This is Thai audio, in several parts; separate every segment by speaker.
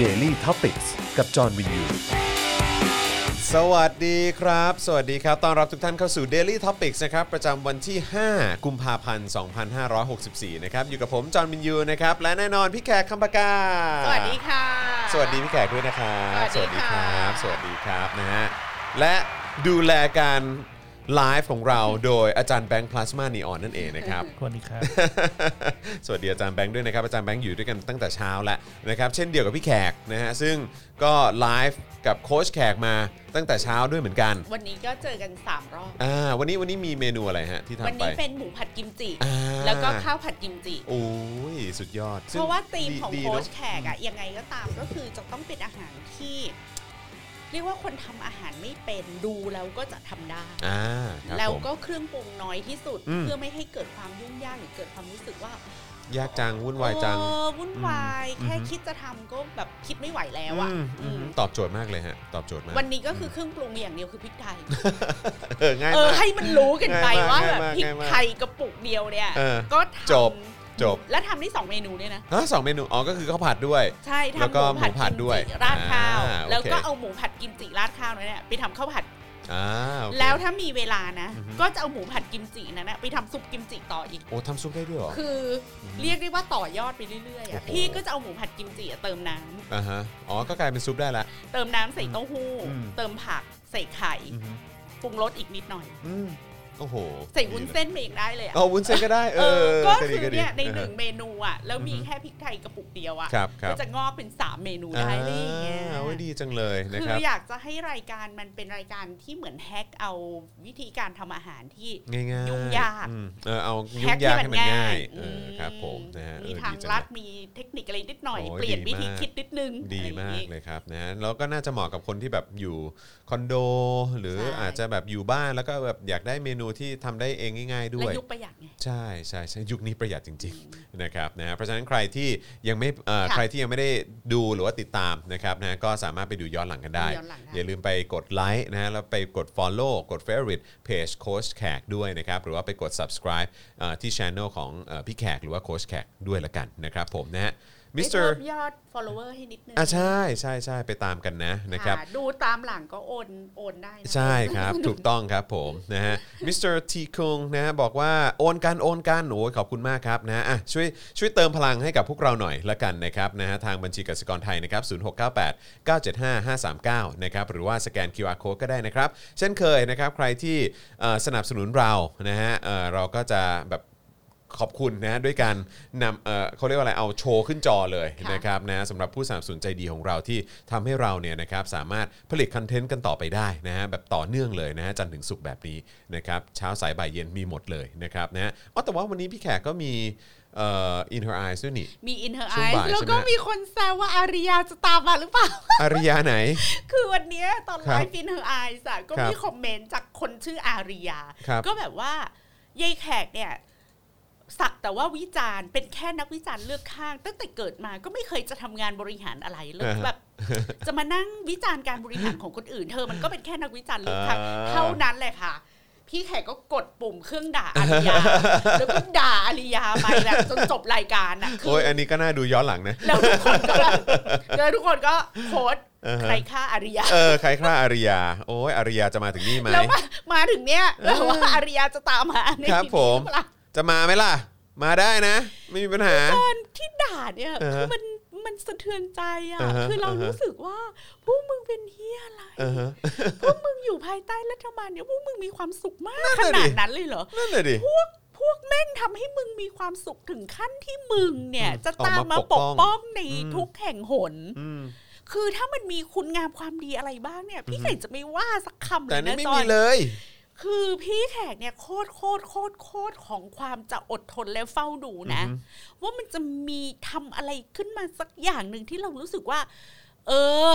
Speaker 1: Daily t o p i c กกับจอห์นวินยู
Speaker 2: สวัสดีครับ สวัสดีครับ ต้อนรับทุกท่านเข้าสู่ Daily Topics นะครับ ประจำวันที่ 5 กุมภาพันธ์ 2564 นะครับ อยู่กับผม จอห์นวินยูนะครับ และแน่นอน พี่แขกคำปากา
Speaker 3: สวัสดีค่ะ
Speaker 2: สวัสดีพี่แขกด้วยนะครับ
Speaker 3: สวัสดี
Speaker 2: ค
Speaker 3: ค่ะ
Speaker 2: รับ สวัสดีครับนะฮะ และดูแลการไลฟ์ของเราโดยอาจารย์แบงค์พลาสมานีออนนั่นเองนะครับ
Speaker 4: สวัสดีครับ
Speaker 2: สวัสดีอาจารย์แบงค์ด้วยนะครับ อาจารย์แบงค์อยู่ด้วยกันตั้งแต่เช้าแล้วนะครับ เช่นเดียวกับพี่แขกนะฮะ ซึ่งก็ไลฟ์กับโค้ชแขกมาตั้งแต่เช้าด้วยเหมือนกัน
Speaker 3: วันนี้ก็เจอกัน 3 รอบ
Speaker 2: อ่าวันนี้วันนี้มีเมนูอะไรฮะที่
Speaker 3: วั
Speaker 2: ทำ
Speaker 3: น
Speaker 2: ไป
Speaker 3: นี้เป็นหมูผัดกิมจิ
Speaker 2: อ่า
Speaker 3: แล้วก็ข้าวผัดกิมจิ
Speaker 2: โอ้ยสุดยอดซึ่
Speaker 3: เพราะว่าธีม
Speaker 2: ดี
Speaker 3: ของ
Speaker 2: ดี
Speaker 3: โค้
Speaker 2: เนะ
Speaker 3: ชแขกอะยังไงก็ตามก็คือจะต้องเป็นอาหารที่ เรียกว่าคนทำอาหารไม่เป็นดูแล้วก็จะทำได้
Speaker 2: อ่าครับ
Speaker 3: แล้ว
Speaker 2: ผม
Speaker 3: ก็เครื่องปรุงน้อยที่สุด
Speaker 2: อืม
Speaker 3: เพื่อไม่ให้เกิดความยุ่งยากหรือเกิดความรู้สึกว่าย
Speaker 2: ากจังวุ่นวายจัง
Speaker 3: เออวุ่นวาย
Speaker 2: อืม
Speaker 3: แค่
Speaker 2: อืม
Speaker 3: คิดจะทำก็แบบคิดไม่ไหวแล้วอะ
Speaker 2: ม
Speaker 3: อืม
Speaker 2: มตอบโจทย์มากเลยฮะ ตอบโจทย์มาก
Speaker 3: วันนี้ก็คือเครื่องปรุงมีอย่างเดียวคือพริกไทย
Speaker 2: เออง่าย
Speaker 3: เอ
Speaker 2: มา
Speaker 3: อก ให้มันรู้กันไป
Speaker 2: ง่ายมาก
Speaker 3: ว่าแบบ
Speaker 2: ง่ายมากง่าย
Speaker 3: พริก
Speaker 2: มาก
Speaker 3: ไทยกระปุกเดียวเนี่ย
Speaker 2: เออ
Speaker 3: ก็ทำ
Speaker 2: จบจบ
Speaker 3: และทำได้สองเมนูด้วยนะ
Speaker 2: ฮะสองเมนูอ๋อก็คือข้าวผัดด้วย
Speaker 3: ใช่ทำ
Speaker 2: แล้วก็หมูผัดด้วย
Speaker 3: หมูผักิมจิราดข้าว
Speaker 2: อ่าโอเค
Speaker 3: แล้วก็เอาหมูผัดกิมจิราดข้าวเนี่ยไปทำข้าวผัด
Speaker 2: อ่าโอเค
Speaker 3: แล้วถ้ามีเวลานะ
Speaker 2: อือฮึ
Speaker 3: ก็จะเอาหมูผัดกิมจินั้นนะไปทำซุปกิมจิต่ออีก
Speaker 2: โอ้ทำซุปได้ด้วยเหรอ
Speaker 3: คืออเรียกได้ว่าต่อยอดไปเรื่อยๆอะ
Speaker 2: โอ้โห
Speaker 3: พี่ก็จะเอาหมูผัดกิมจิอะเติมน้ำ
Speaker 2: อ่าฮะอ๋อก็กลายเป็นซุปได้ละ
Speaker 3: เติมน้ำใส่เต้าหู้
Speaker 2: อืม
Speaker 3: เติมผักใส่ไข่
Speaker 2: อือฮึ
Speaker 3: ปรุงรสอีกนิดหน่อย
Speaker 2: อืมโอ้โห
Speaker 3: ใส่วุ้นเส้นไปอีกได้เลยอะ
Speaker 2: เอาวุ้นเส้นก็ได้เอ
Speaker 3: เอ
Speaker 2: อ
Speaker 3: อก็
Speaker 2: ดี
Speaker 3: คือ
Speaker 2: ดี
Speaker 3: เนี่ยในหนึ่ง
Speaker 2: อ่าฮ
Speaker 3: เมนูอ่ะ แล้วมี
Speaker 2: อือฮึ
Speaker 3: แค่พริกไทยกระปุกเดียวอ่ะ
Speaker 2: ะครับครั
Speaker 3: ก็
Speaker 2: บ
Speaker 3: จะงอกเป็น 3 เมนูได้อะไรอย่างเงี้ย
Speaker 2: อ่าโอ้ดีจังเลยนะค
Speaker 3: คื
Speaker 2: รับ
Speaker 3: ออยากจะให้รายการมันเป็นรายการที่เหมือนแฮกเอาวิธีการทำอาหารที่
Speaker 2: ง่ายๆ
Speaker 3: ยุ่งยาก
Speaker 2: อืมเออเอา
Speaker 3: แฮ
Speaker 2: ยุ่งยากให้มันง่ายเออครับผมนะฮะ
Speaker 3: อืมี
Speaker 2: เออ
Speaker 3: ทาง
Speaker 2: ดีจั
Speaker 3: ลัด
Speaker 2: เลย
Speaker 3: มีเทคนิคอะไรนิดหน่อย
Speaker 2: โอ้ย
Speaker 3: เปลี่ยน
Speaker 2: ดี
Speaker 3: วิธี
Speaker 2: มาก
Speaker 3: คิดนิดนึง
Speaker 2: ดี
Speaker 3: อะไรอย่
Speaker 2: มาง ก
Speaker 3: งี้
Speaker 2: เลยครับนะฮะแล้วก็น่าจะเหมาะกับคนที่แบบอยู่คอนโด หรือ
Speaker 3: ใช่
Speaker 2: อาจจะแบบอยู่บ้านแล้วก็แบบอยากได้เมนูที่ทำได้เองง่าย ๆ ด้
Speaker 3: และ
Speaker 2: วย
Speaker 3: ยุคประหยัดไง
Speaker 2: ใช่ใช่ใช่ยุคนี้ประหยัดจริง ๆ นะครับนะฮะเพราะฉะนั้นใครที่ยังไม่เอ่อ
Speaker 3: ค่ะ
Speaker 2: ใครที่ยังไม่ได้ดูหรือว่าติดตามนะครับนะฮะก็สามารถไปดูย้อนหลังกันได้
Speaker 3: ดูย้อนหลังได้
Speaker 2: อย่าลืมไปกดไลค์นะฮะแล้วไปกด Follow กด Favorite Page โค้ชแขกด้วยนะครับ หรือว่าไปกด subscribe เอ่อที่ Channel ของเอ่อพี่แขกหรือว่าโค้ชแขกด้วยละกันนะครับผมนะฮะมิสเตอร์
Speaker 3: ได้เพิ่มยอด follower ให้นิดนึง
Speaker 2: อ่ะใช่ใช่ใช่ไปตามกันนะนะครับ
Speaker 3: ค่ะดูตามหลังก็โอนโอนได้นะ
Speaker 2: ใช่ครับ ถูกต้องครับผมนะฮะมิสเตอร์ทีคุงนะฮะบอกว่าโอนกันโอนกันโอ้ยขอบคุณมากครับนะฮะอ่ะช่วยช่วยเติมพลังให้กับพวกเราหน่อยละกันนะครับนะฮะทางบัญชีกสิกรไทยนะครับ0698 975 539นะครับหรือว่าสแกน QR code ก็ได้นะครับ เช่นเคยนะครับใครที่เอ่อสนับสนุนเรานะฮะเอ่อเราก็จะแบบ ขอบคุณนะด้วยการนำเอ่อเขาเรียกว่าอะไรเอาโชว์ขึ้นจอเลย
Speaker 3: ค่ะ
Speaker 2: นะครับนะสำหรับผู้สนับสนุนใจดีของเราที่ทำให้เราเนี่ยนะครับสามารถผลิตคอนเทนต์กันต่อไปได้นะฮะแบบต่อเนื่องเลยนะฮะจันทร์ถึงศุกร์แบบนี้นะครับเช้าสายบ่ายเย็นมีหมดเลยนะครับนะฮะอ๋อแต่ว่าวันนี้พี่แขกก็มีเอ่อ in her eyes ด้วยนี่
Speaker 3: มี in her
Speaker 2: ช่วง
Speaker 3: eyes
Speaker 2: บ่าย
Speaker 3: แล้ว
Speaker 2: ใช่ไหม
Speaker 3: ก็มีคนแซวว่าอาริยาจะตามมาหรือเปล่า
Speaker 2: อาริยา ไหน
Speaker 3: คือวันเนี้ยตอน
Speaker 2: ค
Speaker 3: ไล
Speaker 2: รับ
Speaker 3: ฟ์ฟินเฮอไอซ์อะก็
Speaker 2: ครับ
Speaker 3: มีคอมเมนต์จากคนชื่ออาริยา
Speaker 2: ครับ
Speaker 3: ก็แบบว่ายายแขกเนี่ยสักแต่ว่าวิจารณ์เป็นแค่นักวิจารณ์เลือกข้าง ตั้งแต่เกิดมาก็ไม่เคยจะทำงานบริหารอะไรเลย
Speaker 2: อ่าฮะ
Speaker 3: แบบ จะมานั่งวิจารณ์การบริหารของคนอื่น เธอมันก็เป็นแค่นักวิจารณ์เลือกข้าง
Speaker 2: อ่า
Speaker 3: เท่านั้นแหละค่ะ พี่แขกก็กดปุ่มเครื่องด่าอาริยา แล้วก็ด่าอาริยาไปแบบจนจบรายการอะคื
Speaker 2: โอ้ยอันนี้ก็น่าดูย้อนหลังนะ
Speaker 3: แล้วทุกคนก็แบบแล้วทุกคนก็โพสต์
Speaker 2: อ่าฮะ
Speaker 3: ใครฆ่าอาริยา
Speaker 2: เออใครฆ่าอาริยาโอ้ยอาริยาจะมาถึงนี่ไหม
Speaker 3: แล้วมามาถึงเนี้ย
Speaker 2: เออ
Speaker 3: แล้วว่าอาริยาจะตามมาใน
Speaker 2: ครับ
Speaker 3: ที
Speaker 2: ผม
Speaker 3: หอเปล่า
Speaker 2: จะมาไหมล่ะ มาได้นะ ไม่มีปัญหา
Speaker 3: ตอนที่ด่าเนี่ย
Speaker 2: เออ
Speaker 3: คือมันมันสะเทือนใจอ่ะ
Speaker 2: เออฮะ
Speaker 3: คือเรา
Speaker 2: เออฮะ
Speaker 3: รู้สึกว่าพวกมึงเป็นเฮียอะไร
Speaker 2: เออฮะ
Speaker 3: พวกมึงอยู่ภายใต้รัฐบาลเนี่ยพวกมึงมีความสุขมาก
Speaker 2: นั่
Speaker 3: ข
Speaker 2: นน่ะดิ
Speaker 3: นาดนั้นเลยเหรอ
Speaker 2: นั่นเลยดิ
Speaker 3: พวกพวกแม่งทำให้มึงมีความสุขถึงขั้นที่มึงเนี่ย
Speaker 2: อืม
Speaker 3: จะตาม
Speaker 2: ออกมา
Speaker 3: มา
Speaker 2: ป
Speaker 3: ป
Speaker 2: ก
Speaker 3: ก
Speaker 2: ป้อง
Speaker 3: ป้องใน
Speaker 2: อืม
Speaker 3: ทุกแห่งหน
Speaker 2: อืม
Speaker 3: คือถ้ามันมีคุณงามความดีอะไรบ้างเนี่ย พี่
Speaker 2: อือฮึ
Speaker 3: แขกจะไม่ว่าสักคำเล
Speaker 2: แต่
Speaker 3: ย
Speaker 2: อันนี่
Speaker 3: นะ
Speaker 2: ไม่
Speaker 3: จอ
Speaker 2: มี
Speaker 3: น
Speaker 2: เลย
Speaker 3: คือพี่แขกเนี่ยโคตรโคตรโคตรโคตรของความจะอดทนและเฝ้าดูนะ
Speaker 2: อือฮึ
Speaker 3: ว่ามันจะมีทำอะไรขึ้นมาสักอย่างหนึ่งที่เรารู้สึกว่า เออ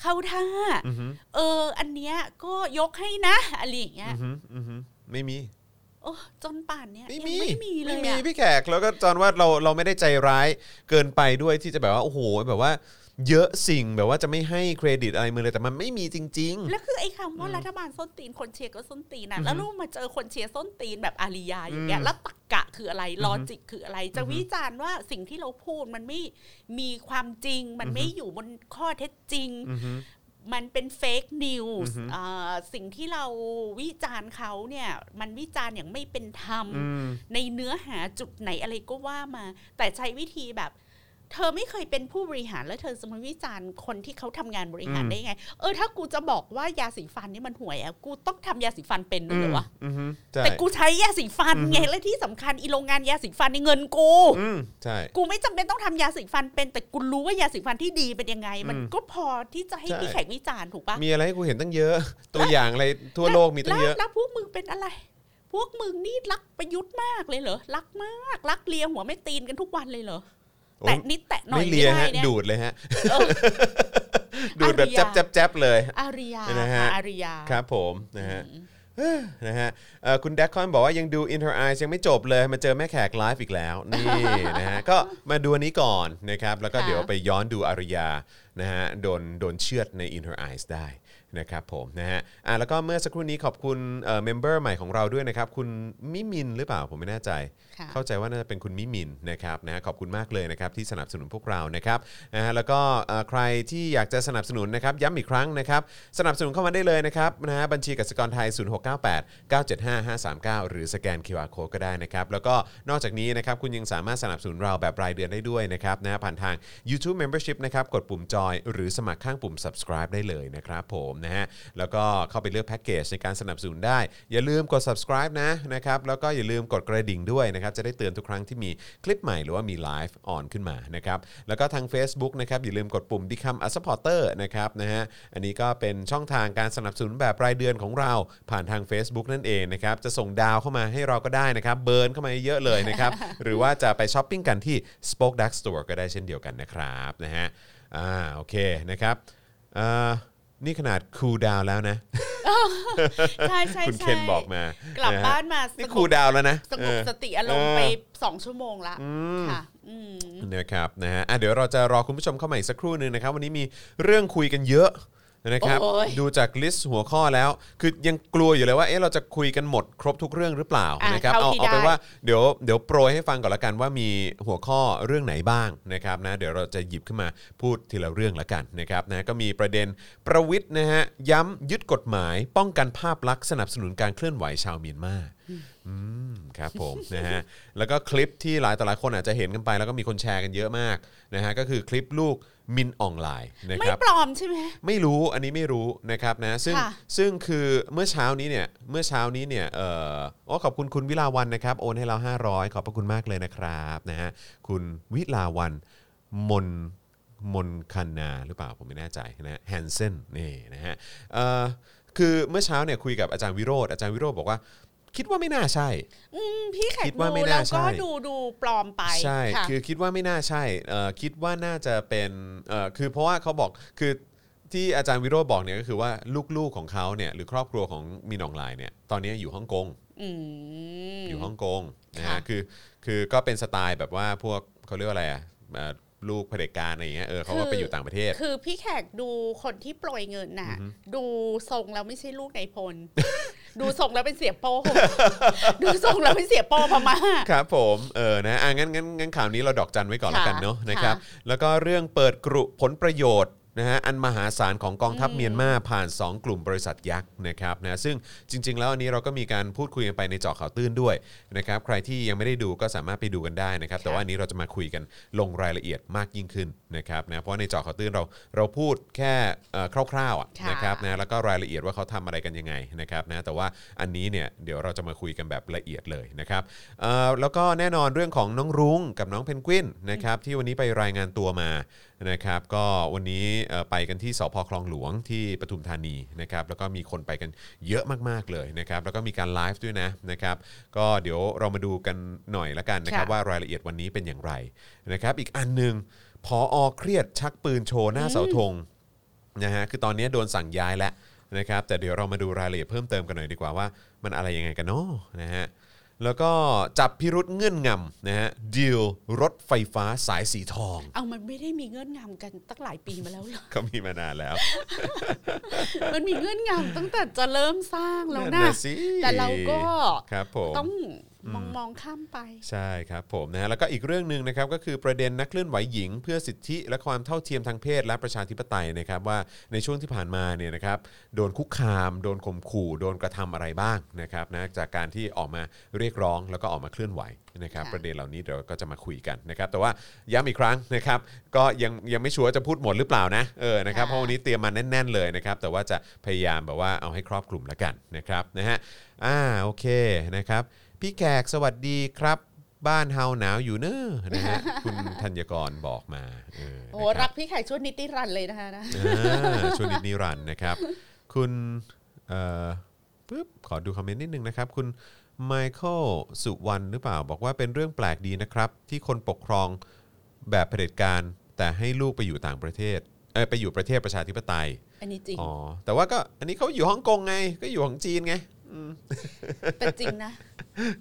Speaker 3: เข้าท่า
Speaker 2: อือฮึ
Speaker 3: เออ อันเนี้ยก็ยกให้นะอะไรอย่างเงี้ย
Speaker 2: อือฮึอือฮึไม่มี
Speaker 3: โอ้จนป่านเนี้ย
Speaker 2: ไม่
Speaker 3: ยัง
Speaker 2: มี
Speaker 3: ไม่มีเลยอะ
Speaker 2: พี่แขกแล้วก็จอนว่าเราเราไม่ได้ใจร้ายเกินไปด้วยที่จะแบบว่าโอ้โหแบบว่า เยอะสิ่งแบบว่าจะไม่ให้เครดิตอะไรมึงเลยแต่มันไม่มีจริง
Speaker 3: แล้วคือไอ้คำว่ารัฐบาลส้นตีนคนเชียร์ก็ส้นตีน
Speaker 2: อื
Speaker 3: นะ
Speaker 2: อฮึ
Speaker 3: แล้วลูกมาเจอคนเชียร์ส้นตีนแบบอาริยาอย่างเงี้
Speaker 2: อืม
Speaker 3: ยแล้วตักกะคืออะไรลอจิกคืออะไร จะ
Speaker 2: อือฮึ
Speaker 3: วิจารณ์ว่าสิ่งที่เราพูดมันไม่มีความจริง มัน
Speaker 2: อือฮึ
Speaker 3: ไม่อยู่บนข้อเท็จจริง
Speaker 2: ๆอือฮึ
Speaker 3: มันเป็นเฟกนิวส์
Speaker 2: อือฮึ
Speaker 3: สิ่งที่เราวิจารณ์เขาเนี่ย มันวิจารณ์อย่างไม่เป็นธรรม
Speaker 2: อืม
Speaker 3: ในเนื้อหาจุดไหนอะไรก็ว่ามา แต่ใช้วิธีแบบ เธอไม่เคยเป็นผู้บริหารแล้วเธอสมมติวิจารณ์คนที่เขาทำงานบริหาร
Speaker 2: อืม
Speaker 3: ได้ไง เออถ้ากูจะบอกว่ายาสีฟันนี่มันห่วยอะกูต้องทำยาสีฟันเป็นด้วยเหรอวะ
Speaker 2: อือฮึใช่
Speaker 3: แต่กูใช้ยาสีฟันไง
Speaker 2: อือฮึ
Speaker 3: และที่สำคัญอีโรงงานยาสีฟันในเงินกู
Speaker 2: อืมใช่
Speaker 3: กูไม่จำเป็นต้องทำยาสีฟันเป็น แต่กูรู้ว่ายาสีฟันที่ดีเป็นยังไง มัน
Speaker 2: อืม
Speaker 3: ก็พอที่จะให้
Speaker 2: ใช่
Speaker 3: พี่แขกวิจารณ์ถูกปะ
Speaker 2: มีอะไรให้กูเห็นตั้งเยอะ ตัวอย่างอะไรทั่วโลกมีตั้งเยอะ
Speaker 3: แล้วแล้วพวกมึงเป็นอะไร พวกมึงนี่รักประยุทธ์มากเลยเหรอ รักมาก รักเลียหัวไม่ตีนกันทุกวันเลยเหรอ
Speaker 2: โอ้
Speaker 3: แต่นิดแต่หน่อย
Speaker 2: ไม่เลียฮะ
Speaker 3: ด้นี่
Speaker 2: ดูดเลยฮะ
Speaker 3: เออ
Speaker 2: ดูดแบบ
Speaker 3: อาริ
Speaker 2: แจ๊บ
Speaker 3: ยา
Speaker 2: แจ๊บแจ๊บเลย
Speaker 3: อาริยา
Speaker 2: นะฮะ
Speaker 3: ค่ะอาริยา
Speaker 2: ครับผมนะฮะเอ้อนะฮะเอ่อคุณแดกคอนบอกว่ายังดู In Her Eyes ยังไม่จบเลย มาเจอแม่แขกไลฟ์อีกแล้ว นี่ นะฮะก็มาดูอันนี้ก่อนนะครับ แล้วก็
Speaker 3: ค่ะ
Speaker 2: เดี๋ยวไปย้อนดูอาริยานะฮะโดนโดนเชือดใน In Her Eyes ได้นะครับผมนะฮะอ่ะแล้วก็เมื่อสักครู่นี้ขอบคุณเอ่อเมมเบอร์ใหม่ของเราด้วยนะครับ คุณมิมินหรือเปล่าผมไม่แน่ใจ
Speaker 3: ค่ะ
Speaker 2: เข้าใจว่าน่าจะเป็นคุณมิมินนะครับนะฮะขอบคุณมากเลยนะครับที่สนับสนุนพวกเรานะครับนะฮะแล้วก็เอ่อใครที่อยากจะสนับสนุนนะครับย้ำอีกครั้งนะครับสนับสนุนเข้ามาได้เลยนะครับนะฮะบัญชีกสิกรไทย 0698 975 539 หรือสแกน QR Code ก็ได้นะครับแล้วก็นอกจากนี้นะครับคุณยังสามารถสนับสนุนเราแบบรายเดือนได้ด้วยนะครับนะฮะผ่านทาง YouTube Membership นะครับกดปุ่มจอยหรือสมัครข้างปุ่ม subscribe ได้เลยนะครับผมนะฮะแล้วก็เข้าไปเลือกแพ็กเกจในการสนับสนุนได้ อย่าลืมกด subscribe นะนะครับแล้วก็อย่าลืมกดกระดิ่งด้วยนะครับจะได้เตือนทุกครั้งที่มีคลิปใหม่หรือว่ามีไลฟ์ออนขึ้นมานะครับแล้วก็ทาง Facebook นะครับอย่าลืมกดปุ่ม Become a supporter นะครับนะฮะอันนี้ก็เป็นช่องทางการสนับสนุนแบบรายเดือนของเราผ่านทาง Facebook นั่นเองนะครับจะส่งดาวเข้ามาให้เราก็ได้นะครับเบิร์นเข้ามาเยอะเลย นะครับ หรือว่าจะไปช้อปปิ้งกันที่ Spoke Dark Store ก็ได้เช่นเดียวกันนะครับนะฮะอ่าโอเคนะครับอ่านี่ขนาดคูลดาวน์แล้วนะ
Speaker 3: ใช่ใช่
Speaker 2: คุณ
Speaker 3: ใช่
Speaker 2: เคนบอกมาก ก
Speaker 3: ลับบ้านมาส
Speaker 2: นี่
Speaker 3: ง
Speaker 2: ครู
Speaker 3: บ
Speaker 2: ดาวแล้วนะ
Speaker 3: สงบ
Speaker 2: เออ
Speaker 3: สติอารมณ์
Speaker 2: เออ
Speaker 3: ไปสองชั่วโมงละค่ะ อืม
Speaker 2: นะครับนะฮะอ่ะเดี๋ยวเราจะรอคุณผู้ชมเข้ามาอีกสักครู่หนึ่งนะครับ วันนี้มีเรื่องคุยกันเยอะนะครับ
Speaker 3: โอ้ย
Speaker 2: ดูจากลิสต์หัวข้อแล้ว คือยังกลัวอยู่เลยว่าเอ๊ะเราจะคุยกันหมดครบทุกเรื่องหรือเปล่า
Speaker 3: อ่ะ
Speaker 2: นะครับ
Speaker 3: เท่า
Speaker 2: เอา
Speaker 3: ที่
Speaker 2: เอาเป็น
Speaker 3: ได้
Speaker 2: ว่าเดี๋ยวเดี๋ยวโปรยให้ฟังก่อนละกันว่ามีหัวข้อเรื่องไหนบ้างนะครับนะเดี๋ยวเราจะหยิบขึ้นมาพูดทีละเรื่องละกันนะครับนะก็มีประเด็นประวิทย์นะฮะย้ำยึดกฎหมาย ป้องกันภาพลักษณ์สนับสนุนการเคลื่อนไหวชาวเมียนมา อืมครับผม นะฮะแล้วก็คลิปที่หลายต่อหลายคนอาจจะเห็นกันไป แล้วก็มีคนแชร์กันเยอะมากนะฮะก็คือคลิปลูกมินออนไลน์นะ
Speaker 3: ไม่
Speaker 2: ครับ
Speaker 3: ปลอมใช่ไหม
Speaker 2: ไม่รู้อันนี้ไม่รู้นะครับนะซึ่ง
Speaker 3: ค่ะ
Speaker 2: ซึ่งคือเมื่อเช้านี้เนี่ยเมื่อเช้านี้เนี่ยเอ่ออ๋อขอบคุณคุณวิลาวันนะครับโอนให้เรา 500 ขอบพระคุณมากเลยนะครับนะฮะคุณวิลาวันมนมนคันนาหรือเปล่าผมไม่แน่ใจนะฮะแฮนเซนนี่นะฮะเอ่อคือเมื่อเช้าเนี่ยคุยกับอาจารย์วิโรธอาจารย์วิโรธบอกว่า คิดว่าไม่น่าใช่
Speaker 3: อืมพี่แขก
Speaker 2: คิดว่าไม่
Speaker 3: ดู
Speaker 2: น่า
Speaker 3: แล้ว
Speaker 2: ใช่
Speaker 3: ก็ดูดูปลอมไป
Speaker 2: ใช่
Speaker 3: ค่ะ
Speaker 2: คือคิดว่าไม่น่าใช่เอ่อคิดว่าน่าจะเป็นเอ่อคือเพราะว่าเขาบอก คือที่อาจารย์วิโรจน์บอกเนี่ยก็คือว่าลูกๆของเขาเนี่ยหรือครอบครัวของมินอองไลน์เนี่ยตอนนี้อยู่ฮ่องกง
Speaker 3: อืม
Speaker 2: อยู่ฮ่องกงนะฮะ
Speaker 3: ค่ะ
Speaker 2: คือ คือก็เป็นสไตล์แบบว่าพวกเขาเรียกว่าอะไรอ่ะเอ่อลูกเผด็จการอะไรอย่างเงี้ย เออเขาก็
Speaker 3: คือ
Speaker 2: ไปอยู่ต่างประเทศ
Speaker 3: คือพี่แขกดูคนที่โปรยเงินน่ะ ดูทรงแล้วไม่ใช่ลูกในายพล ดูทรงแล้ว เป็นเสียโป้ ดูทรงแล้วเป็นเสียโป้พม่า
Speaker 2: ครับผมเออนะอ่ะงั้นงั้นงั้นข่าวนี้เราดอกจันไว้ก่อนละ
Speaker 3: ค่ะ
Speaker 2: กันเนาะนะครับ
Speaker 3: ค่
Speaker 2: แล้วก็เรื่องเปิดกรุผลประโยชน์นะฮะอันมหาศาลของกองทัพ
Speaker 3: อืม
Speaker 2: เมียนมาผ่าน 2 กลุ่มบริษัทยักษ์นะครับนะซึ่งจริง ๆ แล้วอันนี้เราก็มีการพูดคุยกันไปในเจาะข่าวตื้นด้วยนะครับใครที่ยังไม่ได้ดูก็สามารถไปดูกันได้นะครับแต่ว่าอันนี้เราจะมาคุยกันลงรายละเอียดมากยิ่งขึ้นนะครับนะเพราะในเจาะข่าวตื้นเราเราพูดแค่เอ่อคร่าวๆอ่ะ
Speaker 3: ค่ะ
Speaker 2: นะครับ นะแล้วก็รายละเอียดว่าเขาทำอะไรกันยังไงนะครับนะแต่ว่าอันนี้เนี่ยเดี๋ยวเราจะมาคุยกันแบบละเอียดเลยนะครับเอ่อแล้วก็แน่นอนเรื่องของน้องรุ้งกับน้องเพนกวินนะครับที่วันนี้ไปรายงานตัวมานะครับก็วันนี้เอ่อไปกันที่สพคลองหลวงที่ปทุมธานีนะครับแล้วก็มีคนไปกันเยอะมากๆเลยนะครับแล้วก็มีการไลฟ์ด้วยนะนะครับก็เดี๋ยวเรามาดูกันหน่อยละกันนะครับ
Speaker 3: ค่ะ
Speaker 2: ว่ารายละเอียดวันนี้เป็นอย่างไรนะครับอีกอันหนึ่งพออเครียดชักปืนโชว์หน้าเสาธง นะฮะ คือตอนนี้โดนสั่งย้ายแล้วนะครับ แต่เดี๋ยวเรามาดูรายละเอียดเพิ่มเติมกันหน่อยดีกว่าว่า มันอะไรยังไงกันเนาะนะฮะ แล้วก็จับพิรุษเงื่อนงำนะฮะดีลรถไฟฟ้าสายสีทอง
Speaker 3: เอามันไม่ได้มีเงื่อนงำกันตั้งหลายปีมาแล้วเหรอ
Speaker 2: ก็มีมานานแล้ว
Speaker 3: มันมีเงื่อนงำตั้งแต่จะเริ่มสร้างแล้วนะ
Speaker 2: นั่นสิ
Speaker 3: แต่เราก็
Speaker 2: ครับผม
Speaker 3: ต้องมองมองข้ามไป
Speaker 2: ใช่ครับผมนะฮะแล้วก็อีกเรื่องหนึ่งนะครับก็คือประเด็นนักเคลื่อนไหวหญิง เพื่อสิทธิและความเท่าเทียมทางเพศและประชาธิปไตยนะครับว่าในช่วงที่ผ่านมาเนี่ยนะครับโดนคุกคาม โดนข่มขู่โดนกระทำอะไรบ้างนะครับนะจากการที่ออกมาเรียกร้องแล้วก็ออกมาเคลื่อนไหวนะครับ
Speaker 3: ค่ะ
Speaker 2: ประเด็นเหล่านี้เดี๋ยวก็จะมาคุยกันนะครับแต่ว่าย้ำอีกครั้งนะครับก็ยังยังไม่ชัวร์ว่าจะพูดหมดหรือเปล่านะเออนะครับเพราะวันนี้เตรียมมาแน่น ๆ เลยนะครับแต่ว่าจะพยายามแบบว่าเอาให้ครอบคลุมละกันนะครับนะฮะอ่าโอเคนะครับพี่แขกสวัสดีครับ บ้านเฮาหนาวอยู่เนอะนะฮะ คุณธัญกรบอกมาเออ
Speaker 3: โอ้
Speaker 2: นะค
Speaker 3: รั
Speaker 2: รับ
Speaker 3: กพี่ไข่ชวดนิติรันดร์เลยนะคะนะ
Speaker 2: อ่าชวนนิดนิรันดร์นะครับ คุณเอ่อปึ๊บขอดูคอมเมนต์นิดนึงนะครับ คุณไมเคิลสุวรรณหรือเปล่า บอกว่าเป็นเรื่องแปลกดีนะครับ ที่คนปกครองแบบเผด็จการ แต่ให้ลูกไปอยู่ต่างประเทศเอยไปอยู่ประเทศประชาธิปไตย
Speaker 3: อันนี้จริง
Speaker 2: อ๋อแต่ว่าก็อันนี้เขาอยู่ฮ่องกงไง ก็อยู่ของจีนไง
Speaker 3: แต่จริง นะ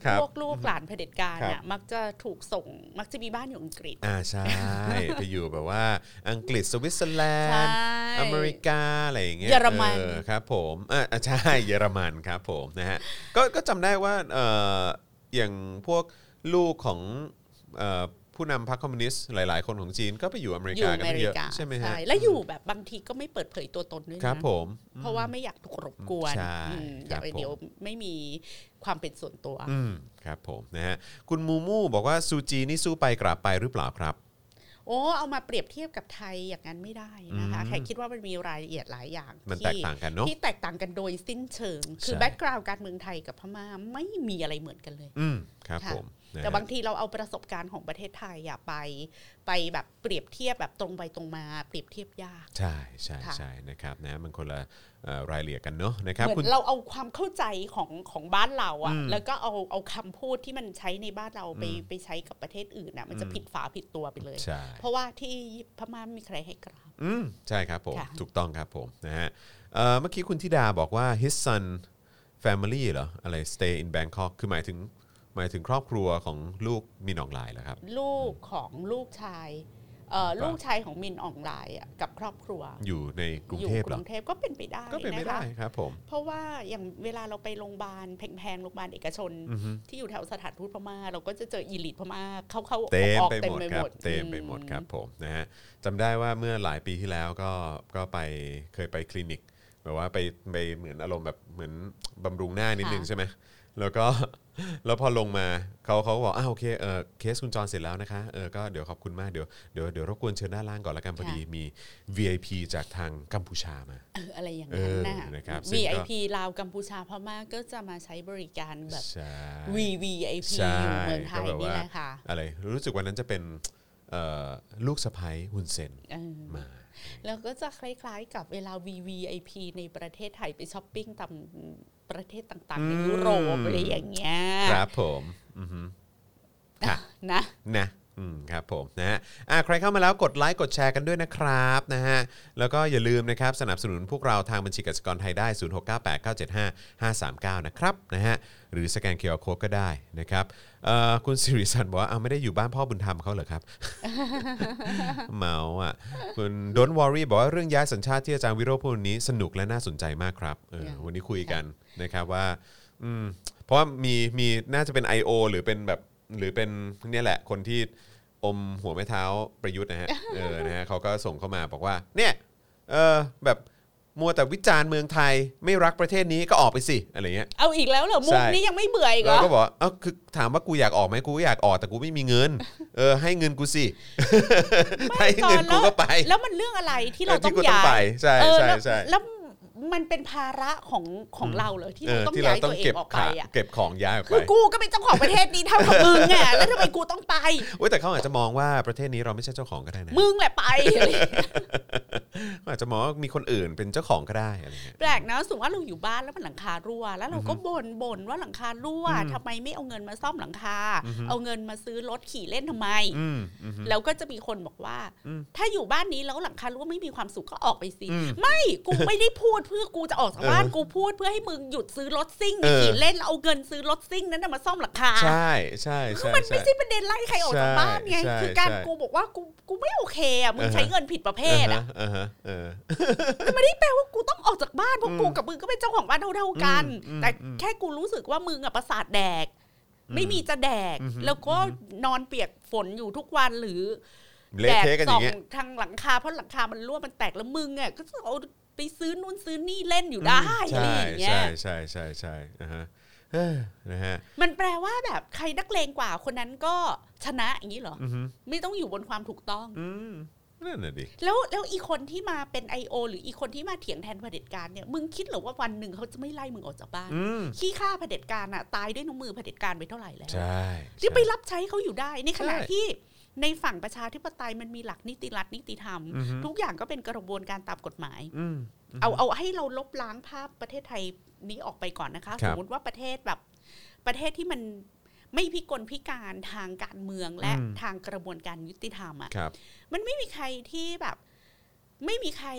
Speaker 3: ครับ พวกลูกหลานเผด็จการ
Speaker 2: ครับ
Speaker 3: น่ะมักจะถูกส่งมักจะมีบ้านอยู่อังกฤษ
Speaker 2: อ่าใช่ ไปอยู่แบบว่าอังกฤษสวิตเซอร์แล
Speaker 3: ใช่
Speaker 2: นด์ อเมริกา อะไรอย่างเงี้ย
Speaker 3: เยอรมัน
Speaker 2: เอครับผมอ่าอ่าใช่ เยอรมันครับผมนะฮะก็ก็จำได้ว่าเอ่ออย่างพวกลูกของเอ่อผู้นำพรรคคอมมิวนิสต์หลาย ๆ คนของจีนก็ไปอยู่อเมริ
Speaker 3: อยู่
Speaker 2: กา
Speaker 3: อ
Speaker 2: กัน
Speaker 3: เมริ
Speaker 2: เยอะ
Speaker 3: กา
Speaker 2: ใช่ไหมฮะ
Speaker 3: และอยู่แบบบางทีก็ไม่เปิดเผยตัวตนด้วย
Speaker 2: ครับ
Speaker 3: นะ
Speaker 2: ผม
Speaker 3: เพราะว่าไม่อยากถูกรบกวน
Speaker 2: ใช่
Speaker 3: อืมอ
Speaker 2: ครั
Speaker 3: ยา
Speaker 2: บ
Speaker 3: กไป
Speaker 2: ผม
Speaker 3: เดี๋ยวไม่มีความเป็นส่วนตัว
Speaker 2: อืมครับผมนะฮะคุณมูมูบอกว่าซูจีนี่สู้ไปกราบไปหรือเปล่าครับ
Speaker 3: โอ้เอามาเปรียบเทียบกับไทยอย่างนั้นไม่ได้นะคะ
Speaker 2: อืม
Speaker 3: แขกคิดว่ามันมีรายละเอียดหลายอย่าง
Speaker 2: มันแตก
Speaker 3: ที่
Speaker 2: ต่างกันเนาะ
Speaker 3: ที่แตกต่างกันโดยสิ้นเชิง คือ
Speaker 2: ใช่
Speaker 3: แบ็กกราวด์การเมืองไทยกับพม่าไม่มีอะไรเหมือนกันเลย
Speaker 2: อืมครับ
Speaker 3: ค่ะ
Speaker 2: ผมนะฮะ
Speaker 3: แต่บางทีเราเอาประสบการณ์ของประเทศไทยอย่าไป ไปแบบเปรียบเทียบแบบตรงไปตรงมา เปรียบเทียบยาก
Speaker 2: ใช่ใช่
Speaker 3: ค่ะ
Speaker 2: ใช่นะครับนะมันคนละเอ่อรายละเอียดกันเนาะนะครับ
Speaker 3: เหมื
Speaker 2: คุณ
Speaker 3: อนเราเอาความเข้าใจของของบ้านเรา
Speaker 2: อื
Speaker 3: อะ
Speaker 2: ม
Speaker 3: แล้วก็เอาเอาคำพูดที่มันใช้ในบ้านเราไป
Speaker 2: อืม
Speaker 3: ไปใช้กับประเทศอื่นนะมันจะผิดฝาผิดตัวไปเลย
Speaker 2: ใช่
Speaker 3: เพราะว่าที่พม่าไม่มีใครให้กราบ
Speaker 2: อืมใช่ครับผม
Speaker 3: ค่ะ
Speaker 2: ถูกต้องครับผมนะฮะเอ่อเมื่อกี้คุณธิดาบอกว่า his son family เหรอ อะไร stay in Bangkok คือหมายถึงหมายถึงครอบครัวของลูกมีหนองลายเหรอครับ
Speaker 3: ลูกของลูกชายเอ่อ
Speaker 2: ครับ
Speaker 3: ลูกชายของมินอองไลน์อะกับครอบครัว
Speaker 2: อยู่ในกรุง
Speaker 3: อยู่
Speaker 2: เทพ
Speaker 3: ก
Speaker 2: เหรอ
Speaker 3: รุงเทพก็เป็นไปได้
Speaker 2: ก็เป็นไม่
Speaker 3: ะ
Speaker 2: ได้
Speaker 3: คะ
Speaker 2: ครับผม
Speaker 3: เพราะว่าอย่างเวลาเราไปโรงพยาบาลแพงๆโรงพยาบาลเอกชน
Speaker 2: อือฮึ
Speaker 3: ที่อยู่แถวสถานทูตพม่าเราก็จะเจออีลิทพม่าเข้าเข้า
Speaker 2: เต็ม
Speaker 3: ออก
Speaker 2: ไป
Speaker 3: ๆเต็
Speaker 2: ห
Speaker 3: ม
Speaker 2: มด
Speaker 3: ไป
Speaker 2: ค
Speaker 3: ห
Speaker 2: รั
Speaker 3: ม
Speaker 2: บ
Speaker 3: ด
Speaker 2: เต็มไปหมดครับผมนะฮะจำได้ว่าเมื่อหลายปีที่แล้วก็ก็ไปเคยไปคลินิกแบบว่าไปไปเหมือนอารมณ์แบบเหมือนบำรุงหน้านิดนึงใช่ไหมแล้วก็ แล้วพอลงมาเขาเขาก็บอกอ้าวโอเคเออเคสคุณจรเสร็จแล้วนะคะเออก็เดี๋ยวขอบคุณมากเดี๋ยวเดี๋ยวเดี๋ยวรบกวนเชิญด้านล่างก่อนละกันพอดีมี VIP จากทางกัมพูชามา
Speaker 3: เอออะไรอย่างนั้นนะ
Speaker 2: เออนะครับซึ่ง
Speaker 3: มี
Speaker 2: ก็
Speaker 3: ไอพีลาวกัมพูชาพม่าก็จะมาใช้บริการแบบ
Speaker 2: ใช่
Speaker 3: VVIP
Speaker 2: ใช่
Speaker 3: อยู่เมืองไท
Speaker 2: ก็
Speaker 3: ย
Speaker 2: แบบ
Speaker 3: นี่
Speaker 2: ว่า
Speaker 3: แหละค่ะ
Speaker 2: อะไรรู้สึกวันนั้นจะเป็นเอ่อลูกสะพ้ยฮุนเซน
Speaker 3: เออ
Speaker 2: มา
Speaker 3: แล้วก็จะคล้ายๆกับเวลา VVIP ในประเทศไทยไปช้อปปิ้งตามประเทศต่างๆ ในยุโรปอะไรอย่างเงี้ย
Speaker 2: ครับผมอือฮึ ครับ
Speaker 3: นะ
Speaker 2: นะอืมครับผมนะฮะอ่ะใครเข้ามาแล้วกดไลค์กดแชร์กันด้วยนะครับนะฮะแล้วก็อย่าลืมนะครับสนับสนุนพวกเราทางบัญชีกสิกรไทยได้ 0698975539 นะครับนะฮะหรือสแกนเคอร์โคดก็ได้นะครับเอ่อคุณสิริสันบอกว่าเอาไม่ได้อยู่บ้านพ่อบุญธรรมเขาเหรอครับ เมาอ่ะคุณดนวอรี่บอกว่าเรื่องย้ายสัญชาติที่อาจารย์วิโรจน์พูดวันนี้สนุกและน่าสนใจมากครับเออ
Speaker 3: ค่ะ
Speaker 2: วันนี้คุยกันนะครับว่าอืมเพราะว่ามีมีน่าจะเป็น I.O. หรือเป็นแบบหรือเป็นเนี่ยแหละคนที่อมหัวไม้เท้าประยุทธ์ นะฮะ เออนะฮะเขาก็ส่งเข้ามาบอกว่า เนี่ยเออแบบมัวแต่วิจารณ์เมืองไทยไม่รักประเทศนี้ก็ออกไปสิอะไรเงี้ย
Speaker 3: เอาอีกแล้วเหรอ มุ
Speaker 2: ใช่
Speaker 3: กนี้ยังไม่เบื่ออีกเหร
Speaker 2: เรา
Speaker 3: อ
Speaker 2: ก็บอกว่าเอ้าคือถามว่ากูอยากออกไหมกูก็อยากออกแต่กูไม่มีเงิน เออให้เงินกูสิ ให้เงินกูก็ไป
Speaker 3: แล้วมันเรื่องอะไรที่เรา
Speaker 2: เออที่
Speaker 3: ต้อง
Speaker 2: กูต้อง
Speaker 3: ย้า
Speaker 2: ไป
Speaker 3: ย
Speaker 2: ใช่
Speaker 3: เออ
Speaker 2: ใช่
Speaker 3: แล้ว
Speaker 2: ใช่
Speaker 3: แล้วมันเป็นภาระของของเราเหรอที่
Speaker 2: เอ
Speaker 3: เรา
Speaker 2: อ
Speaker 3: ต้อง
Speaker 2: ที่เรา
Speaker 3: ย้าย
Speaker 2: ต้อ
Speaker 3: ตั
Speaker 2: ง
Speaker 3: วเอ
Speaker 2: เก็
Speaker 3: ง
Speaker 2: บ
Speaker 3: ออกไป
Speaker 2: ขา
Speaker 3: อ่ะ
Speaker 2: เก็บของย้ายออกไป
Speaker 3: คือกูก็เป็นเจ้าของประเทศนี้เท่ากับมึงไง แล้วทำไมกูต้องไป
Speaker 2: โอ้ยแต่เขาอาจจะมองว่าประเทศนี้เราไม่ใช่เจ้าของก็ได้นะ
Speaker 3: มึงแหละไปอะไรอย่างเงี้ย
Speaker 2: อาจจะมองว่ามีคนอื่นเป็นเจ้าของก็ได้อะไรเงี้ย
Speaker 3: แปลกนะสมมติว่าเราอยู่บ้านแล้วมันหลังคารั่ว แล้วเราก็บ่นบ่นว่าหลังคารั่ว
Speaker 2: อืม
Speaker 3: ทำไมไม่เอาเงินมาซ่อมหลังคา
Speaker 2: อือฮึ
Speaker 3: เอาเงินมาซื้อรถขี่เล่นทำไม
Speaker 2: อืมอืมฮึ
Speaker 3: แล้วก็จะมีคนบอกว่า
Speaker 2: อืม
Speaker 3: ถ้าอยู่บ้านนี้แล้วหลังคารั่วไม่มีความสุขก็ออกไปสิ
Speaker 2: อืม
Speaker 3: ไม่กูไม่ได้พูดเพื่อกูจะออกจากบ้าน
Speaker 2: เออ
Speaker 3: กูพูดเพื่อให้มึงหยุดซื้อรถซิ่ง
Speaker 2: เออ
Speaker 3: ขี่เล่นแล้วเอาเงินซื้อรถซิ่งนั้นนะมาซ่อมหลังคา
Speaker 2: ใช่ใช่
Speaker 3: เพ
Speaker 2: ใช่
Speaker 3: ราะมัน
Speaker 2: ใช่
Speaker 3: ไม่ใช่ประเด็นไล่ใครออกจากบ้านไง
Speaker 2: ใช่
Speaker 3: คือการ
Speaker 2: ใช่
Speaker 3: กูบอกว่ากูกูไม่โอเคอ่ะมึง
Speaker 2: อ่าฮะ
Speaker 3: ใช้เงินผิดประเภทอ่ะ
Speaker 2: อ่าฮะอ่าฮะเออ
Speaker 3: แปลว่ากูต้องออกจากบ้านเพราะกูกับมึงก็เป็นเจ้าของบ้านเท่าๆกัน
Speaker 2: อืม
Speaker 3: แต่
Speaker 2: อืม
Speaker 3: แค่กูรู้สึกว่ามึงอ่ะประสาทแดก ไม่มีจะแดก
Speaker 2: อือฮึ
Speaker 3: แล้วก็นอนเปียกฝนอยู่ทุกวันหรือ
Speaker 2: เละเทะกันอย่างเงี้ย
Speaker 3: แดดส่ทางหลังคาเพราะหลังคามันรั่วมันแตกแล้วมึงอ่ะก็ต้องเอาไปซื้อนู่นซื้อนี่เล่นอยู่ได้อะไร
Speaker 2: ใช่
Speaker 3: อย่างเงี้ย
Speaker 2: ใช่ใช่ใช่ใช่อ่าฮะเอ้อนะฮะ
Speaker 3: มันแปลว่าแบบใครนักเลงกว่าคนนั้นก็ชนะอย่างนี้เหรอ
Speaker 2: อือฮึ
Speaker 3: ไม่ต้องอยู่บนความถูกต้อง
Speaker 2: อืมนั่นน่ะดิ
Speaker 3: แล้วแล้วอีคนที่มาเป็น I.O. หรืออีคนที่มาเถียงแทนเผด็จการเนี่ยมึงคิดเหรือว่าวันหนึ่งเขาจะไม่ไล่มึงออกจากบ้าน
Speaker 2: อืม
Speaker 3: ขี้ข้าเผด็จการอ่ะตายด้วยน้ำมือเผด็จการไปเท่าไหร่แล้ว
Speaker 2: ใช่
Speaker 3: ที่
Speaker 2: ใช่
Speaker 3: ไปรับใช้เขาอยู่ได้ในขณะ
Speaker 2: ใช่
Speaker 3: ที่ในฝั่งประชาธิปไตยมันมีหลักนิติรัฐนิติธรรม
Speaker 2: อือฮึ
Speaker 3: ทุกอย่างก็เป็นกระบวนการตามกฎหมาย
Speaker 2: อืม
Speaker 3: เอาเอาให้เราลบล้างภาพประเทศไทยนี้ออกไปก่อนนะคะ
Speaker 2: ค
Speaker 3: ส
Speaker 2: รับ
Speaker 3: มมติว่าประเทศแบบ ประเทศที่มันไม่พิกลพิการทางการเมืองและ
Speaker 2: อืม
Speaker 3: ทางกระบวนการยุติธรรมอะ
Speaker 2: ครับ
Speaker 3: มันไม่มีใครที่แบบ ไม่มีใคร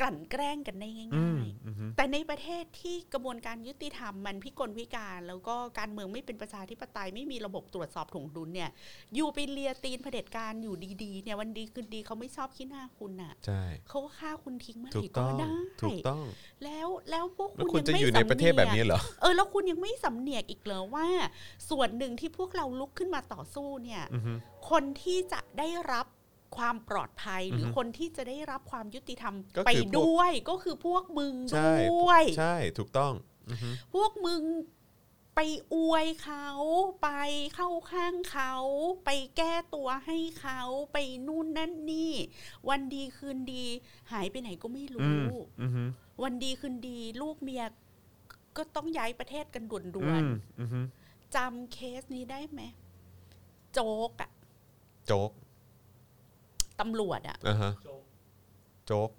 Speaker 3: กลั่นแกล้งกันได้
Speaker 2: อื
Speaker 3: ง่าม ย
Speaker 2: อือฮึ
Speaker 3: ๆ แต่ในประเทศที่กระบวนการยุติธรรมมันพิกลพิการ แล้วก็การเมืองไม่เป็นประชาธิปไตย ไม่มีระบบตรวจสอบถวงดุลเนี่ย อยู่ไปเลียตีนเผด็จการอยู่ดีๆเนี่ยวันดีคืนดีเขาไม่ชอบขี้หน้าคุณน่ะ
Speaker 2: ใช่
Speaker 3: เขาก็ฆ่าคุณทิ้งเมื่อไห
Speaker 2: ถู
Speaker 3: ร่
Speaker 2: ก
Speaker 3: ก็
Speaker 2: ต้อง
Speaker 3: ได้
Speaker 2: ถูกต้อง
Speaker 3: แล้วแล้วพวก
Speaker 2: แล้วคุ
Speaker 3: คุณ ณ
Speaker 2: จะ
Speaker 3: ยังไม่
Speaker 2: อยู่ในประเทศแบบนี้
Speaker 3: สำเนีย
Speaker 2: เหรอ
Speaker 3: กเออแล้วคุณยังไม่สำเนียกอีกเหรอว่า ส่วนหนึ่งที่พวกเราลุกขึ้นมาต่อสู้เนี่ย
Speaker 2: อือฮึ
Speaker 3: คนที่จะได้รับความปลอดภัยหรืออ
Speaker 2: อฮึ
Speaker 3: คนที่จะได้รับความยุติธรรม
Speaker 2: ก็คือ
Speaker 3: ไป
Speaker 2: พวก
Speaker 3: ด้วยก็คือพวกมึง
Speaker 2: ใช่
Speaker 3: ด้วย
Speaker 2: ใช่ ถูกต้องอือฮึ
Speaker 3: พวกมึงไปอวยเขาไปเข้าข้างเขา ไปแก้ตัวให้เขาไปนู่นนั่นนี่ วันดีคืนดี หายไปไหนก็ไม่
Speaker 2: อื
Speaker 3: รู้
Speaker 2: ม อือฮึ
Speaker 3: วันดีคืนดีลูกเมียก็ต้องย้ายประเทศกันด่
Speaker 2: อื
Speaker 3: วน
Speaker 2: มอือฮึ
Speaker 3: ๆจำเคสนี้ได้ไหมโจ๊กอะ
Speaker 2: โจ๊ก
Speaker 3: ตำรวจอะ
Speaker 2: อ่าฮะโจ๊ก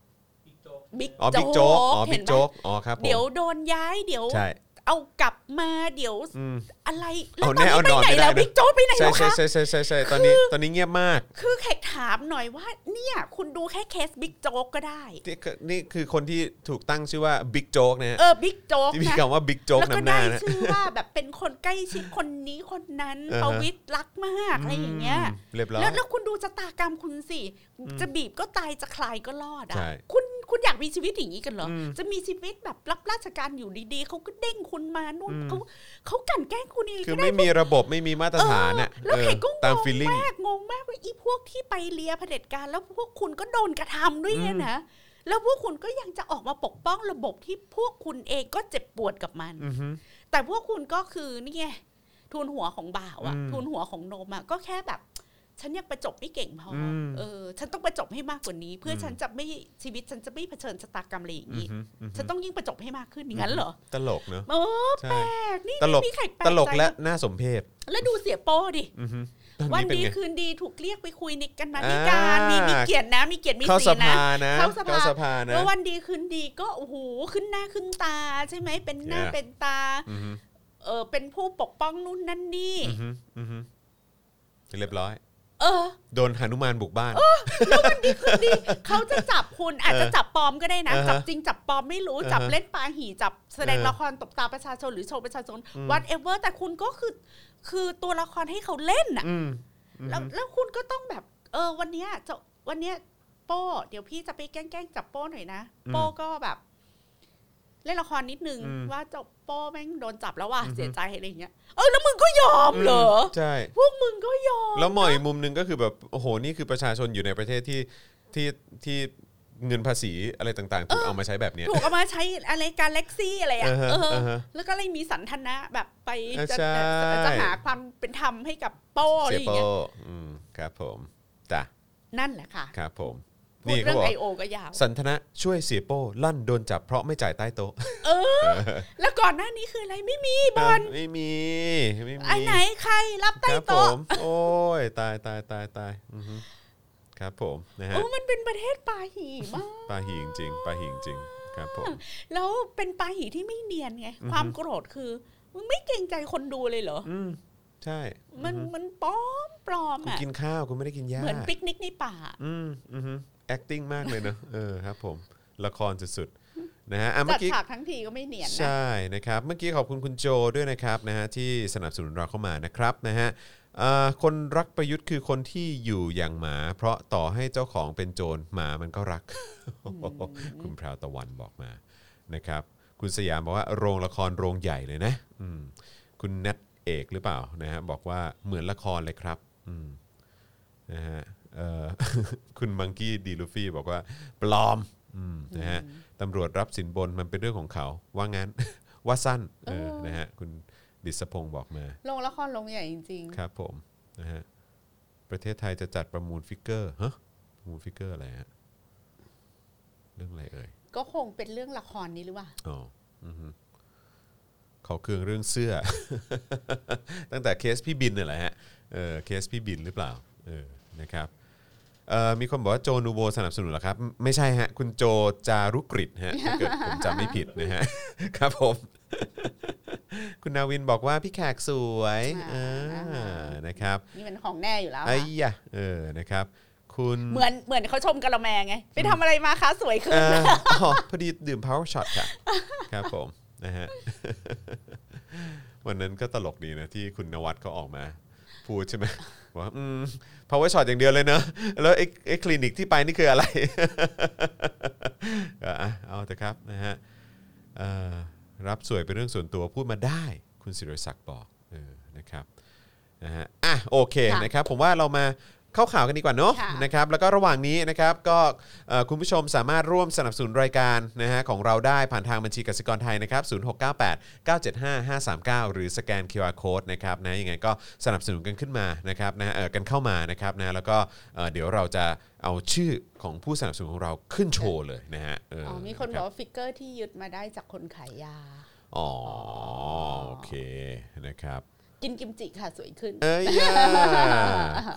Speaker 3: บิ๊ก
Speaker 2: อ๋อบิ๊กโจ๊กอ๋อบิ๊กโจ๊กอ๋อครับผม
Speaker 3: เดี๋ยวโดนย้ายเดี๋ยว
Speaker 2: ใช่
Speaker 3: เอากลับมาเดี๋ยว
Speaker 2: อืม
Speaker 3: อะไร
Speaker 2: เอา
Speaker 3: ตอน
Speaker 2: แน่เอา
Speaker 3: นี้
Speaker 2: นอน
Speaker 3: ไป
Speaker 2: ไม่
Speaker 3: ไหน
Speaker 2: ได้
Speaker 3: แล้ว
Speaker 2: นะ
Speaker 3: บิ๊กโจ๊กไปไหน
Speaker 2: ใช่
Speaker 3: แล้ว
Speaker 2: ใช่
Speaker 3: คะ
Speaker 2: ใช่ใช่ใช่ใช่ตอนนี้ตอนนี้เงียบมาก
Speaker 3: คือแขกถามหน่อยว่า เนี่ย คุณดูแค่เคสบิ๊กโจ๊กก็ได้
Speaker 2: นี่คือนี่คือคนที่ถูกตั้งชื่อว่าบิ๊กโจ๊กนะฮะ
Speaker 3: เออบิ๊กโจ๊ก
Speaker 2: ที่มี
Speaker 3: นะ
Speaker 2: คำว่าบิ๊กโจ๊ก
Speaker 3: แล้วก็
Speaker 2: นำห
Speaker 3: ได้
Speaker 2: น้านะ
Speaker 3: ชื่อว่าแบบเป็นคนใกล้ชิดคนนี้คนนั้น
Speaker 2: อ่าฮะ
Speaker 3: ประวิตรรักมากอะไรอย่างเงี้ย
Speaker 2: มเรียบร้อย
Speaker 3: แล้วแล้วคุณดูชะตากรรมคุณสิ จะบีบก็ตายจะคลายก็รอดอ่ะ
Speaker 2: ใช่
Speaker 3: คุณคุณอยากมีชีวิตอย่างนี้กันเหรอ
Speaker 2: อืม
Speaker 3: จะมีชีวิตแบบรับราชการอยู่ดีๆ เขาก็เด้งคุณมานู่น
Speaker 2: อืม
Speaker 3: เขาเขากลันแกล้งคุณเอง
Speaker 2: คือ
Speaker 3: ก็ได้
Speaker 2: ไม่มีระบบไม่มีมาตรฐานอ่ะ
Speaker 3: แล้ว
Speaker 2: เอ
Speaker 3: เข
Speaker 2: อก
Speaker 3: ก็
Speaker 2: ตาม
Speaker 3: ง
Speaker 2: ฟีล
Speaker 3: ง
Speaker 2: ลิ่ง
Speaker 3: มากงงมากว่าอีพวกที่ไปเลียเผด็จการแล้วพวกคุณก็โดนกระทำด้วยเนี่ย
Speaker 2: อืม
Speaker 3: นะแล้วพวกคุณก็ยังจะออกมาปกป้องระบบที่พวกคุณเองก็เจ็บปวดกับมัน
Speaker 2: อือฮึ
Speaker 3: แต่พวกคุณก็คือนี่ไงทุนหัวของบ่าวอะ
Speaker 2: อืม
Speaker 3: ทุนหัวของนมอะก็แค่แบบ ฉันยังประจบไม่เก่งพออ
Speaker 2: ม
Speaker 3: เออ ฉันต้องประจบให้มากกว่านี้ เพื่ออ
Speaker 2: ม
Speaker 3: ฉันจะไม่ชีวิตฉันจะไม่เผชิญชะตากรรมอะไรอย่าง
Speaker 2: อือ
Speaker 3: นี้
Speaker 2: ฮึอือฮึ
Speaker 3: ฉันต้องยิ่งประจบให้มากขึ้นอย่างนั้นเหรอ
Speaker 2: ตลกเนอะ
Speaker 3: เออ
Speaker 2: ใช่
Speaker 3: แปลกนี่
Speaker 2: ตลก
Speaker 3: ไม่มีใครแปล
Speaker 2: ต
Speaker 3: ก
Speaker 2: ลก
Speaker 3: ใจ
Speaker 2: และน่าสมเพช
Speaker 3: แล้วดูเสียโป้ดิ
Speaker 2: อือฮึตอน
Speaker 3: วัน
Speaker 2: นี้เป็น
Speaker 3: ดี
Speaker 2: ไง
Speaker 3: คืนดีถูกเรียกไปคุยนิกกันมานิการ
Speaker 2: อ่ามี
Speaker 3: มีมีเกียรตินะ มีเกียรติมี
Speaker 2: เข้าส
Speaker 3: สีนะ
Speaker 2: ภานะ
Speaker 3: เข้าสภา
Speaker 2: สภานะ
Speaker 3: แล้ววันดีคืนดีก็โอ้โหขึ้นหน้าขึ้นตาใช่ไหมเป็นหน้า
Speaker 2: เนี่ย
Speaker 3: เป็นตา
Speaker 2: อือฮึ
Speaker 3: เออเป็นผู้ปกป้องนู่นนั่นนี่
Speaker 2: อือฮึอือฮึเรียบร้อย
Speaker 3: เออ
Speaker 2: โดนหนุมานบุกบ้าน
Speaker 3: ดีเขาจะจับคุณอาจจะจับปลอมก็ได้นะ
Speaker 2: อ่าฮะ
Speaker 3: จับจริงจับปลอมไม่รู้
Speaker 2: อ่าฮะ
Speaker 3: จับเล่นปาหี่จับแสดง
Speaker 2: เออ
Speaker 3: ละครตบตาประชาชนหรือโชว์ประชาชน
Speaker 2: อืม
Speaker 3: whatever แต่คุณก็คือ คือตัวละครให้เขาเล่นน่ะ
Speaker 2: อืมอือ
Speaker 3: แล้ว
Speaker 2: ฮึ
Speaker 3: แล้วคุณก็ต้องแบบ เออ วันเนี้ยจะวันเนี้ยโป้เดี๋ยวพี่จะไปแกล้งๆจับโป้หน่อยนะ
Speaker 2: อืม
Speaker 3: โป้ก็แบบ เล่นละครนิดนึง
Speaker 2: อืม
Speaker 3: ว่าเจ้าโป้แม่งโดนจับแล้วว่ะ
Speaker 2: อือฮึ
Speaker 3: เสียใจอะไรอย่างเงี้ยเออแล้วมึงก็ยอมเหรอ
Speaker 2: ใช่
Speaker 3: พวกมึงก็ยอม
Speaker 2: แล้วมองอีกมุมหนึ่งก็คือแบบโอ้โหนี่คือประชาชนอยู่ในประเทศที่ที่ที่เงินภาษีอะไรต่างๆถูกเอามาใช้แบบเนี้ย
Speaker 3: ถูกเอามาใช้อะไรการเล็กซี่อะไรอ่ะ
Speaker 2: อ่าฮะ
Speaker 3: เอออา
Speaker 2: ฮะ
Speaker 3: แล้วก็เลยมีสันทนะแบบไปจะ
Speaker 2: ใช่
Speaker 3: จะจะหาความเป็นธรรมให้กับโป้อะไร
Speaker 2: เสีย
Speaker 3: อย่าง
Speaker 2: โป้
Speaker 3: เงี้ย
Speaker 2: อืมครับผมจ้ะ
Speaker 3: นั่นแหละค่ะ
Speaker 2: ครับผม
Speaker 3: พูด
Speaker 2: นี่เขา
Speaker 3: เรื่อง
Speaker 2: บอก
Speaker 3: ไอโอก็ยาว
Speaker 2: สันทนะช่วยเสียโป้ลั่นโดนจับเพราะไม่จ่ายใต้โต๊ะ
Speaker 3: เออ แล้วก่อนหน้านี้คืออะไรไม่มีบอล
Speaker 2: ไม่มีไม่มี
Speaker 3: ไอไหนใครรับ
Speaker 2: ค
Speaker 3: ใต้
Speaker 2: รับผ
Speaker 3: โต๊ะ
Speaker 2: ม โอ้ยตายตายตายตายอือฮึ ครับผมนะฮะ
Speaker 3: โอ้มันเป็นประเทศปาหีมาก
Speaker 2: ปาหิงจริงปาหิงจริงครับผม
Speaker 3: แล้วเป็นปาหีที่ไม่เนียนไง ความโกรธคือมึงไม่เกรงใจคนดูเลยเหรอ
Speaker 2: อืมใช่
Speaker 3: มันมันปลอมปลอม
Speaker 2: คุณ
Speaker 3: อ่ะ
Speaker 2: กินข้าวคุณไม่ได้กินหญ้า
Speaker 3: เหมือนปิกนิกในป่า
Speaker 2: อืมอือฮึ acting มากเลยเนอะ เออครับผมละครสุดๆนะฮะอ่ะ
Speaker 3: จั
Speaker 2: เมื่
Speaker 3: ด
Speaker 2: อกี้
Speaker 3: ฉากทั้งทีก็ไม่เนียนนะ
Speaker 2: ใช่นะครับเมื่อกี้ขอบคุณคุณโจด้วยนะครับนะฮะที่สนับสนุนเราเข้ามานะครับนะฮะเอ่อคนรักประยุทธ์คือคนที่อยู่อย่างหมา เพราะต่อให้เจ้าของเป็นโจรหมามันก็ รัก คุณพราวตะวันบอกมานะครับ คุณสยามบอกว่าโรงละครโรงใหญ่เลยนะอืมคุณนัทเอกหรือเปล่านะฮะบอกว่าเหมือนละครเลยครับอืมนะฮะเอ่อ คุณมังกี้ดีลูฟี่บอกว่าปลอมอืมนะฮะตำรวจรับสินบนมันเป็นเรื่องของเขา ว่างั้น ว่าสั้นเออ
Speaker 3: เออ
Speaker 2: นะฮะคุณดิษพงศ์บอกมา
Speaker 3: ลงละครลงใหญ่จริง
Speaker 2: ครับผมนะฮะประเทศไทยจะจัดประมูลฟิกเกอร์ฮะประมูลฟิกเกอร์อะไรฮะเรื่องอะไรเอ่ย
Speaker 3: ๆ ก็คงเป็นเรื่องละครนี้หรือเปล่า
Speaker 2: อ๋ออือฮึเขาเครื่องเรื่องเสื้อ ตั้งแต่เคสพี่บินเนี่ยแหละฮะ เออเคสพี่บินหรือเปล่า เออ นะครับเอ่อมีคนบอกว่าโจนูโวสนับสนุนเหรอครับ ไม่ใช่ฮะ คุณโจจารุกฤษฮะถ้าเกิดผมจำไม่ผิดนะฮ ะ ครับผม คุณนาวินบอกว่าพี่แขกสวย
Speaker 3: อ่า
Speaker 2: อ่านะครับ
Speaker 3: นี่มันของแน่อยู่แล้วอะ
Speaker 2: ไอ้ยะเออ นะครับ คุณ
Speaker 3: เหมือนเหมือนเขาชมกะละแมไง ไปทำอะไรมาคะสวยขึ้น
Speaker 2: เอ่ออ๋อพอดีดื่ม power shot ค่ะ ครับผมนะฮะ วันนั้นก็ตลกดีนะ ที่คุณนวัดเขาออกมา พูดใช่ไหมบอกว่าอืม power shot อย่างเดียวเลยเนอะแล้วไอ้ไอ้คลินิกที่ไปนี่คืออะไร ก็อ่ะเอาเถอะครับนะฮะเอ่อรับสวยเป็นเรื่องส่วนตัวพูดมาได้ คุณศิรศักดิ์บอกเออนะครับนะฮะอ่ะโอเค
Speaker 3: ค่ะ
Speaker 2: นะครับ ผมว่าเรามาเข้าข่าวกันดีกว่าเนาะ
Speaker 3: ค่ะ
Speaker 2: นะครับแล้วก็ระหว่างนี้นะครับก็เอ่อคุณผู้ชมสามารถร่วมสนับสนุนรายการนะฮะของเราได้ผ่านทางบัญชีกสิกรไทยนะครับ0698 975 539 หรือสแกน QR Code นะครับนะยังไงก็สนับสนุนกันขึ้นมานะครับนะเอ่อกันเข้ามานะครับนะแล้วก็เอ่อเดี๋ยวเราจะเอาชื่อของผู้สนับสนุนของเราขึ้นโชว์เลยนะฮะเออ
Speaker 3: อ๋อมีคนบอกว่าฟิกเกอร์ที่ยึดมาได้จากคนขายยา
Speaker 2: อ๋อโอเคนะครับ
Speaker 3: กินกิมจิค่ะสวยขึ้น
Speaker 2: เอ้ยย่า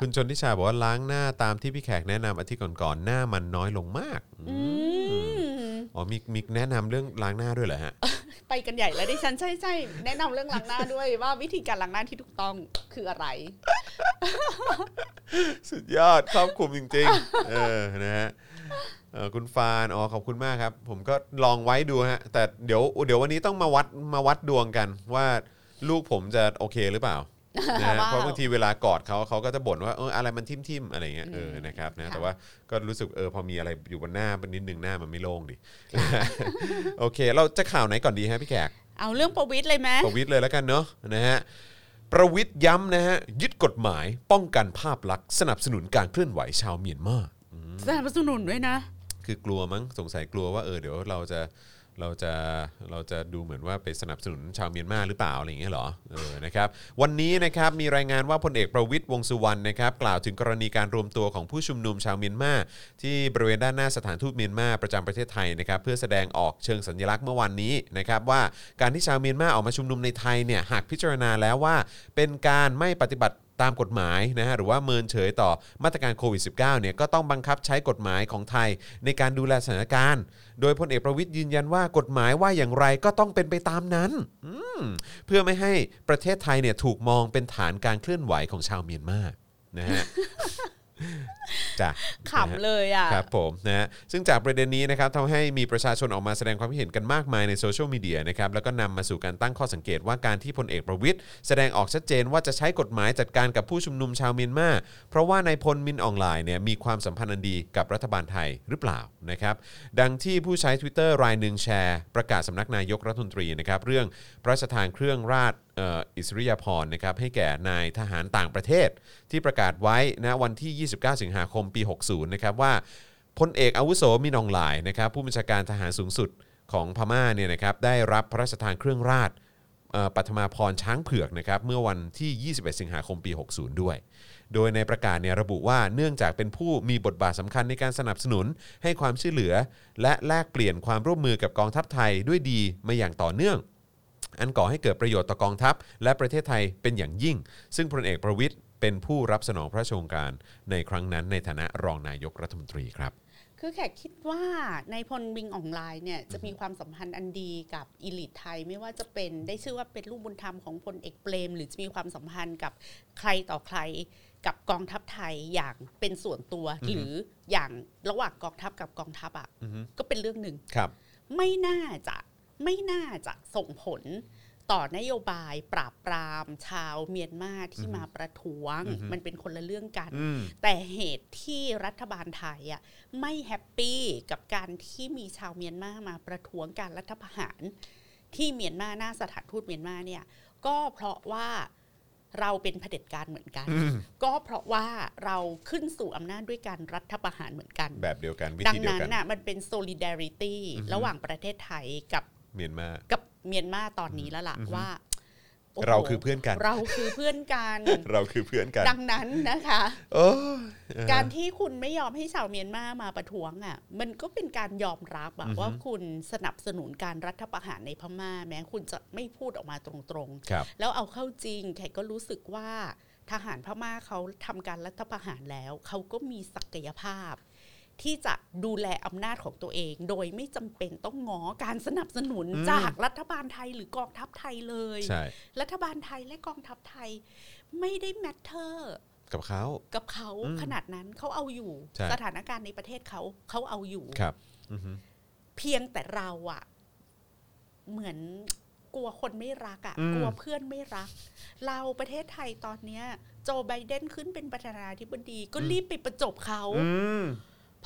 Speaker 2: คุณชนทิชาบอกว่าล้างหน้าตามที่พี่แขกแนะนำอาทิตย์ก่อนๆหน้ามันน้อยลงมากอืม
Speaker 3: อืม
Speaker 2: อ๋อมีมีแนะนำเรื่องล้างหน้าด้วยเหรอฮะ
Speaker 3: ไปกันใหญ่แล้วดิฉันใช่ใช่แนะนำเรื่องล้างหน้าด้วยว่าวิธีการล้างหน้าที่ถูกต้องคืออะไร
Speaker 2: สุดยอดครอบคลุมจริงๆเออนะฮะเออคุณฟานอ๋อขอบคุณมากครับ ผมก็ลองไว้ดูฮะแต่เดี๋ยวเดี๋ยววันนี้ต้องมาวัดมาวัดดวงกัน ว่าลูกผมจะโอเคหรือเปล่านะฮะ
Speaker 3: ว้าว
Speaker 2: เพราะบางที เวลากอดเขาเขาก็จะบ่นว่าเอออะไรมันทิ่มๆอะไรอย่างเงี้ยเออนะครับนะแต่ว่า ก็รู้สึกเออพอมีอะไรอยู่บนหน้ามันนิดนึงหน้ามันไม่โล่งดิ โอเค เราจะข่าวไหนก่อนดีฮะพี่แขก
Speaker 3: เอาเรื่องประวิตยเลยไหม
Speaker 2: ประวิทย์เลยแล้วกันเนาะนะฮะประวิทย์ย้ำนะฮะยึดกฎหมายป้องกันภาพลักษณ์สนับสนุนการเคลื่อนไหวชาวเมียนมา
Speaker 3: สนับสนุนด้วยนะ
Speaker 2: คือกลัวมั้งสงสัยกลัวว่าเออเดี๋ยวเราจะเราจะเราจะดูเหมือนว่าไปสนับสนุนชาวเมียนมาหรือเปล่าอะไรอย่างเงี้ยเหรอเออนะครับวันนี้นะครับมีรายงานว่าพลเอกประวิทย์วงษ์สุวรรณนะครับกล่าวถึงกรณีการรวมตัวของผู้ชุมนุมชาวเมียนมา ที่บริเวณด้านหน้าสถานทูตเมียนมาประจำประเทศไทยนะครับเพื่อแสดงออกเชิงสัญลักษณ์เมื่อวันนี้นะครับว่าการที่ชาวเมียนมาออกมาชุมนุมในไทยเนี่ยหากพิจารณาแล้วว่า เป็นการไม่ปฏิบัติตามกฎหมายนะฮะหรือว่าเมินเฉยต่อมาตรการโควิด -19 เนี่ยก็ต้องบังคับใช้กฎหมายของไทยในการดูแลสถานการณ์ โดยพลเอกประวิทย์ยืนยันว่ากฎหมายว่าอย่างไรก็ต้องเป็นไปตามนั้นอืมเพื่อไม่ให้ประเทศไทยเนี่ยถูกมองเป็นฐานการเคลื่อนไหวของชาวเมียนมานะฮะ จ้ะ
Speaker 3: ขำเลยอ่ะ
Speaker 2: ครับผมนะฮะซึ่งจากประเด็นนี้นะครับทำให้มีประชาชนออกมาแสดงความคิดเห็นกันมากมายในโซเชียลมีเดียนะครับแล้วก็นำมาสู่การตั้งข้อสังเกตว่าการที่พลเอกประวิทย์แสดงออกชัดเจนว่าจะใช้กฎหมายจัดการกับผู้ชุมนุมชาวเมียนมาเพราะว่านายพลมินอองไลน์เนี่ยมีความสัมพันธ์อันดีกับรัฐบาลไทยหรือเปล่านะครับดังที่ผู้ใช้ Twitter รายหนึ่งแชร์ ประกาศสำนักนายกรัฐมนตรีนะครับเรื่องพระราชทานเครื่องราช เอ่ออิสริยาภรณ์นะครับให้แก่นายทหารต่างประเทศ ที่ประกาศไว้นะวันที่ 29 สิงหาคมปี 60 นะครับว่าพลเอกอาวุโสมินอองหลายนะครับผู้บัญชาการทหารสูงสุดของพม่าเนี่ยนะครับได้รับพระราชทานเครื่องราชเอ่อปัทมาพรช้างเผือกนะครับเมื่อวันที่ 21 สิงหาคมปี 60 ด้วย โดยในประกาศเนี่ยระบุว่าเนื่องจากเป็นผู้มีบทบาทสำคัญในการสนับสนุนให้ความช่วยเหลือ และแลกเปลี่ยนความร่วมมือกับกองทัพไทยด้วยดีมาอย่างต่อเนื่อง อันก่อให้เกิดประโยชน์ต่อกองทัพ และประเทศไทยเป็นอย่างยิ่ง ซึ่งพลเอกประวิทย์ เป็นผู้รับสนองพระราชโองการในครั้งนั้นในฐานะรองนายกรัฐมนตรีครับ
Speaker 3: คือแขกคิดว่าในายพลวิงออนไลน์เนี่ยจะมีความสัมพันธ์อันดีกับอิลิทไทย ไม่ว่าจะเป็นได้ชื่อว่าเป็นลูกบุญธรรมของพลเอกเปรม หรือจะมีความสัมพันธ์กับใครต่อใครกับกองทัพไทยอย่างเป็นส่วนตัว
Speaker 2: อือฮึ
Speaker 3: หรืออย่างระหว่างกองทัพกับกองทัพอ่ะ
Speaker 2: อือฮึ
Speaker 3: ก็เป็นเรื่องหนึ่ง
Speaker 2: ครับ
Speaker 3: ไม่น่าจะไม่น่าจะส่งผลต่อนโยบายปราบปรามชาวเมียนมาที่
Speaker 2: อือฮึ
Speaker 3: มาประท้วง
Speaker 2: อือฮึ
Speaker 3: มันเป็นคนละเรื่องกัน
Speaker 2: อืม
Speaker 3: แต่เหตุที่รัฐบาลไทยอ่ะไม่แฮปปี้กับการที่มีชาวเมียนมามาประท้วงการรัฐประหาร ที่เมียนมาหน้าสถานทูตเมียนมาเนี่ย ก็เพราะว่าเราเป็นเผด็จการเหมือนกัน
Speaker 2: อืม
Speaker 3: ก็เพราะว่าเราขึ้นสู่อำนาจด้วยการรัฐประหารเหมือนกัน
Speaker 2: แบบเดียวกันวิ
Speaker 3: ดั
Speaker 2: ธี
Speaker 3: ง
Speaker 2: เดียว
Speaker 3: นั้น
Speaker 2: กัน
Speaker 3: น่ะมันเป็น solidarity
Speaker 2: อือฮึ
Speaker 3: ระหว่างประเทศไทยกับ
Speaker 2: เมียนมา
Speaker 3: กับเมียนมาตอนนี้แล้วล่ะ
Speaker 2: อือฮึ
Speaker 3: ว่าโโห
Speaker 2: เราคือเพื่อนกัน
Speaker 3: เราคือเพื่อนกัน
Speaker 2: เราคือเพื่อนกัน
Speaker 3: ดังนั้นนะคะ
Speaker 2: โอ้ย
Speaker 3: การที่คุณไม่ยอมให้ชาวเมียนมามาประท้วงอ่ะ มันก็เป็นการยอมรับอะ
Speaker 2: อือฮึ
Speaker 3: ว่าคุณสนับสนุนการรัฐประหารในพม่า แม้คุณจะไม่พูดออกมาตรง
Speaker 2: ครับ
Speaker 3: ๆ แล้วเอาเข้าจริงแขกก็รู้สึกว่าทหารพม่าเขาทำการรัฐประหารแล้ว เขาก็มีศักยภาพ ที่จะดูแลอำนาจของตัวเอง โดยไม่จำเป็นต้องงอการสนับสนุน
Speaker 2: อืม
Speaker 3: จากรัฐบาลไทยหรือกองทัพไทยเลย
Speaker 2: ใช่
Speaker 3: รัฐบาลไทยและกองทัพไทยไม่ได้ matter
Speaker 2: กับเขา
Speaker 3: กับเขา
Speaker 2: อืม
Speaker 3: ขนาดนั้นเขาเอาอยู่
Speaker 2: ใช่
Speaker 3: สถานการณ์ในประเทศเขาเขาเอาอยู่
Speaker 2: ครับอือฮึ
Speaker 3: เพียงแต่เราอะเหมือนกลัวคนไม่รักอะ
Speaker 2: อืม
Speaker 3: กลัวเพื่อนไม่รัก เราประเทศไทยตอนเนี้ย โจไบเดนขึ้นเป็นประธานาธิบดี ก็รีบไปประจบเขา
Speaker 2: อืม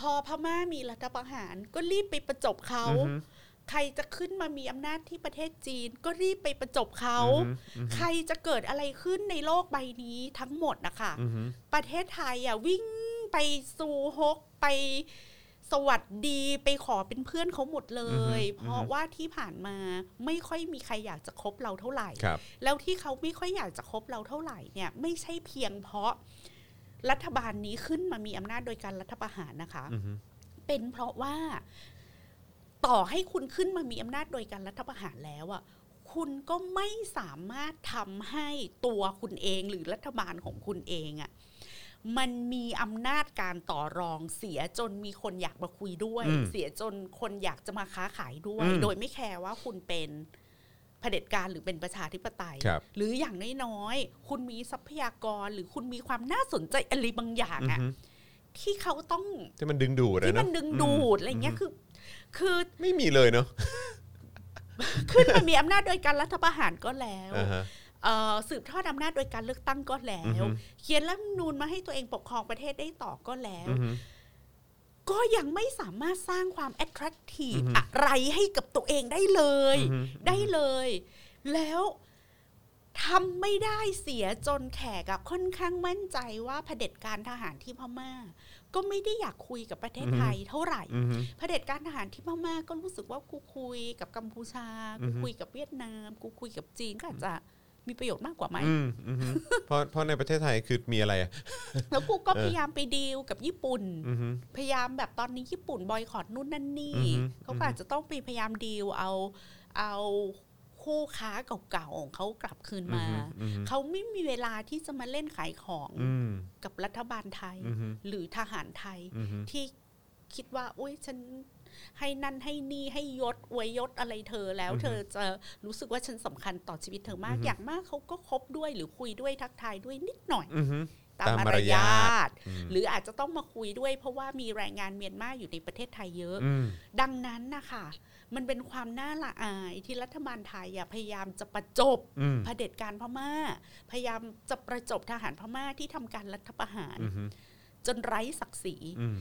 Speaker 3: พอพม่ามีรัฐประหาร ก็รีบไปประจบเขา
Speaker 2: อือฮึ
Speaker 3: ใครจะขึ้นมามีอำนาจที่ประเทศจีน ก็รีบไปประจบเขา
Speaker 2: อือ
Speaker 3: ใค
Speaker 2: ฮึ
Speaker 3: รจะเกิดอะไรขึ้นในโลกใบนี้ทั้งหมดนะคะ
Speaker 2: อือฮึ
Speaker 3: ประเทศไทยอ่ะวิ่งไปซูฮกไปสวัสดีไปขอเป็นเพื่อนเขาหมดเลย
Speaker 2: อือฮึ
Speaker 3: เพราะว่าที่ผ่านมาไม่ค่อยมีใครอยากจะคบเราเท่าไหร่
Speaker 2: ครับ
Speaker 3: แล้วที่เขาไม่ค่อยอยากจะคบเราเท่าไหร่เนี่ยไม่ใช่เพียงเพราะรัฐบาลนี้ขึ้นมามีอำนาจโดยการรัฐประหารนะคะ
Speaker 2: อือฮึ
Speaker 3: เป็นเพราะว่าต่อให้คุณขึ้นมามีอำนาจโดยการรัฐประหารแล้วอ่ะคุณก็ไม่สามารถทำให้ตัวคุณเองหรือรัฐบาลของคุณเองอ่ะมันมีอำนาจการต่อรองเสียจนมีคนอยากมาคุยด้วย
Speaker 2: อืม
Speaker 3: เสียจนคนอยากจะมาค้าขายด้วย
Speaker 2: อืม
Speaker 3: โดยไม่แคร์ว่าคุณเป็นเผด็จการหรือเป็นประชาธิปไตย
Speaker 2: ครับ
Speaker 3: หรืออย่างน้อยๆคุณมีทรัพยากรหรือคุณมีความน่าสนใจอะไรบางอย่าง
Speaker 2: อือ
Speaker 3: อ่ะ
Speaker 2: ฮึ
Speaker 3: ที่เขาต้อง
Speaker 2: ที่มันดึงดูดอะ
Speaker 3: ที่
Speaker 2: เน
Speaker 3: มั
Speaker 2: อะ
Speaker 3: นดึงดูดอะไรเงี้ยคือ คือ
Speaker 2: ไม่มีเลยเนาะ
Speaker 3: ขึ้นมามีอำนาจโดยการรัฐประหารก็แล้ว
Speaker 2: อ่าฮะ
Speaker 3: เอ่อสืบทอดอำนาจโดยการเลือกตั้งก็แล้
Speaker 2: อือฮึ
Speaker 3: ว เขียนรัฐธรรมนูญมาให้ตัวเองปกครองประเทศได้ต่อก็แล้ว
Speaker 2: อือฮึ
Speaker 3: ก็ยังไม่สามารถสร้างความ attractive
Speaker 2: อือฮึ
Speaker 3: อะไรให้กับตัวเองได้เลย
Speaker 2: อือฮึ
Speaker 3: ได้เลย แล้วทำไม่ได้เสียจนแขกอะค่อนข้างมั่นใจว่าเผด็จการทหารที่พม่า ก็ไม่ได้อยากคุยกับประเทศ
Speaker 2: อือฮึ
Speaker 3: ไทยเท่าไหร่
Speaker 2: อือฮึ
Speaker 3: เผด็จการทหารที่พม่าก็รู้สึกว่ากูคุยกับกัมพูชา
Speaker 2: อื
Speaker 3: กู
Speaker 2: อฮึ
Speaker 3: คุยกับเวียดนาม กูคุยกับจีนก็อาจจะมีประโยชน์มากกว่าไหม
Speaker 2: อืมอือฮึเพราะเพราะในประเทศไทยคือมีอะไรอะ
Speaker 3: แล้วกูก็พยายามไปดีลกับญี่ปุ่น
Speaker 2: อือฮึ
Speaker 3: พยายามแบบตอนนี้ญี่ปุ่นบอยคอตนู่นนั่น
Speaker 2: อื
Speaker 3: นี่
Speaker 2: อฮึ
Speaker 3: เขาก็อาจจะต้องไปพยายามดีลเอาเอาคู่ค้าเก่าๆของเขากลับคืนมา
Speaker 2: อือฮึอือฮึ
Speaker 3: เขาไม่มีเวลาที่จะมาเล่นขายของ
Speaker 2: อืม
Speaker 3: กับรัฐบาลไทย
Speaker 2: อือฮึ
Speaker 3: หรือทหารไทย
Speaker 2: อือฮึ
Speaker 3: ที่คิดว่าอุ้ยฉันให้นั่นให้นี่ให้ยศอวยยศอะไรเธอแล้ว
Speaker 2: อือฮึ
Speaker 3: เธอจะรู้สึกว่าฉันสำคัญต่อชีวิตเธอมาก
Speaker 2: อือฮึ
Speaker 3: อย่างมากเขาก็คบด้วยหรือคุยด้วยทักทายด้วยนิดหน่อย
Speaker 2: อือฮึ
Speaker 3: ตาม
Speaker 2: ตา
Speaker 3: มาม
Speaker 2: มาร ร
Speaker 3: ย
Speaker 2: ยา
Speaker 3: าท
Speaker 2: อืม
Speaker 3: หรืออาจจะต้องมาคุยด้วย เพราะว่ามีแรงงานเมียนมาอยู่ในประเทศไทยเยอะ
Speaker 2: อืม
Speaker 3: ดังนั้นนะคะมันเป็นความน่าละอายที่รัฐบาลไทยอะพยายามจะประจบ
Speaker 2: อืม
Speaker 3: เผด็จการพม่า พยายามจะประจบทหารพม่าที่ทำการรัฐประหาร
Speaker 2: อือฮึ
Speaker 3: จนไร้ศักดิ์ศรี
Speaker 2: อืม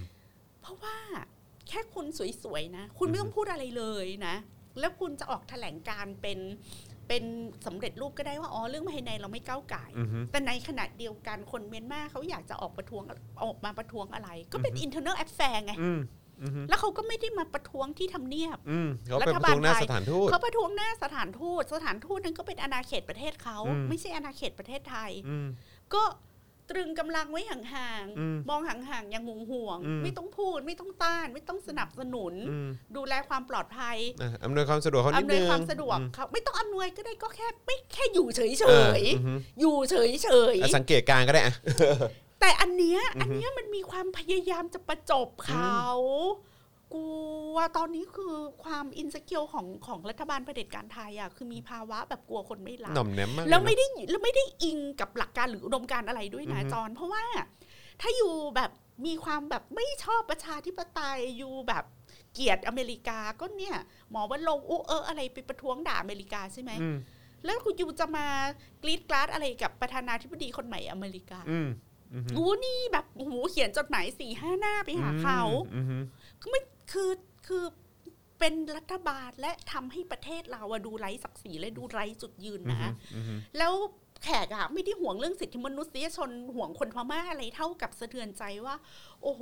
Speaker 3: เพราะว่าแค่คุณสวยๆนะ คุณไม่
Speaker 2: อือฮึ
Speaker 3: ต้องพูดอะไรเลยนะ แล้วคุณจะออกแถลงการณ์เป็นเป็นสำเร็จรูปก็ได้ว่าอ๋อเรื่องภายในเราไม่ก้าวไก่าย
Speaker 2: อือฮึ
Speaker 3: แต่ในขณะเดียวกันคนเมียนมาเขาอยากจะออกประท้วงออกมาประท้วงอะไร ก็เป็น
Speaker 2: อือฮึ
Speaker 3: internal affair ไง
Speaker 2: อืมอือฮึ
Speaker 3: แล้วเขาก็ไม่ได้มาประท้วงที่ทำเนียบ
Speaker 2: อืมเขาไปประท้วงหน้าสถานทูต
Speaker 3: เขาประท้วงหน้าสถานทูต สถานทูตนั้นก็เป็นอาณาเขตประเทศเขา
Speaker 2: อืม
Speaker 3: ไม่ใช่อาณาเขตประเทศไทย
Speaker 2: อืม
Speaker 3: ก็ ตรึงกำลังไว้ห่าง
Speaker 2: อืม
Speaker 3: ๆมองห่างๆอย่างห่วงห่วงๆ
Speaker 2: อืม
Speaker 3: ไม่ต้องพูดไม่ต้องต้าน ไม่ต้องสนับสนุน
Speaker 2: อืม
Speaker 3: ดูแลความปลอดภัย
Speaker 2: อ่ะอำนวยความสะดวกเขานิด
Speaker 3: อำนว
Speaker 2: นึ
Speaker 3: ย
Speaker 2: ง
Speaker 3: ความสะดวก
Speaker 2: อืม
Speaker 3: เขาไม่ต้องอำนวยก็ได้ก็แค่ไม่แค่อยู่เฉย
Speaker 2: เออ
Speaker 3: ๆ
Speaker 2: อือฮึ
Speaker 3: อยู่เฉยเฉยๆ
Speaker 2: อ่ะสังเกตการณ์ก็ได้อ่ะ
Speaker 3: แต่อันเนี้ย
Speaker 2: อือฮึ
Speaker 3: อันเนี้ยมันมีความพยายามจะประจบเขากลัวตอนนี้คือความอินสเกิลของของรัฐบาลเผด็จการไทยอ่ะคือมีภาวะแบบกลัวคนไม่รัก
Speaker 2: หน่อมแนมมากเย
Speaker 3: แล้วไม่
Speaker 2: เนอะ
Speaker 3: ได้แล้วไม่ได้อิงกับหลักการหรืออุดมการณ์อะไรด้วยนะ
Speaker 2: อือฮึ
Speaker 3: จอนเพราะว่า ถ้าอยู่แบบมีความแบบไม่ชอบประชาธิปไตยอยู่แบบเกลียดอเมริกาก็เนี่ยหมอว่าลงค์อุเอออะไรไปประท้วงด่าอเมริกาใช่ไหม
Speaker 2: อืม
Speaker 3: แล้วคุณยูจะมากรีดกราดอะไรกับประธานาธิบดีคนใหม่อเมริกา
Speaker 2: อืมอืม
Speaker 3: อู้นี่แบบโอ้โหูเขียนจดหมายสี่ห้าหน้าไปหาเขา
Speaker 2: อืมอืม
Speaker 3: คือคือเป็นรัฐบาลและทำให้ประเทศเราอะดูไร้ศักดิ์ศรีและดูไร้จุดยืน
Speaker 2: อื
Speaker 3: นะ
Speaker 2: มอืม
Speaker 3: แล้วแขกอะไม่ได้ห่วงเรื่องสิทธิมนุษยชนห่วงคนพม่าอะไรเท่ากับสะเทือนใจว่า โอ้โห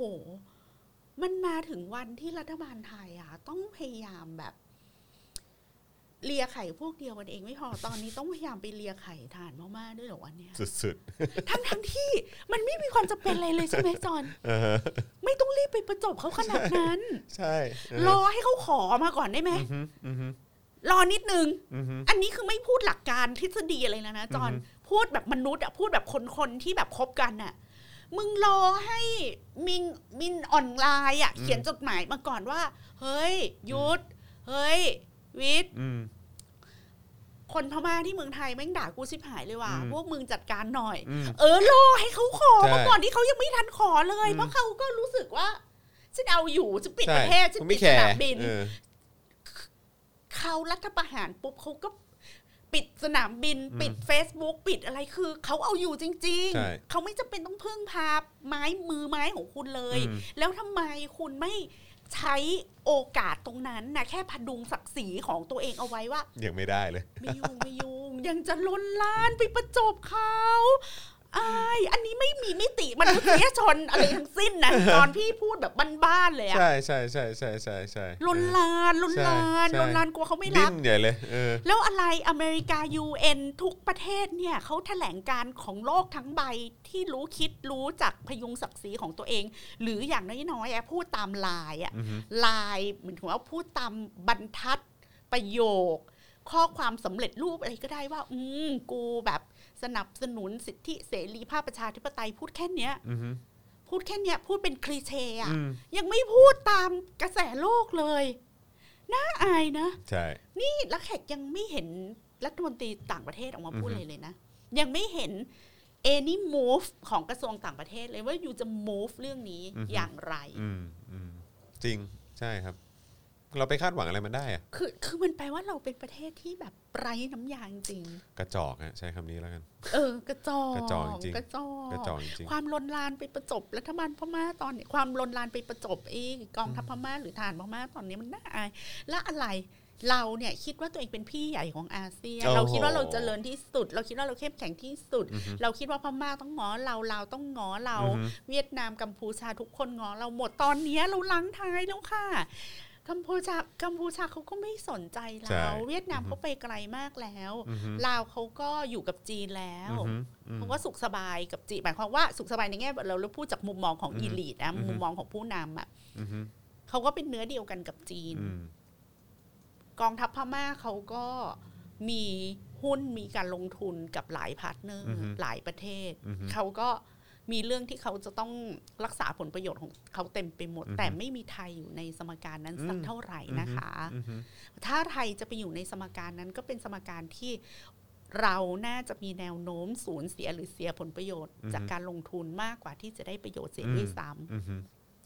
Speaker 3: มันมาถึงวันที่รัฐบาลไทยอะต้องพยายามแบบ เลียไข่พวกเดียวกันเองไม่พอตอนนี้ต้องพยายามไปเลียไข่ฐานพม่าด้วยเหรอวันเนี้ย
Speaker 2: สุด
Speaker 3: ทั้งทั้งที่มันไม่มีความจำเป็นอะไรเลยใช่ไหมจอน
Speaker 2: ๆเออฮะ
Speaker 3: ไม่ต้องรีบไปประจบเขาขนาดนั้น
Speaker 2: ใช่เออ
Speaker 3: รอให้เขาขอมาก่อนได้ไหม
Speaker 2: อือฮึอือฮึ
Speaker 3: รอนิดนึง
Speaker 2: อือฮึ
Speaker 3: อันนี้คือไม่พูดหลักการทฤษฎีอะไรแล้วนะจอน
Speaker 2: อือฮึ
Speaker 3: พูดแบบมนุษย์อะพูดแบบคนคนๆที่แบบคบกันอะมึงรอให้มินมินออนไลน์อะเขียนจดหมายมาก่อนว่า เฮ้ยยุทธเฮ้ย วิทย์
Speaker 2: อืม
Speaker 3: คนพม่าที่เมืองไทยแม่งด่ากูชิบหายเลยว่ะ
Speaker 2: อืม
Speaker 3: พวกมึงจัดการหน่อย
Speaker 2: อืม
Speaker 3: เออรอให้เขาขอ
Speaker 2: ใช่
Speaker 3: มาก่อนที่เขายังไม่ทันขอเลย
Speaker 2: อืม
Speaker 3: เพราะเขาก็รู้สึกว่าฉันเอาอยู่ฉันปิด
Speaker 2: ใช่
Speaker 3: ประเทศฉัน
Speaker 2: ผม
Speaker 3: ปิ
Speaker 2: ไม่
Speaker 3: ด
Speaker 2: แค
Speaker 3: ส
Speaker 2: ร์
Speaker 3: นามบิน
Speaker 2: เออ
Speaker 3: เขารัฐประหารปุ๊บเขาก็ปิดสนามบิน
Speaker 2: อืม
Speaker 3: ปิด Facebook ปิดอะไรคือเขาเอาอยู่จริง
Speaker 2: ใช่
Speaker 3: ๆ เขาไม่จำเป็นต้องพึ่งพาไม้มือไม้ของคุณเลย
Speaker 2: อืม
Speaker 3: แล้วทำไมคุณไม่ใช้โอกาสตรงนั้นนะแค่พดุงศักดิ์ศรีของตัวเองเอาไว้ว่า
Speaker 2: ยังไม่ได้เลย
Speaker 3: ไม่ยุ่ง ไม่ยุ่งยังจะล้นล้านไปประจบเขาอายอันนี้ไม่มีมิติมนุษยชนอะไรทั้งสิ้นนะตอนพี่พูดแบบบ้านๆเลยอะ
Speaker 2: ใช่ใช่ใช่ใช่ใช่ใช่
Speaker 3: ล้น
Speaker 2: เออ
Speaker 3: ล้านล้นล้าน
Speaker 2: ใช่ใช่
Speaker 3: ล้นล้านกลัวเขาไม่รั
Speaker 2: ดิ้
Speaker 3: ก
Speaker 2: นใหญ่เลยเออ
Speaker 3: แล้วอะไรอเมริกา UN ทุกประเทศเนี่ยเขาแถลงการของโลกทั้งใบที่รู้คิดรู้จักพยุงศักดิ์ศรีของตัวเอง หรืออย่างน้อยๆอะพูดตามลายอะ
Speaker 2: อือฮึ
Speaker 3: ลายเหมือนถึงว่าพูดตามบรรทัดประโยค ข้อความสำเร็จรูปอะไรก็ได้ว่า อืมกูแบบสนับสนุนสิทธิเสรีภาพประชาธิปไตยพูดแค่เนี้ย
Speaker 2: อือฮึ
Speaker 3: พูดแค่เนี้ยพูดเป็นคลีเช่อะ
Speaker 2: อืม
Speaker 3: ยังไม่พูดตามกระแสโลกเลยน่าอายนะ
Speaker 2: ใช่
Speaker 3: นี่แล้วแขกยังไม่เห็นรัฐมนตรีต่างประเทศออกมาพูด
Speaker 2: อือฮึ
Speaker 3: เลยเลยนะ ยังไม่เห็น any move ของกระทรวงต่างประเทศเลยว่าอยู่จะ move เรื่องนี้อย่างไร
Speaker 2: อืมอืมจริงใช่ครับ เราไปคาดหวังอะไรมันได้อะ
Speaker 3: คือคือมันแปลว่าเราเป็นประเทศที่แบบไร้น้ำยางจริง
Speaker 2: กระจอกฮะใช้คำนี้แล้วกัน
Speaker 3: เออกระจอก
Speaker 2: กระจอกจริง
Speaker 3: กระจอก
Speaker 2: ระจอกจริง
Speaker 3: ความลนลานไปประจบรัฐบาลพม่าตอนนี้ความลนลานไปประจบไอ้กองทัพพม่าหรือฐานพม่าตอนนี้มันน่าอายและอะไรเราเนี่ยคิดว่าตัวเองเป็นพี่ใหญ่ของอาเซียน
Speaker 2: โอ้โห
Speaker 3: เราคิดว่าเราเจริญที่สุด เราคิดว่าเราเข้มแข็งที่สุด
Speaker 2: อือฮึ
Speaker 3: เราคิดว่าพม่าต้องง้อเราเราต้องง้อเรา
Speaker 2: อือฮึ
Speaker 3: เวียดนามกัมพูชาทุกคนง้อเราหมดตอนเนี้ยเราล้างท้ายแล้วค่ะ กัมพูชากัมพูชาเขาก็ไม่สนใจ
Speaker 2: ใช่
Speaker 3: เราเวียดนามเขาไปไกลมากแล้ว
Speaker 2: อือฮึ
Speaker 3: ลาวเขาก็อยู่กับจีนแล้ว
Speaker 2: อือฮึอืม
Speaker 3: เขาก็สุขสบายกับจีนหมายความว่าสุขสบายในแง่เราเราพูดจากมุมมองของ
Speaker 2: อือฮึ
Speaker 3: อีลีทนะ
Speaker 2: อือฮึ
Speaker 3: มุมมองของผู้นำอ่ะ
Speaker 2: อือฮึ
Speaker 3: เขาก็เป็นเนื้อเดียวกันกับจีน
Speaker 2: อืม
Speaker 3: กองทัพพม่าเขาก็มีหุ้นมีการลงทุนกับหลายพาร์ทเนอร์หลายประเทศ
Speaker 2: อือฮึ
Speaker 3: เขาก็มีเรื่องที่เขาจะต้องรักษาผลประโยชน์ของเขาเต็มไปหมด
Speaker 2: อือฮึ
Speaker 3: แต่ไม่มีไทยอยู่ในสมการนั้นสัก
Speaker 2: อืม
Speaker 3: เท่าไหร่นะคะ
Speaker 2: อือฮึ
Speaker 3: ถ้าไทยจะไปอยู่ในสมการนั้นก็เป็นสมการที่เราน่าจะมีแนวโน้มสูญเสียหรือเสียผลประโยชน์ จากการลงทุนมากกว่าที่จะได้ประโยชน์เสียด้วยซ้
Speaker 2: อือฮึ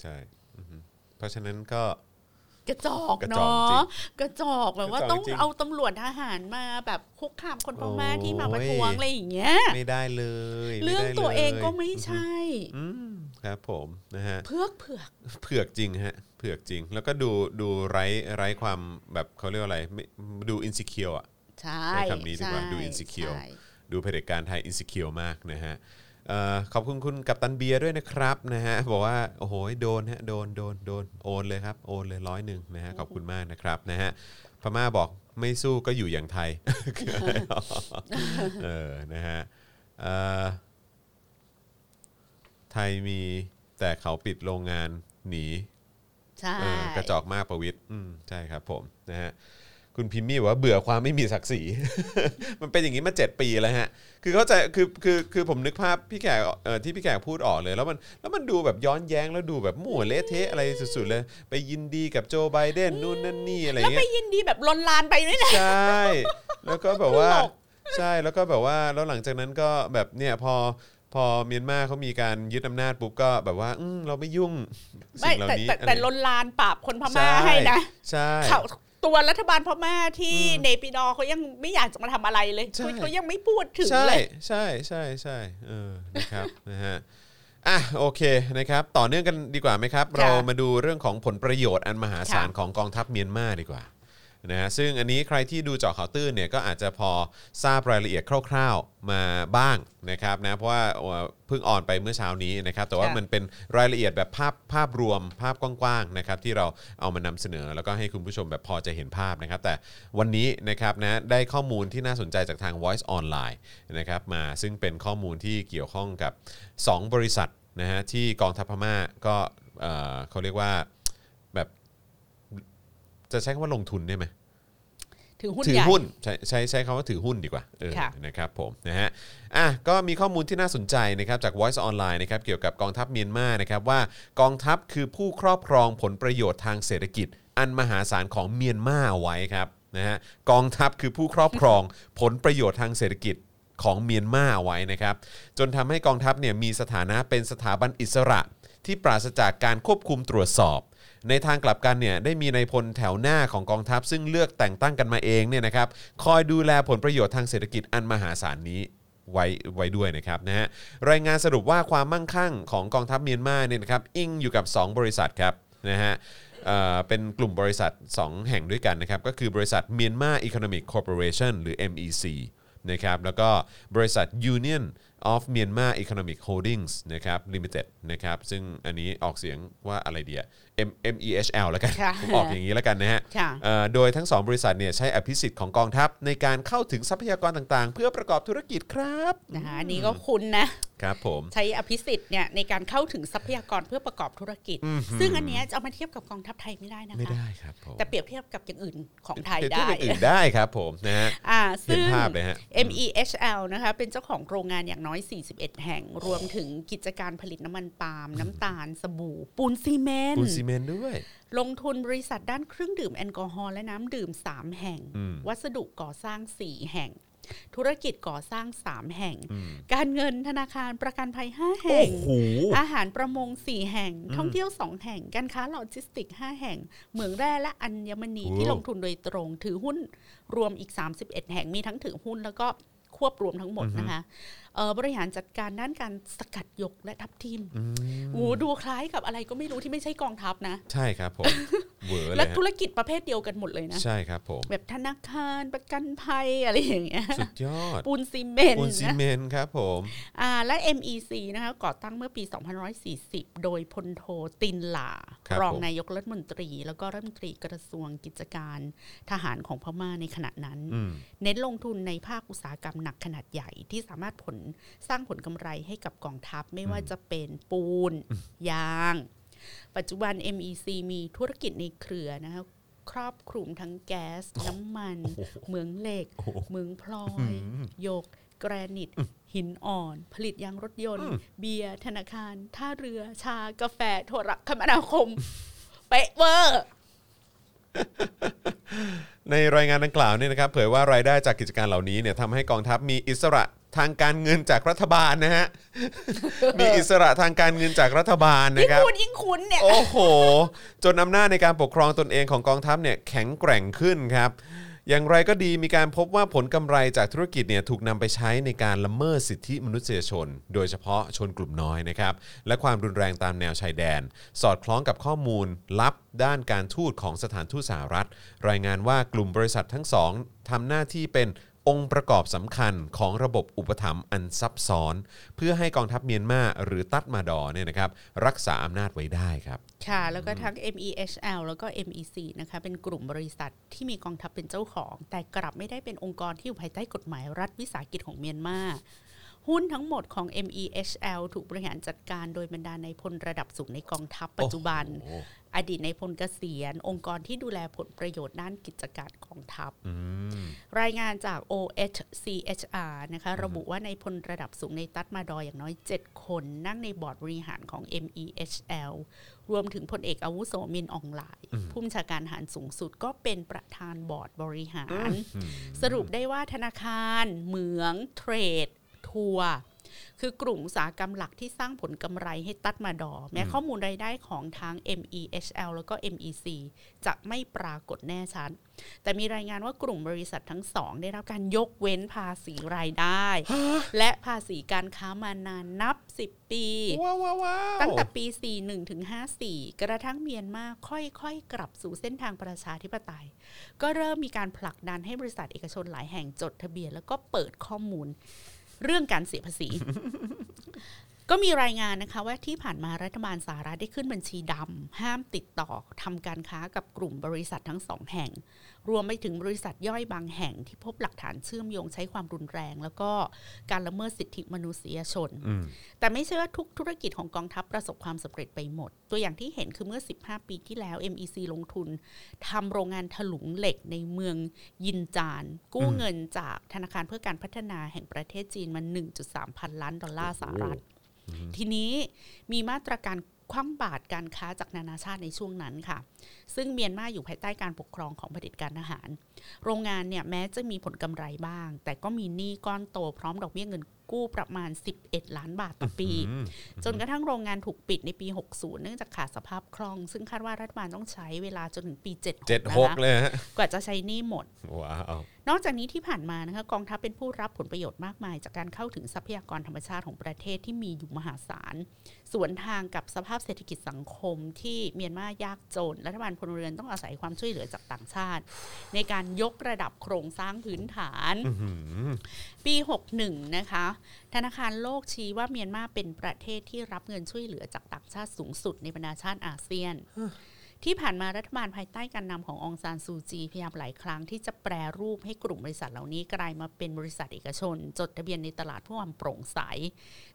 Speaker 2: ใช่อือฮึเพราะฉะนั้นก็
Speaker 3: ำกระจอก
Speaker 2: กระจอก
Speaker 3: เนา
Speaker 2: จริ
Speaker 3: ะ
Speaker 2: ง
Speaker 3: กระจอกแบบว่าต้อง
Speaker 2: กระจอกจริง
Speaker 3: เอาตำรวจทหารมาแบบคุกคามคนพม่าที่มาประท้วง
Speaker 2: โอ้ย
Speaker 3: อะไรอย่างเงี้ย
Speaker 2: ไม่ได้เลยไม่
Speaker 3: เรื่อง
Speaker 2: ได้ลย
Speaker 3: ตัวเองก็ไม่
Speaker 2: อือฮึ
Speaker 3: ใช่
Speaker 2: อืมครับผมนะฮะ
Speaker 3: เพือกเผือก
Speaker 2: เผือกจริงฮะเผือกจริง แล้วก็ดูดูไร้ไร้ความแบบเขาเรียกว่าอะไรไม่ดูอินสิเคียวอ่ะ
Speaker 3: ใช่
Speaker 2: ใช้คำนี้ดีกว่า
Speaker 3: ใช่
Speaker 2: ดู insecure
Speaker 3: ใช่
Speaker 2: ดูเผด็จการไทยอินสิเคียวมากนะฮะเอ่อขอบคุณคุณกัปตันเบียร์ด้วยนะครับนะฮะบอกว่าโอ้โหโดนฮะโดนโดนโดนโอนเลยครับโอนเลยร้อยหนึ่งนะฮะขอบคุณมากนะครับนะฮะพม่าบอกไม่สู้ก็อยู่อย่างไทย เออนะฮะเอ่อ ไทยมีแต่เขาปิดโรงงานหนี
Speaker 3: ใช่
Speaker 2: เออกระจอกมากประวิทย์อืมใช่ครับผมนะฮะคุณพิมพ์มี่บอกว่าเบื่อความไม่มีศักดิ์ศรี มันเป็นอย่างนี้มา 7 ปีแล้วฮะ คือเข้าใจคือคือคือผมนึกภาพพี่แขกเอ่อที่พี่แขกพูดออกเลย แล้วมันแล้วมันดูแบบย้อนแย้งแล้วดูแบบมั่วเละเทะอะไรสุดๆเลย ไปยินดีกับโจไบเดนนู่นนั่นนี่อะไร
Speaker 3: แล้วไป
Speaker 2: เงี้ย
Speaker 3: ยินดีแบบลนลานไปนี่แหละ
Speaker 2: ใช่ แล้วก็แบบ ว่า
Speaker 3: ตลก
Speaker 2: ใช่แล้วก็แบบว่าแล้วหลังจากนั้นก็แบบเนี่ยพอพอเมียนมาเขามีการยึดอำนาจปุ๊บก็แบบว่าอืมเราไม่ยุ่ง
Speaker 3: ไม่
Speaker 2: สิ่งเหล่า
Speaker 3: แต่
Speaker 2: นี้
Speaker 3: แต่
Speaker 2: อะไร
Speaker 3: แต่ลนลานปราบคนพม่า
Speaker 2: ช่
Speaker 3: ให้นะ
Speaker 2: ใช่
Speaker 3: เขาตัวรัฐบาลพม่าที่เนปิดอร์เขายังไม่อยากจะมาทำอะไรเลย
Speaker 2: ใช่
Speaker 3: เขายังไม่พูดถึง
Speaker 2: ใช่
Speaker 3: เลย
Speaker 2: ใช่ใช่ใช่เออนะครับ นะฮะอ่ะโอเคนะครับ ต่อเนื่องกันดีกว่าไหมครับ
Speaker 3: ะ
Speaker 2: เรามาดูเรื่องของผลประโยชน์อันมหาศาล
Speaker 3: ค่ะ
Speaker 2: ของกองทัพเมียนมาดีกว่านะฮะซึ่งอันนี้ใครที่ดูเจาะข่าวตื้นเนี่ยก็อาจจะพอทราบรายละเอียดคร่าวๆมาบ้างนะครับนะเพราะว่าเอ่อเพิ่งออนไปเมื่อเช้านี้นะครับ แต่ว่า
Speaker 3: ค่ะ
Speaker 2: มันเป็นรายละเอียดแบบภาพภาพรวมภาพกว้างๆนะครับที่เราเอามานำเสนอแล้วก็ให้คุณผู้ชมแบบพอจะเห็นภาพนะครับ แต่วันนี้นะครับนะได้ข้อมูลที่น่าสนใจจากทาง Voice Online นะครับมาซึ่งเป็นข้อมูลที่เกี่ยวข้องกับ 2 บริษัทนะฮะที่กองทัพพม่าก็เอ่อเขาเรียกว่าแบบจะใช้คำว่าลงทุนได้ไหม
Speaker 3: ถือหุ้น
Speaker 2: ถือ
Speaker 3: ใหญ่
Speaker 2: หุ้นใช้ใช้ใช้คำว่าถือหุ้นดีกว่าเออ
Speaker 3: ค่ะ
Speaker 2: นะครับผมนะฮะอ่ะก็มีข้อมูลที่น่าสนใจนะครับจาก Voice Online นะครับเกี่ยวกับกองทัพเมียนมานะครับว่ากองทัพคือผู้ครอบครองผลประโยชน์ทางเศรษฐกิจ อันมหาศาลของเมียนมาเอาไว้ครับนะฮะกองทัพคือผู้ครอบครอง ผลประโยชน์ทางเศรษฐกิจของเมียนมาเอาไว้นะครับจนทำให้กองทัพเนี่ยมีสถานะเป็นสถาบันอิสระ ที่ปราศจากการควบคุมตรวจสอบ ในทางกลับกันเนี่ยได้มีนายพลแถวหน้าของกองทัพ ซึ่งเลือกแต่งตั้งกันมาเองเนี่ยนะครับคอยดูแลผลประโยชน์ทางเศรษฐกิจอันมหาศาลนี้ไว้ไว้ด้วยนะครับนะฮะรายงานสรุปว่าความมั่งคั่งของกองทัพเมียนมาเนี่ยนะครับอิงอยู่กับ 2 บริษัทครับนะฮะเอ่อเป็นกลุ่มบริษัท 2 แห่งด้วยกันนะครับก็คือบริษัทเมียนมาอีโคโนมิกคอร์ปอเรชันหรือ MEC นะครับแล้วก็บริษัท Union of Myanmar Economic Holdings นะครับ Limited นะครับซึ่งอันนี้ออกเสียงว่าอะไรเดีย M M E H L แล้วกัน
Speaker 3: ค่ะ
Speaker 2: ผมออกอย่างนี้แล้วกันนะฮะ
Speaker 3: ค่ะ
Speaker 2: เอ่อโดยทั้ง 2 บริษัทเนี่ยใช้อภิสิทธิ์ของกองทัพ ในการเข้าถึงทรัพยากรต่างๆ เพื่อประกอบธุรกิจครับ
Speaker 3: นะคะอันนี้ก็คุณนะ
Speaker 2: ครับผม
Speaker 3: ใช้อภิสิทธิ์เนี่ยในการเข้าถึงทรัพยากรเพื่อประกอบธุรกิจ ซึ่งอันเนี้ยจะเอามาเทียบกับกองทัพไทยไม่ได้นะ
Speaker 2: ไม่
Speaker 3: คะ
Speaker 2: ได้ครับผม
Speaker 3: แต่เปรียบเทียบกับอย่างอื่นของไทย
Speaker 2: เดี๋ยวที่
Speaker 3: ได้
Speaker 2: เป็นอื่นได้ครับผมนะฮะ
Speaker 3: อ่า
Speaker 2: เห็น
Speaker 3: ซึ่ง
Speaker 2: ภาพเลยฮะ
Speaker 3: MEHL นะคะเป็นเจ้าของโรงงานอย่างน้อย 41 แห่ง รวมถึงกิจการผลิตน้ำมันปาล์ม น้ำตาล สบู่ ปูนซีเมน
Speaker 2: ปูน
Speaker 3: ต์
Speaker 2: ซีเมนต์ด้วย
Speaker 3: ลงทุนบริษัทด้านเครื่องดื่มแอลกอฮอล์และน้ำดื่ม 3 แห่ง
Speaker 2: อืม
Speaker 3: วัสดุก่อสร้าง 4 แห่ง ธุรกิจก่อสร้าง 3 แห่ง การเงินธนาคารประกันภัย 5 แห่ง อาหารประมง 4 แห่ง ท่องเที่ยว 2 แห่ง การค้าโลจิสติก 5 แห่ง เหมืองแร่และอัญมณี
Speaker 2: โอ้
Speaker 3: ที่ลงทุนโดยตรง ถือหุ้นรวมอีก 31 แห่ง มีทั้งถือหุ้นแล้วก็ควบรวมทั้งหมดนะคะเอ่อบริหารจัดการด้านการสกัดหยกและทับทิมโอ้โหดูคล้ายกับอะไรก็ไม่รู้ที่ไม่ใช่กองทัพนะ
Speaker 2: ใช่ครับ ผม เวอร์เล
Speaker 3: และ
Speaker 2: ยฮะ
Speaker 3: ธุรกิจประเภทเดียวกันหมดเลยนะ
Speaker 2: ใช่ครับผม
Speaker 3: แบบธนาคารประกันภัยอะไรอย่างเงี้ย
Speaker 2: สุดยอด
Speaker 3: ปูนซีเมน
Speaker 2: ปูน
Speaker 3: ต์
Speaker 2: ซี
Speaker 3: นะ
Speaker 2: เมนต์ครับผม
Speaker 3: อ่าและ MEC นะคะก่อตั้งเมื่อปี 2540 โดยพลโทตินหลา
Speaker 2: ครับ
Speaker 3: รอง
Speaker 2: ผม
Speaker 3: นายกรัฐมนตรี แล้วก็รัฐมนตรีกระทรวงกิจการทหารของพม่าในขณะนั้น
Speaker 2: อืม
Speaker 3: เน้นลงทุนในภาคอุตสาหกรรมหนักขนาดใหญ่ที่สามารถผลสร้างผลกำไรให้กับกองทัพไม่ว่าจะเป็นปูน ยาง ปัจจุบัน MEC มีธุรกิจในเครือนะคะครอบคลุมทั้งแก๊ส น้ำมัน เหมืองเหล็ก เหมืองพลอยโยก แกรนิต หินอ่อน ผลิตยางรถยนต์ เบียร์ ธนาคาร ท่าเรือ ชา กาแฟ โทรคมนาคม เป๊ะเวอร์
Speaker 2: ในรายงานดังกล่าวเนี่ยนะครับเผยว่ารายได้จากกิจการเหล่านี้เนี่ยทำให้กองทัพมีอิสระทางการเงินจากรัฐบาลนะฮะ มีอิสระทางการเงินจากรัฐบาล
Speaker 3: ยิ่ง
Speaker 2: นะครับ
Speaker 3: คุณยิ่งคุณเนี่ย
Speaker 2: โอ้โห จนอำนาจในการปกครองตนเองของกองทัพเนี่ยแข็งแกร่งขึ้นครับ อย่างไรก็ดีมีการพบว่าผลกำไรจากธุรกิจเนี่ยถูกนำไปใช้ในการละเมิดสิทธิมนุษยชน โดยเฉพาะชนกลุ่มน้อยนะครับ และความรุนแรงตามแนวชายแดน สอดคล้องกับข้อมูลลับด้านการทูตของสถานทูตสหรัฐ รายงานว่ากลุ่มบริษัททั้งสองทำหน้าที่เป็น องค์ประกอบสำคัญของระบบอุปถัมภ์อันซับซ้อน เพื่อให้กองทัพเมียนมาหรือตัดมาดอเนี่ยนะครับรักษาอำนาจไว้ได้ครับ
Speaker 3: ค่ะ แล้วก็ทั้ง MEHL แล้วก็ MEC นะคะ เป็นกลุ่มบริษัทที่มีกองทัพเป็นเจ้าของ แต่กลับไม่ได้เป็นองค์กรที่อยู่ภายใต้กฎหมายรัฐวิสาหกิจของเมียนมา หุ้นทั้งหมดของ MEHL ถูกบริหารจัดการโดยบรรดานายพลระดับสูงในกองทัพปัจจุบัน
Speaker 2: โอ้โห
Speaker 3: อดีตในายพลเกษียณ องค์กรที่ดูแลผลประโยชน์ด้านกิจการกองทัพ
Speaker 2: อืม
Speaker 3: รายงานจาก OHCHR นะคะระบุว่าในายพลระดับสูงในตัดมาดอยอย่างน้อย 7 คนนั่งในบอร์ดบริหารของ MEHL รวมถึงพลเอกอาวุโสมินอองหลาย ผู้บัญชาการทหารสูงสุดก็เป็นประธานบอร์ดบริหาร สรุปได้ว่าธนาคาร เหมือง เทรด ทัวร์คือกลุ่มอุตสาหกรรมหลักที่สร้างผลกำไรให้ตัดมาดอ แม้ข้อมูลรายได้ของทั้ง MEHL แล้วก็ MEC จะไม่ปรากฏแน่ชัด แต่มีรายงานว่ากลุ่มบริษัททั้งสอง ได้รับการยกเว้นภาษีรายได้ และภาษีการค้ามานานนับ 10 ปี
Speaker 2: ว้าวว้าวว้าว
Speaker 3: ตั้งแต่ปี 41 ถึง 54 กระทั่งเมียนมาค่อยๆ กลับสู่เส้นทางประชาธิปไตย ก็เริ่มมีการผลักดันให้บริษัทเอกชนหลายแห่งจดทะเบียน แล้วก็เปิดข้อมูลเรื่องการเสียภา ษี ก็มีรายงานนะคะว่าที่ผ่านมารัฐบาลสหรัฐได้ขึ้นบัญชีดำห้ามติดต่อทำการค้ากับกลุ่มบริษัททั้งสองแห่ง รวมไปถึงบริษัทย่อยบางแห่งที่พบหลักฐานเชื่อมโยงใช้ความรุนแรง แล้วก็การละเมิดสิทธิมนุษยชน
Speaker 2: อืม
Speaker 3: แต่ไม่ใช่ว่าทุกธุรกิจของกองทัพประสบความสำเร็จไปหมด ตัวอย่างที่เห็นคือเมื่อ 15 ปีที่แล้ว MEC ลงทุนทำโรงงานถลุงเหล็กในเมืองยินจาน กู้เงินจากธนาคารเพื่อการพัฒนาแห่งประเทศจีนมา 1.3 พันล้านดอลลาร์สหรัฐ ทีนี้มีมาตรการคว่ำบาตรการค้าจากนานาชาติในช่วงนั้นค่ะ ซึ่งเมียนมาอยู่ภายใต้การปกครองของเผด็จการทหาร โรงงานเนี่ยแม้จะมีผลกำไรบ้าง แต่ก็มีหนี้ก้อนโตพร้อมดอกเบี้ยเงินกู้ประมาณ 11 ล้านบาทต่อปี
Speaker 2: อืม
Speaker 3: จนกระทั่งโรงงานถูกปิดในปี 60 เนื่องจากขาดสภาพคล่อง ซึ่งคาดว่ารัฐบาลต้องใช้เวลาจนถึงปี 76
Speaker 2: เจ็ดหก
Speaker 3: นะคะ
Speaker 2: เลยฮะ
Speaker 3: กว่าจะใช้หนี้หมด
Speaker 2: ว้าวน
Speaker 3: อกจากนี้ที่ผ่านมานะคะกองทัพเป็นผู้รับผลประโยชน์มากมาย จากการเข้าถึงทรัพยากรธรรมชาติของประเทศที่มีอยู่มหาศาล สวนทางกับสภาพเศรษฐกิจสังคมที่เมียนมายากจน รัฐบาลพลเรือนต้องอาศัยความช่วยเหลือจากต่างชาติ ในการยกระดับโครงสร้างพื้นฐาน
Speaker 2: อื้อหือ
Speaker 3: ปี 61 นะคะ ธนาคารโลกชี้ว่าเมียนมาเป็นประเทศที่รับเงินช่วยเหลือจากต่างชาติสูงสุดในบรรดาชาติอาเซียน ที่ผ่านมารัฐบาลภายใต้การนำขององซานซูจีพยายามหลายครั้งที่จะแปรรูปให้กลุ่มบริษัทเหล่านี้กลายมาเป็นบริษัทเอกชน จดทะเบียนในตลาดเพื่อความโปร่งใส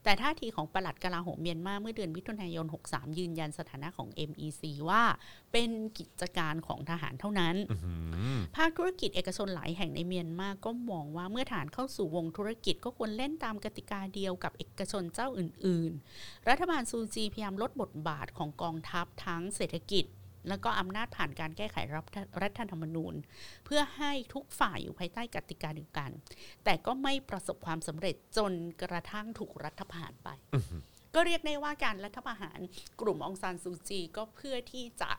Speaker 3: แต่ท่าทีของปลัดกลาโหมเมียนมาเมื่อเดือนมิถุนายน 63 ยืนยันสถานะของ MEC ว่าเป็นกิจการของทหารเท่านั้น
Speaker 2: อื้อหือ
Speaker 3: ภาคธุรกิจเอกชนหลายแห่งในเมียนมาก็มองว่าเมื่อฐานเข้าสู่วงธุรกิจก็ควรเล่นตามกติกาเดียวกับเอกชนเจ้าอื่น ๆ รัฐบาลซูจีพยายามลดบทบาทของกองทัพทั้งเศรษฐกิจ แล้วก็อำนาจผ่านการแก้ไขรัฐรัฐธรรมนูญ เพื่อให้ทุกฝ่ายอยู่ภายใต้กติกาเดียวกัน แต่ก็ไม่ประสบความสำเร็จจนกระทั่งถูกรัฐประหารไป ก็เรียกได้ว่าการรัฐประหารกลุ่มองซานซูจีก็เพื่อที่จะ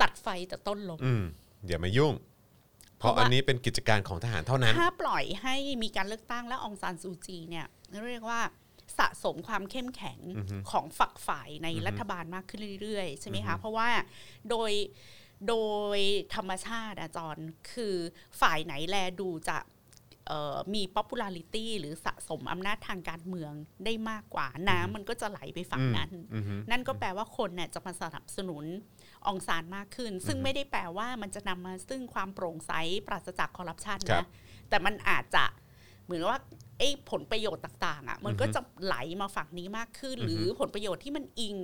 Speaker 3: ตัดไฟแต่ต้นลม
Speaker 2: อืมอย่ามายุ่ง เพราะอันนี้เป็นกิจการของทหารเท่านั้น
Speaker 3: ถ้าปล่อยให้มีการเลือกตั้งและองซานซูจีเนี่ยเรียกว่าสะสมความเข้มแข็ง
Speaker 2: อือฮึ
Speaker 3: ของฝักฝ่ายใน
Speaker 2: อือฮึ
Speaker 3: รัฐบาลมากขึ้นเรื่อยๆ ใช่ไหม
Speaker 2: อือฮึ
Speaker 3: คะ เพราะว่าโดยโดยธรรมชาติอะจอนคือฝ่ายไหนแลดูจะเอ่อมี popularity หรือสะสมอำนาจทางการเมืองได้มากกว่าน้ำมันก็จะไหลไปฝั่งนั้น
Speaker 2: อื้อหือ
Speaker 3: นั่นก็แปลว่าคนเนี่ยจะมาสนับสนุนองซานมากขึ้น ซึ่งไม่ได้แปลว่ามันจะนำมาซึ่งความโปร่งใสปราศจากคอร์รัปชัน
Speaker 2: ครั
Speaker 3: นะ
Speaker 2: บ
Speaker 3: แต่มันอาจจะเหมือนว่าไอ้ผลประโยชน์ต่างๆอ่ะมันก็จะไหลมาฝั่งนี้มากขึ้น หรือผลประโยชน์ที่มันอิง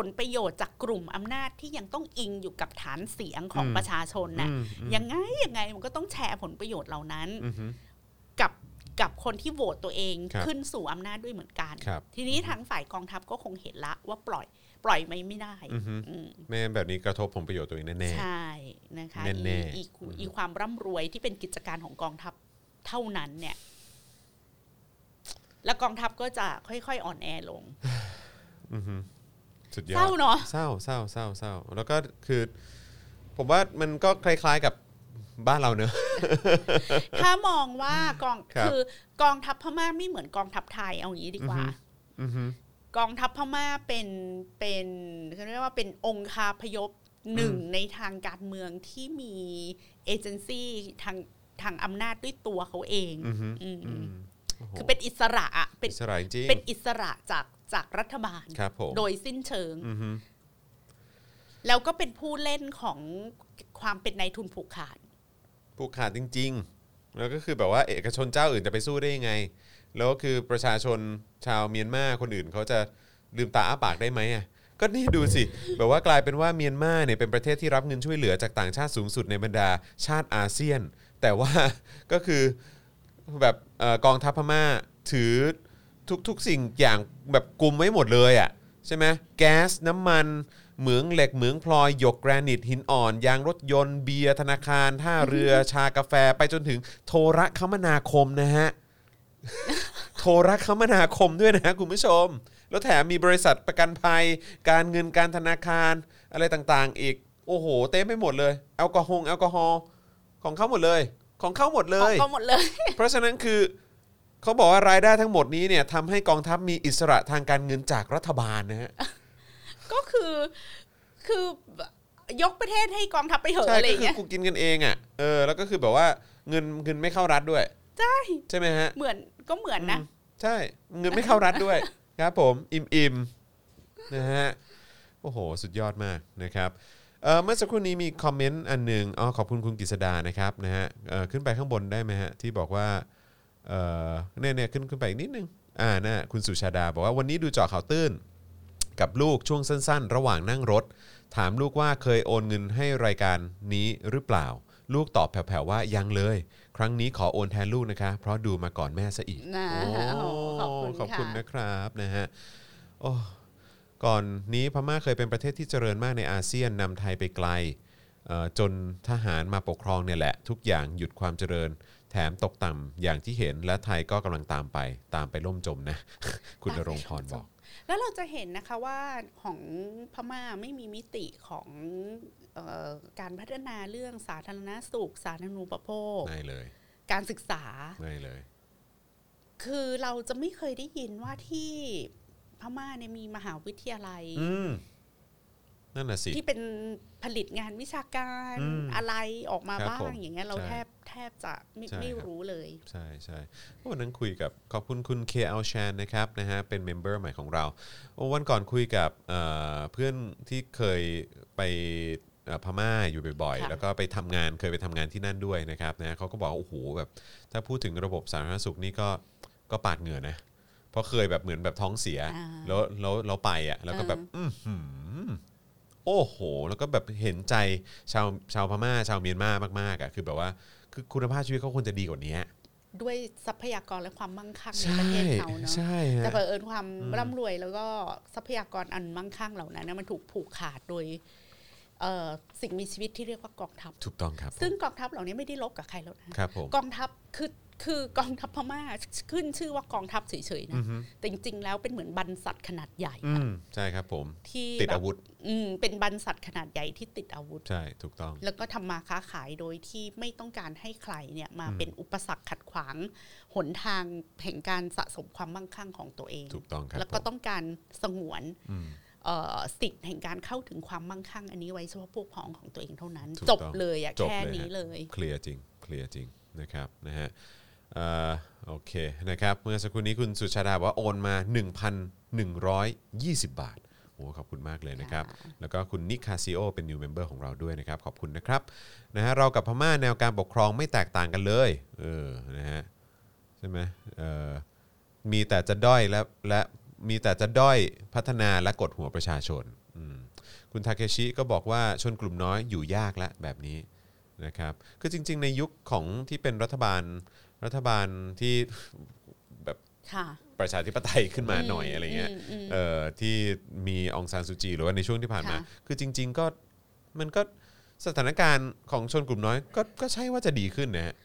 Speaker 3: ผลประโยชน์จากกลุ่มอำนาจที่ยังต้องอิงอยู่กับฐานเสียงของ
Speaker 2: อืม
Speaker 3: ประชาชนน่ะ
Speaker 2: อืม
Speaker 3: ยังไงยังไงมันก็ต้องแชร์ผลประโยชน์เหล่านั้น
Speaker 2: อื้อหือ
Speaker 3: กับกับคนที่โหวตตัวเอง
Speaker 2: ครับ
Speaker 3: ขึ้นสู่อำนาจด้วยเหมือนกัน
Speaker 2: ครับ
Speaker 3: ทีนี้ทางฝ่ายกองทัพก็คงเห็นละว่าปล่อยปล่อยไม่ไม่ได้
Speaker 2: อื้อหือ
Speaker 3: อืม
Speaker 2: ไม่งั้นแบบนี้กระทบผลประโยชน์ตัวเองแน่
Speaker 3: ใช่นะคะ
Speaker 2: แน่ๆ
Speaker 3: อีอี
Speaker 2: อืม
Speaker 3: อีความร่ำรวยที่เป็นกิจการของกองทัพเท่านั้นเนี่ย แล้วกองทัพก็จะค่อยๆอ่อนแอลง
Speaker 2: ๆอื้อหือสุดยอ
Speaker 3: เศร้า
Speaker 2: ด
Speaker 3: เนาะ
Speaker 2: เศร้าเศร้าเศร้าเศร้าแล้วก็คือ ผมว่ามันก็คล้ายๆกับบ้านเราเนอะ
Speaker 3: ถ้ามองว่ากอง
Speaker 2: ครับ
Speaker 3: คือกองทัพพม่าไม่เหมือนกองทัพไทยเอาอย่างนี้ดีกว่า
Speaker 2: อือฮึ อื้อหือก
Speaker 3: องทัพพม่าเป็นเป็นเขาเรียกว่าเป็นองคาพยพหนึ่งในทางการเมืองที่มีเอเจนซี่ทางทางอำนาจด้วยตัวเขาเอง
Speaker 2: อื้อหือ
Speaker 3: อืม
Speaker 2: อืมโโห
Speaker 3: คือเป็นอิสระอะเป็น
Speaker 2: อิสระจริงๆ
Speaker 3: เป็นอิสระจากจากรัฐบาล
Speaker 2: ครับผม
Speaker 3: โดยสิ้นเชิง
Speaker 2: อื้อหือ
Speaker 3: แล้วก็เป็นผู้เล่นของความเป็นนายทุนผูกขาด
Speaker 2: ผูกขาดจริง ๆ แล้วก็คือแบบว่าเอกชนเจ้าอื่นจะไปสู้ได้ยังไง แล้วคือประชาชนชาวเมียนมาคนอื่นเขาจะลืมตาอ้าปากได้ไหมอ่ะก็นี่ดูสิ แบบว่ากลายเป็นว่าเมียนมาเนี่ยเป็นประเทศที่รับเงินช่วยเหลือจากต่างชาติสูงสุดในบรรดาชาติอาเซียน แต่ว่า ก็คือแบบเอ่อกองทัพพม่าถือทุกทุกสิ่งอย่างแบบกลุมไว้หมดเลยอ่ะใช่ไหมแก๊สน้ำมัน เหมืองเหล็กเหมืองพลอยหยกแกรนิตหินอ่อน ยางรถยนต์เบียร์ธนาคารท่าเรือชากาแฟไปจนถึงโทรคมนาคมนะฮ ะ โทรคมนาคมด้วยนะคุณผู้ชม แล้วแถมมีบริษัทประกันภัย การเงินการธนาคาร อะไรต่างๆ อีก โอ้โห เต็มไปหมดเลยแอลกอฮอล์แอลกอฮอล์ของเข้าหมดเลย ของเข้าหมดเล
Speaker 3: ของ
Speaker 2: ย
Speaker 3: ก็หมดเลย
Speaker 2: เพราะฉะนั้นคือเขาบอกว่ารายได้ทั้งหมดนี้เนี่ยทำให้กองทัพมีอิสระทางการเงินจากรัฐบาลนะฮะ
Speaker 3: ก็คือคือยกประเทศให้กองทัพไปเถอะ
Speaker 2: ใช่
Speaker 3: อะไรอ
Speaker 2: ก็คือ
Speaker 3: ย่างเงี้ย
Speaker 2: กูกินกันเองอ่ะ เออ แล้วก็คือแบบว่าเงินเงินไม่เข้ารัฐด้วย
Speaker 3: ใช่
Speaker 2: ใช่ไหมฮะ
Speaker 3: เหมือนก็เหมือนนะ
Speaker 2: อืมใช่ เงินไม่เข้ารัฐด้วย ครับผมอิ่มอิ่มๆนะฮะโอ้โห สุดยอดมากนะครับเอ่อเมื่อสักครู่นี้มีคอมเมนต์อันหนึ่งอ๋อขอบคุณคุณกฤษดานะครับนะฮะเอ่อขึ้นไปข้างบนได้ไหมฮะที่บอกว่าเอ่อเนี่ยเนี่ยขึ้นขึ้นไปอีกนิดนึงอ่านะคุณสุชาดาบอกว่าวันนี้ดูเจอข่าวตื้น กับลูกช่วงสั้น ๆ ระหว่างนั่งรถ ถามลูกว่าเคยโอนเงินให้รายการนี้หรือเปล่า ลูกตอบแผ่วๆว่ายังเลย ครั้งนี้ขอโอนแทนลูกนะคะ เพราะดูมาก่อนแม่ซะอีก
Speaker 3: นะ
Speaker 2: โอ้
Speaker 3: ขอบคุณ
Speaker 2: ขอบคุณ
Speaker 3: ค่ะ
Speaker 2: นะครับนะฮะโอ้ก่อนนี้พม่าเคยเป็นประเทศที่เจริญมากในอาเซียนนำไทยไปไกลเอ่อจนทหารมาปกครองเนี่ยแหละ ทุกอย่างหยุดความเจริญ แถมตกต่ำอย่างที่เห็นและไทยก็กำลังตามไป ตามไปล่มจมนะ คุณณรงค์พรบอก
Speaker 3: แล้วเราจะเห็นนะคะว่าของพม่าไม่มีมิติของเออการพัฒนาเรื่องสาธารณสุข สาธารณูปโภค
Speaker 2: ไม่เลย
Speaker 3: การศึกษา
Speaker 2: ไม่เลย
Speaker 3: คือเราจะไม่เคยได้ยินว่าที่พม่าเนี่ยมีมหาวิทยาลัย
Speaker 2: อืมนั่นน่ะสิ
Speaker 3: ที่เป็นผลิตงานวิชาการ
Speaker 2: อืม
Speaker 3: อะไรออกมา
Speaker 2: ครับ
Speaker 3: บ้า
Speaker 2: ผ
Speaker 3: ง
Speaker 2: ม
Speaker 3: อย่างเงี้ยเรา
Speaker 2: ใช่
Speaker 3: แทบแทบจะไม่
Speaker 2: ใช่
Speaker 3: ไม่
Speaker 2: ครับ
Speaker 3: รู้เลย
Speaker 2: ใช่ใช่วันนั้นคุยกับขอบคุณคุณ KL Chan นะครับนะฮะเป็นเมมเบอร์ใหม่ของเราโอ้วันก่อนคุยกับเอ่อเพื่อนที่เคยไปเอ่อพม่าอยู่บ่อยๆ
Speaker 3: ค่ะ
Speaker 2: แล้วก็ไปทำงานเคยไปทำงานที่นั่นด้วยนะครับนะเขาก็บอกว่าโอ้โหแบบถ้าพูดถึงระบบสาธารณสุขนี่ก็ก็ปาดเหงื่อนะ เพราะเคยแบบเหมือนแบบท้องเสีย
Speaker 3: อ่า
Speaker 2: แล้วแล้วเราไปอ่ะแล้วก็แบบอื้อหือโอ้โห แล้วก็แบบเห็นใจชาวชาวพม่าชาวเมียนมามากๆอ่ะคือแบบว่าคือคุณภาพชีวิตเขาควรจะดีกว่านี้
Speaker 3: ด้วยทรัพยากรและความมั่งคั่งใน
Speaker 2: ใช่
Speaker 3: ประเทศเขาเนาะ
Speaker 2: ใช่ฮะ
Speaker 3: แต่เผอิญความร่ำรวยแล้วก็ทรัพยากรอันมั่งคั่งเหล่านั้นนะมันถูกผูกขาดโดยเอ่อสิ่งมีชีวิตที่เรียกว่ากองทัพ
Speaker 2: ถูกต้องครับผม
Speaker 3: ซึ่งกองทัพเหล่านี้ไม่ได้ลบกับใครแล้วนะ
Speaker 2: ครับผม
Speaker 3: กองทัพคือคือกองทัพพม่าขึ้นชื่อว่ากองทัพเฉยๆนะแต่จริงๆแล้วเป็นเหมือนบรรษัทขนาดใหญ่
Speaker 2: อืมใช่ครับผม
Speaker 3: ที่
Speaker 2: ติด
Speaker 3: แบบ
Speaker 2: อาวุธ
Speaker 3: อืมเป็นบรรษัทขนาดใหญ่ที่ติดอาวุธ
Speaker 2: ใช่ถูกต้อง
Speaker 3: แล้วก็ทำมาค้าขายโดยที่ไม่ต้องการให้ใครเนี่ยมาเป็นอุปสรรคขัดขวาง หนทางแห่งการสะสมความมั่งคั่งของตัวเอง
Speaker 2: ถูกต้องครับ
Speaker 3: แล้วก็
Speaker 2: ผม
Speaker 3: ต้องการสงวน
Speaker 2: อืม
Speaker 3: เอ่อสิทธิ์แห่งการเข้าถึงความมั่งคั่ง อันนี้ไว้เฉพาะพวกพ้องของตัวเองเท่านั้น
Speaker 2: ถูก
Speaker 3: จ
Speaker 2: ต้อง
Speaker 3: บเลยอะ
Speaker 2: จบ
Speaker 3: แค่
Speaker 2: เลย
Speaker 3: นี้
Speaker 2: ฮะ
Speaker 3: เลย
Speaker 2: เคลียร์จริงเคลียร์จริงนะครับนะฮะเอ่อโอเคนะครับเมื่อสักครู่นี้คุณสุชาดาบอกว่าโอนมา 1,120 บาทโอ้ขอบคุณมากเลยนะครับ แล้วก็คุณนิคาซิโอเป็น new member ของเราด้วยนะครับ ขอบคุณนะครับนะฮะเรากับพม่าแนวการปกครองไม่แตกต่างกันเลยเออนะฮะใช่ไหมเออมีแต่จะด้อยและและมีแต่จะด้อยพัฒนาและกดหัวประชาชนอืมคุณทาเคชิก็บอกว่าชนกลุ่มน้อยอยู่ยากละแบบนี้ นะครับคือจริง ๆ ในยุคของที่เป็นรัฐบาลรัฐบาลที่แบบ
Speaker 3: ค่ะ
Speaker 2: ประชาธิปไตยขึ้นมา
Speaker 3: อืม
Speaker 2: หน่อยอะไรเงี้ย
Speaker 3: อืมอืม
Speaker 2: เอ่อที่มีองซานซูจีหรือว่าในช่วงที่ผ่านมา
Speaker 3: ค่ะ
Speaker 2: คือจริง ๆ ก็มันก็สถานการณ์ของชนกลุ่มน้อยก็ก็ใช่ว่าจะดีขึ้นนะฮะ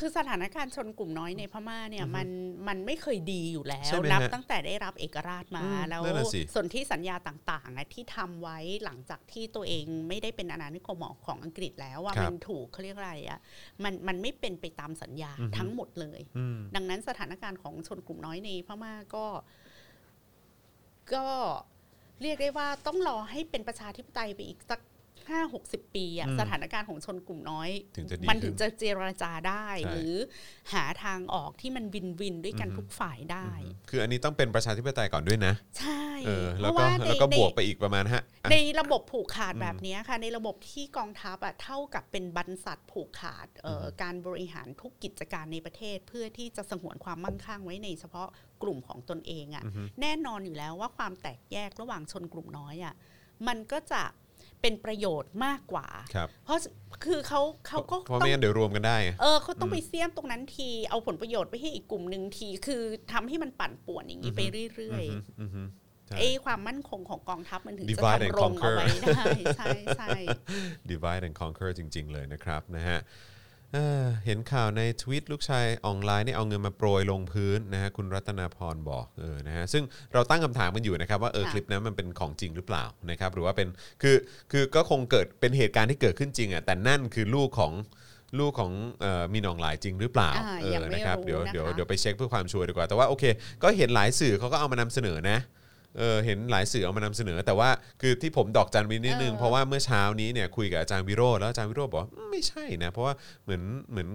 Speaker 3: คือสถานการณ์ชนกลุ่มน้อยในพม่าเนี่ยมันมันไม่เคยดีอยู่แล้ว
Speaker 2: ใช่ไหม
Speaker 3: นับ
Speaker 2: ฮะ
Speaker 3: ตั้งแต่ได้รับเอกราชมา
Speaker 2: อืม
Speaker 3: แล้ว
Speaker 2: นั่นน่ะสิ
Speaker 3: ส่วนที่สัญญาต่างๆอะที่ทำไว้หลังจากที่ตัวเองไม่ได้เป็นอาณานิคมของอังกฤษแล้วว่ามันถูกเขาเรียกอะไรอ่ะมันมันไม่เป็นไปตามสัญญาทั้งหมดเลย
Speaker 2: อืม
Speaker 3: ดังนั้นสถานการณ์ของชนกลุ่มน้อยในพม่าก็ ก็เรียกได้ว่าต้องรอให้เป็นประชาธิปไตยไปอีกสัก 5 60 ปีอะ
Speaker 2: อืม
Speaker 3: สถานการณ์ของชนกลุ่มน้อย
Speaker 2: ถึงจะดี
Speaker 3: มันถึงจะเจรจาได้
Speaker 2: ใช่
Speaker 3: หรือหาทางออกที่มันวินวินด้วยกันทุกฝ่ายได้
Speaker 2: คืออันนี้ต้องเป็นประชาธิปไตยก่อนด้วยนะ
Speaker 3: ใช่
Speaker 2: เออ
Speaker 3: เพ
Speaker 2: แล้ว
Speaker 3: ราะ
Speaker 2: ก็
Speaker 3: ว่าใน
Speaker 2: แล้วก็
Speaker 3: ใน
Speaker 2: บวกไปอีกประมาณฮะอ่ะ
Speaker 3: ในระบบผูกขาด
Speaker 2: อืม
Speaker 3: แบบเนี้ยค่ะ ในระบบที่กองทัพอะเท่ากับเป็นบรรษัทผูกขาดเอ่ออ
Speaker 2: ม
Speaker 3: การบริหารทุกกิจการในประเทศ เพื่อที่จะสงวนความมั่งคั่งไว้ในเฉพาะกลุ่มของตนเองอะ
Speaker 2: อือฮึ
Speaker 3: แน่นอนอยู่แล้วว่าความแตกแยกระหว่างชนกลุ่มน้อยอะ่ะมันก็จะเป็นประโยชน์มากกว่า
Speaker 2: ครับ
Speaker 3: เพราะคือเขาเขาก็
Speaker 2: เพราะ
Speaker 3: ต้อ
Speaker 2: ไม่
Speaker 3: ง
Speaker 2: งั้นเดี๋ยวรวมกันได้
Speaker 3: เออเขาต้อง
Speaker 2: อืม
Speaker 3: ไปเสี่ยมตรงนั้นทีเอาผลประโยชน์ไปให้อีกกลุ่มหนึ่งที คือทำให้มันปั่นป่วนอย่างนี้
Speaker 2: อือฮึ
Speaker 3: ไปเรื่อย
Speaker 2: อือฮึอือฮึใช่
Speaker 3: ๆไอ้ความมั่นคงของกองทัพมันถึงจะ
Speaker 2: Divide and
Speaker 3: ทำรงเอา
Speaker 2: conquer
Speaker 3: ไว้ได้ใช่ใช่
Speaker 2: divide and conquer จริง ๆ เลยนะครับนะฮะเอ่อเห็นข่าวในทวิตลูกชายออนไลน์นี่เอาเงินมาโปรยลงพื้นนะฮะคุณรัตนาพรบอกเออนะฮะซึ่งเราตั้งคำถามกันอยู่นะครับว่าเออ
Speaker 3: ค่ะ
Speaker 2: คลิปนั้นมันเป็นของจริงหรือเปล่านะครับหรือว่าเป็นคือคือก็คงเกิดเป็นเหตุการณ์ที่เกิดขึ้นจริงอ่ะแต่นั่นคือลูกของลูกของเออมีหนองหลายจริงหรือเปล่า
Speaker 3: อ่า
Speaker 2: เอ
Speaker 3: ยั
Speaker 2: อง
Speaker 3: ไม่
Speaker 2: นะครับ
Speaker 3: รู้
Speaker 2: เดี๋ยวเดี๋ยว
Speaker 3: นะคะ
Speaker 2: เดี๋ยวไปเช็คเพื่อความชัวร์ดีกว่าแต่ว่าโอเค ก็เห็นหลายสื่อเขาก็เอามานำเสนอนะ เออเห็นหลายสื่อเอามานำเสนอ แต่ว่าคือที่ผมดอกจันวินิดนึง
Speaker 3: เออ
Speaker 2: เพราะว่าเมื่อเช้านี้เนี่ยคุยกับอาจารย์วิโรจน์แล้วอาจารย์วิโรจน์บอกว่าอืมไม่ใช่นะ เพราะว่าเหมือนเหมือน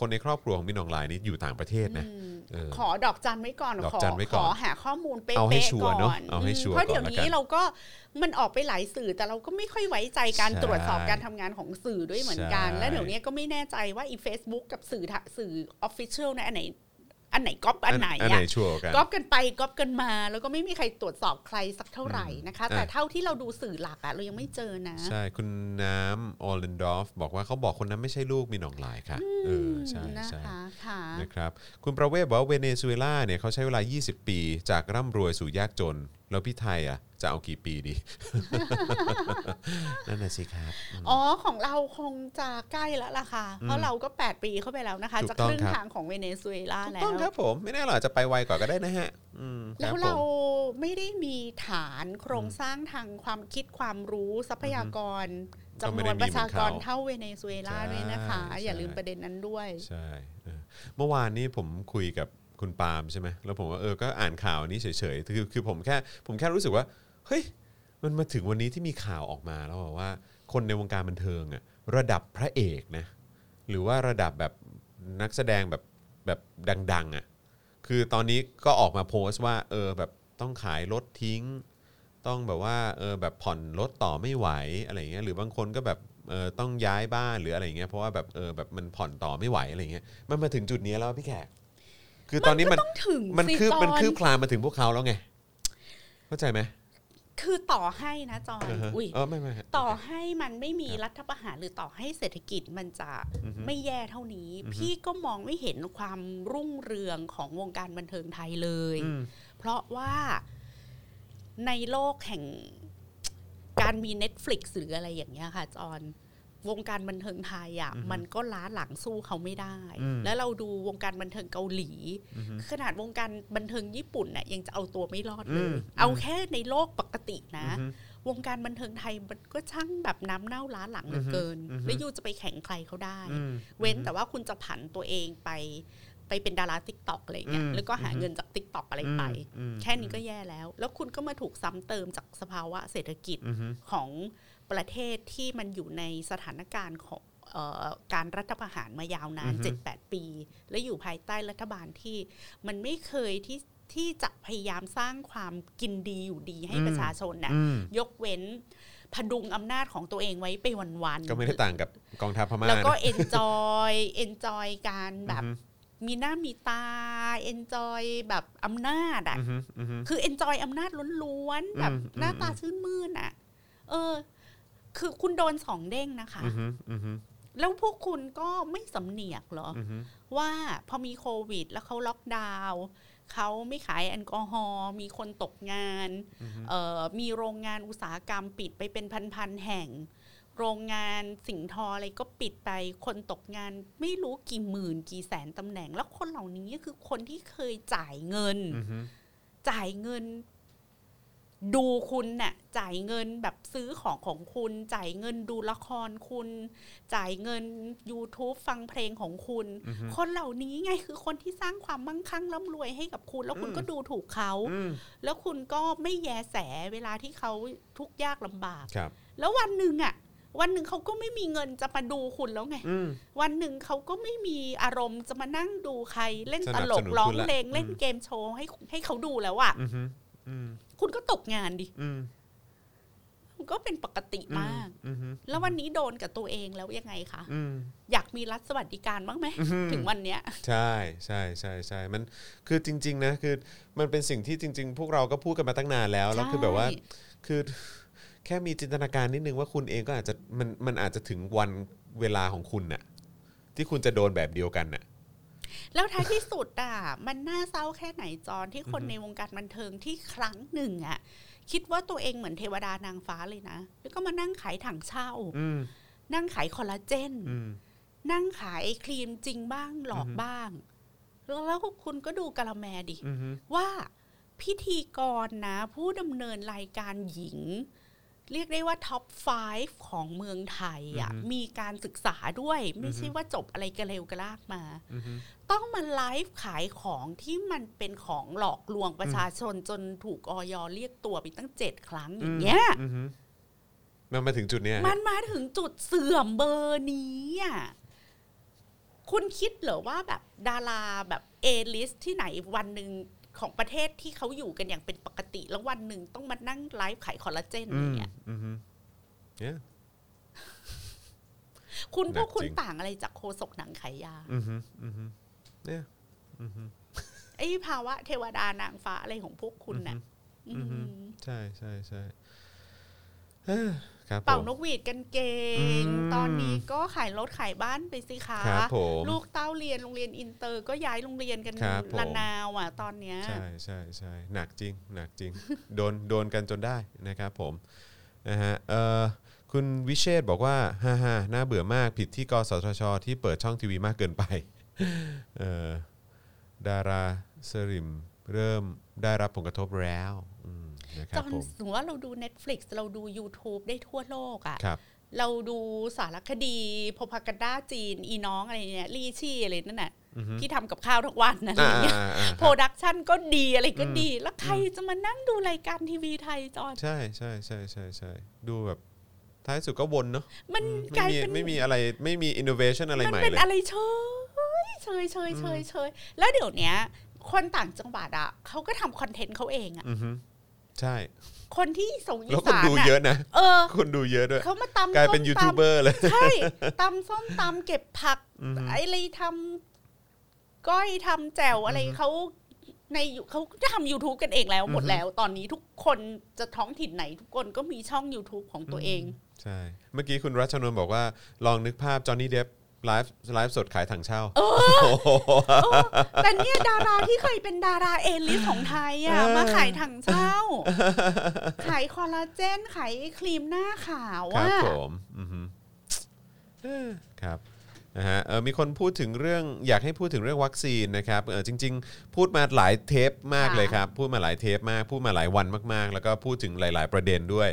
Speaker 2: คนในครอบครัวของพี่หน้องหลายนี่อยู่ต่างประเทศนะ
Speaker 3: อืม
Speaker 2: เออ
Speaker 3: ขอดอกจันไว้ก่อน
Speaker 2: ดอก
Speaker 3: ขอ
Speaker 2: จันไว้ก่อน
Speaker 3: ขอหาข้อมูลเป๊ะๆ
Speaker 2: เอาให้ชัวร์
Speaker 3: ก่อน
Speaker 2: เนอะเอาให้ชัวร์
Speaker 3: เพราะเดี๋ยว
Speaker 2: ก่อนละกั
Speaker 3: นี้
Speaker 2: น
Speaker 3: เราก็มันออกไปหลายสื่อแต่เราก็ไม่ค่อยไว้ใจการ
Speaker 2: ใช่
Speaker 3: ตรวจสอบการทำงานของสื่อด้วยเหมือนกัน
Speaker 2: ใช่
Speaker 3: และเดี๋ยวนี้ก็ไม่แน่ใจว่าอี Facebook กับสื่อทะสื่อออฟฟิเชียลนะอันไหน อันไหนก๊อปอันไหน
Speaker 2: อันไหน
Speaker 3: อะ
Speaker 2: ชัวร์กัน
Speaker 3: ก๊อปกันไปก๊อปกันมา แล้วก็ไม่มีใครตรวจสอบใครสักเท่าไหร่นะคะ
Speaker 2: อ่ะ
Speaker 3: แต่เท่าที่เราดูสื่อหลักอะเรายังไม่เจอนะ
Speaker 2: ใช่คุณน้ำออลเลนดอฟบอกว่าเขาบอกคนนั้นไม่ใช่ลูกมีหน้องหลายค่ะเออใช่
Speaker 3: นะ
Speaker 2: ใช่
Speaker 3: คะค่ะ
Speaker 2: นะครับคุณประเวศบอกว่าเวเนซุเอลาเนี่ยเขาใช้เวลา 20 ปี จากร่ำรวยสู่ยากจน แล้วพี่ไทยอ่ะ จะเอากี่ปี ดี นั่นน่ะสิครับ
Speaker 3: อ๋อ ของเราคงจะใกล้แล้วล่ะค่ะ เพราะเราก็ 8 ปีเข้าไปแล้วนะคะ
Speaker 2: ถูก
Speaker 3: จะ
Speaker 2: ต้อง
Speaker 3: ครึ่ง
Speaker 2: ครับ
Speaker 3: ทางของเวเนซุเอลา
Speaker 2: ถูก
Speaker 3: แล้
Speaker 2: ต้
Speaker 3: ว
Speaker 2: องครับผมไม่แน่หรอกอาจจะไปไวกว่าก็ได้นะฮะ อืมค
Speaker 3: แล้
Speaker 2: บ
Speaker 3: ว
Speaker 2: ผม
Speaker 3: เราไม่ได้มีฐานโครงสร้างทางความคิดความรู้ทรัพยากร
Speaker 2: ก็ไม่
Speaker 3: จำน
Speaker 2: ได้มี
Speaker 3: วนประชากร
Speaker 2: เหมือนเขา
Speaker 3: เท่าเวเนซุเอลา
Speaker 2: ใช่
Speaker 3: ด้วยนะคะ
Speaker 2: ใช่
Speaker 3: อย่าลืมประเด็นนั้นด้วย
Speaker 2: ใช่เออเมื่อวานนี้ผมคุยกับคุณปาล์มใช่ไหมแล้วผมว่าเออก็อ่านข่าวนี้เฉยๆคือคือผมแค่ผมแค่รู้สึกว่าเฮ้ยมันมาถึงวันนี้ที่มีข่าวออกมาแล้วอะว่า คนในวงการบันเทิงอะระดับพระเอกนะหรือว่าระดับแบบนักแสดงแบบแบบดังๆอะคือตอนนี้ก็ออกมาโพสต์ว่าเออแบบต้องขายรถทิ้ง ต้องแบบว่าเออแบบผ่อนรถต่อไม่ไหวอะไรเงี้ยหรือบางคนก็แบบเออต้องย้ายบ้านหรืออะไรเงี้ยเพราะว่าแบบเออแบบมันผ่อนต่อไม่ไหวอะไรเงี้ยมันมาถึงจุดนี้แล้วพี่แขกคือตอนนี้มัน
Speaker 3: ต้องถึง
Speaker 2: มัน
Speaker 3: สิ
Speaker 2: คืบ
Speaker 3: จอ
Speaker 2: มัน
Speaker 3: น
Speaker 2: คืบคลานมาถึงพวกเขาแล้วไงเข้าใจไหม
Speaker 3: คือต่อให้นะจอน
Speaker 2: อ่าฮะ
Speaker 3: อุ้ย
Speaker 2: เออไม่ไม่ฮะ
Speaker 3: ต่อให้มันไม่มีรัฐประหารหรือต่อให้เศรษฐกิจมันจะ
Speaker 2: อือฮึ
Speaker 3: ไม่แย่เท่านี้
Speaker 2: อือฮึ
Speaker 3: พี่ก็มองไม่เห็นความรุ่งเรืองของวงการบันเทิงไทยเลย
Speaker 2: อืม
Speaker 3: เพราะว่าในโลกแห่งการมี Netflix หรืออะไรอย่างเงี้ยค่ะ จอนวงการบันเทิงไทยอ่ะ
Speaker 2: อือฮึ
Speaker 3: มันก็ล้าหลังสู้เขาไม่ได้
Speaker 2: อืม
Speaker 3: แล้วเราดูวงการบันเทิงเกาหลี
Speaker 2: อือฮึ
Speaker 3: ขนาดวงการบันเทิงญี่ปุ่นน่ะยังจะเอาตัวไม่รอดเล
Speaker 2: อืมอื
Speaker 3: ย
Speaker 2: ม
Speaker 3: เอาแค่ในโลกปกตินะ
Speaker 2: อือฮึ
Speaker 3: วงการบันเทิงไทยมันก็ช่างแบบน้ำเน่าล้าหลังเหลือเกิน
Speaker 2: อือฮึ
Speaker 3: แล้วยูจะไปแข่งใครเขาได้
Speaker 2: อืม
Speaker 3: เว้นแต่ว่าคุณจะผันตัวเองไป ไปเป็นดาราติ๊กต็อกอะไรเงี้ย
Speaker 2: อืม
Speaker 3: แล้วก็หา
Speaker 2: อือฮึ
Speaker 3: เงินจากติ๊กต็อกอะไรไป
Speaker 2: อืม
Speaker 3: แค่นี้ก็แย่แล้ว แล้วคุณก็มาถูกซ้ำเติมจากสภาวะเศรษฐกิจ
Speaker 2: อือฮึ
Speaker 3: ของประเทศที่มันอยู่ในสถานการณ์ของเอ่อการรัฐประหารมายาวนาน
Speaker 2: อือฮึ
Speaker 3: 7-8 ปี และอยู่ภายใต้รัฐบาลที่มันไม่เคยที่ที่จะพยายามสร้างความกินดีอยู่ดีให้ประชาชนน่ะ
Speaker 2: อืม
Speaker 3: ยกเว้นพดุงอำนาจของตัวเองไว้ไปวันๆ
Speaker 2: ก็ไม่ได้ต่างกับกองทัพพม่า
Speaker 3: แล้วก็
Speaker 2: นะ
Speaker 3: เอนจ อยเอนจอยการแบบ
Speaker 2: อือฮึ
Speaker 3: มีหน้ามีตาเอนจอยแบบอำนาจอะ
Speaker 2: อือฮึอือฮึ
Speaker 3: คือ enjoy อำนาจล้วนๆ แบบ
Speaker 2: อืม
Speaker 3: หน้าตาชื่นมื่นอ่ะ เออ คือคุณโดนสองเด้งนะคะ
Speaker 2: อือฮึอือฮึ
Speaker 3: แล้วพวกคุณก็ไม่สำเนียกเหรอ
Speaker 2: อือฮึ
Speaker 3: ว่าพอมีโควิด แล้วเขาล็อกดาวน์เขาไม่ขายแอลกอฮอล์มีคนตกงาน
Speaker 2: อือฮึ
Speaker 3: เอ่อมีโรงงานอุตสาหกรรมปิดไปเป็นพันๆแห่ง โรงงานสิ่งทออะไรก็ปิดไป คนตกงานไม่รู้กี่หมื่นกี่แสนตำแหน่ง แล้วคนเหล่านี้คือคนที่เคยจ่ายเงิน
Speaker 2: อือฮึ
Speaker 3: จ่ายเงิน ดูคุณน่ะ จ่ายเงินแบบซื้อของของคุณ จ่ายเงินดูละครคุณ จ่ายเงิน YouTube ฟังเพลงของคุณ
Speaker 2: อือฮึ
Speaker 3: คนเหล่านี้ไงคือคนที่สร้างความมั่งคั่งร่ำรวยให้กับคุณ แล้วคุณ
Speaker 2: อืม
Speaker 3: ก็ดูถูกเขา
Speaker 2: อืม
Speaker 3: แล้วคุณก็ไม่แยแสเวลาที่เขาทุกข์ยากลำบาก
Speaker 2: ครับ
Speaker 3: แล้ววันหนึ่งอ่ะ วันหนึ่งเขาก็ไม่มีเงินจะมาดูคุณแล้วไง
Speaker 2: อืม
Speaker 3: วันหนึ่งเขาก็ไม่มีอารมณ์จะมานั่งดูใคร เล่น
Speaker 2: สนั
Speaker 3: ต
Speaker 2: บสนุน
Speaker 3: ลกร้อง
Speaker 2: คุณละ
Speaker 3: เพลงเล่น
Speaker 2: อืม
Speaker 3: เกมโชว์ให้ให้เขาดูแล้วอ่ะ
Speaker 2: อืมอืม
Speaker 3: คุณก็ตกงานดิ
Speaker 2: อืม
Speaker 3: มันก็เป็นปกติมาก
Speaker 2: อืมอืม
Speaker 3: แล้ววันนี้โดนกับตัวเองแล้วยังไงคะ
Speaker 2: อืม
Speaker 3: อยากมีรัฐสวัสดิการบ้างไหม
Speaker 2: อืม
Speaker 3: ถึงวันเนี้ย
Speaker 2: ใช่ใช่ใช่ใช่มันคือจริง ๆ นะคือมันเป็นสิ่งที่จริง ๆ พวกเราก็พูดกันมาตั้งนานแล้วแล้วคือแบบว่า คือ แค่มีจินตนาการนิดนึงว่าคุณเองก็อาจจะมันมันอาจจะถึงวันเวลาของคุณน่ะที่คุณจะโดนแบบเดียวกันน่ะ
Speaker 3: แล้วท้ายที่สุดอ่ะ มันน่าเศร้าแค่ไหนจอนที่คน
Speaker 2: อือฮึ
Speaker 3: ในวงการบันเทิงที่ครั้งหนึ่งอ่ะ คิดว่าตัวเองเหมือนเทวดานางฟ้าเลยนะ แล้วก็มานั่งขายถังเช่า
Speaker 2: อืม
Speaker 3: นั่งขายคอลลาเจน
Speaker 2: อืม
Speaker 3: นั่งขายครีมจริงบ้างหลอก
Speaker 2: อือฮึ
Speaker 3: บ้าง แล้วแล้วคุณก็ดูกะละแมดิ
Speaker 2: อืม
Speaker 3: ว่าพิธีกรนะ ผู้ดำเนินรายการหญิง เรียกได้ว่าท็อป 5 ของเมืองไทยอ่ะมีการศึกษาด้วย ไม่ใช่ว่าจบอะไรกระเลวกระลากมา
Speaker 2: อืม
Speaker 3: ต้องมาไลฟ์ขายของที่มันเป็นของหลอกลวงประชาชนจนถูกออยเรียกตัวไปตั้งเจ็ดครั้งอย่างเงี้ย
Speaker 2: อืมมันมาถึงจุดเนี้ย
Speaker 3: มันมาถึงจุดเสื่อมเบอร์นี้อ่ะคุณคิดเหรอว่าแบบดาราแบบเอลิสที่ไหนวันหนึ่งของประเทศที่เขาอยู่กันอย่างเป็นปกติ แล้ววันหนึ่งต้องมานั่งไลฟ์ขายคอลลาเจน
Speaker 2: อื
Speaker 3: อย่าม งเงี้ย
Speaker 2: อืมเนี่ย
Speaker 3: คุณพวกคุณ
Speaker 2: หนักจริง
Speaker 3: ต่างอะไรจากโคศกหนังขายยา
Speaker 2: อืมอืมเนี่ยอืม
Speaker 3: ไอ้ภาวะเทวดานางฟ้าอะไรของพวกคุณน่ะ
Speaker 2: อือฮึ
Speaker 3: อืม
Speaker 2: ใช่ใช่ใช่เอ้อ ครับผม
Speaker 3: เป่านกหวีดกันเก่ง
Speaker 2: อืม
Speaker 3: ตอนนี้ก็ขายรถขายบ้านไปสิคะ
Speaker 2: ครับผม
Speaker 3: ลูกเต้าเรียนโรงเรียนอินเตอร์ ก็ย้ายโรงเรียนกัน
Speaker 2: ครับผม
Speaker 3: ละนาวอ่ะ ตอนเนี้ย
Speaker 2: ใช่ใช่ใช่หนักจริง หนักจริง โดนโดนกันจนได้นะครับผมนะฮะเอ่อคุณวิเชษฐ์บอกว่าฮ่าฮ่าน่าเบื่อมากผิดที่กสทช ที่เปิดช่องทีวีมากเกินไป เอ่อดาราสริมเริ่มได้รับผลกระทบแล้วอืมนะค
Speaker 3: จ
Speaker 2: รับ
Speaker 3: อน
Speaker 2: ผม
Speaker 3: สมมติว่าเราดู Netflix เราดู YouTube ได้ทั่วโลกอะ
Speaker 2: ครับ
Speaker 3: เราดูสารคดีพพากันด้าจีน อีน้องอะไรเนี่ยลี่ชี่อะไรนั่นน่ะ
Speaker 2: อือฮึ
Speaker 3: ที่ทำกับข้าวทุกวันนะอะไร
Speaker 2: อ่า
Speaker 3: เนี่ย
Speaker 2: อ่าอ่า
Speaker 3: โปรดักชันก็ดีอะไรก็ดี แล้วใครจะมานั่งดูรายการทีวีไทยจอน
Speaker 2: ใช่ใช่ใช่ใช่ใช่ดูแบบท้ายสุดก็วนเนาะ
Speaker 3: มัน
Speaker 2: อืม
Speaker 3: ก
Speaker 2: ไม่
Speaker 3: ลาย
Speaker 2: มี
Speaker 3: เป็น
Speaker 2: ไม่มีอะไรไม่มีอินโนเวชันอะไร
Speaker 3: มัน
Speaker 2: ใหม่
Speaker 3: เป็น
Speaker 2: เลย
Speaker 3: อะไรเชยเชยเชยเชยเชยแล้วเดี๋ยวเนี้ย คนต่างจังหวัดอะเขาก็ทำคอนเทนต์เขาเองอะ
Speaker 2: อือฮึใช่
Speaker 3: คนที่ส่งอี
Speaker 2: แล้วคน
Speaker 3: สาน
Speaker 2: ดูเยอะนะ
Speaker 3: เออ
Speaker 2: คนดูเยอะด้วย
Speaker 3: เขามาตำ
Speaker 2: กลายเป็น
Speaker 3: ส้ม
Speaker 2: ยู
Speaker 3: ตำ
Speaker 2: ทูบเบอร์เลย
Speaker 3: ใช่ตำส้มตำเก็บผัก
Speaker 2: อือฮึ
Speaker 3: ไอ้อะไรทำก้อยทำแจ่วอะไร
Speaker 2: อือฮึ
Speaker 3: เขาในเขาจะทำ YouTube กันเองแล้วหมดแล้ว ตอนนี้ทุกคนจะท้องถิ่นไหน ทุกคนก็มีช่อง YouTube ของตัวเอง
Speaker 2: ใช่ เมื่อกี้คุณรัชนนท์บอกว่า ลองนึกภาพจอห์นนี่เดฟไลฟ์ไลฟ์สดขายถังเช่า
Speaker 3: แต่เนี่ยดาราที่เคยเป็นดาราเอลิสของไทยอ่ะ
Speaker 2: เออ
Speaker 3: มาขายถังเช่า ขายคอลลาเจน ขายครีมหน้าขาว
Speaker 2: ครั
Speaker 3: อ่ะ
Speaker 2: บผมอือฮึเออครับนะฮะเออมีคนพูดถึงเรื่องอยากให้พูดถึงเรื่องวัคซีนนะครับเออจริง ๆ พูดมาหลายเทปมากเลยครับ พูดมาหลายเทปมาก พูดมาหลายวันมากๆ แล้วก็พูดถึงหลาย ๆ ประเด็นด้วย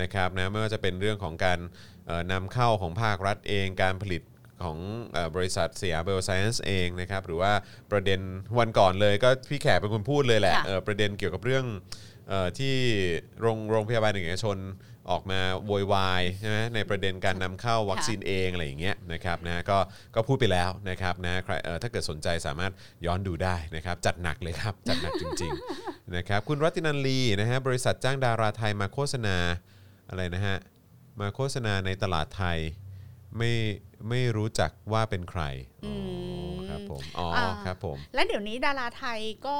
Speaker 2: นะครับนะไม่ว่าจะเป็นเรื่องของการเอ่อนำเข้าของภาครัฐเองการผลิตของเอ่อบริษัทเสียเบลไซเอนซ์เองนะครับหรือว่าประเด็นวันก่อนเลยก็พี่แขกเป็นคนพูดเลยแหละเออประเด็นเกี่ยวกับเรื่อง เอ่อที่โรงโรงพยาบาลเอกชนออกมาโวยวายใช่ไหมในประเด็นการนำเข้าวัคซีนเองอะไรอย่างเงี้ยนะครับนะก็ก็พูดไปแล้วนะครับนะใครเอ่อถ้าเกิดสนใจสามารถย้อนดูได้นะครับ จัดหนักเลยครับ จัดหนักจริง ๆ นะครับคุณรัตินันลีนะฮะบริษัทจ้างดาราไทยมาโฆษณาอะไรนะฮะมาโฆษณาในตลาดไทย ไม่ไม่รู้จักว่าเป็นใครอ๋ออครับผมอ๋ออา ครับผม
Speaker 3: และเดี๋ยวนี้ดาราไทยก็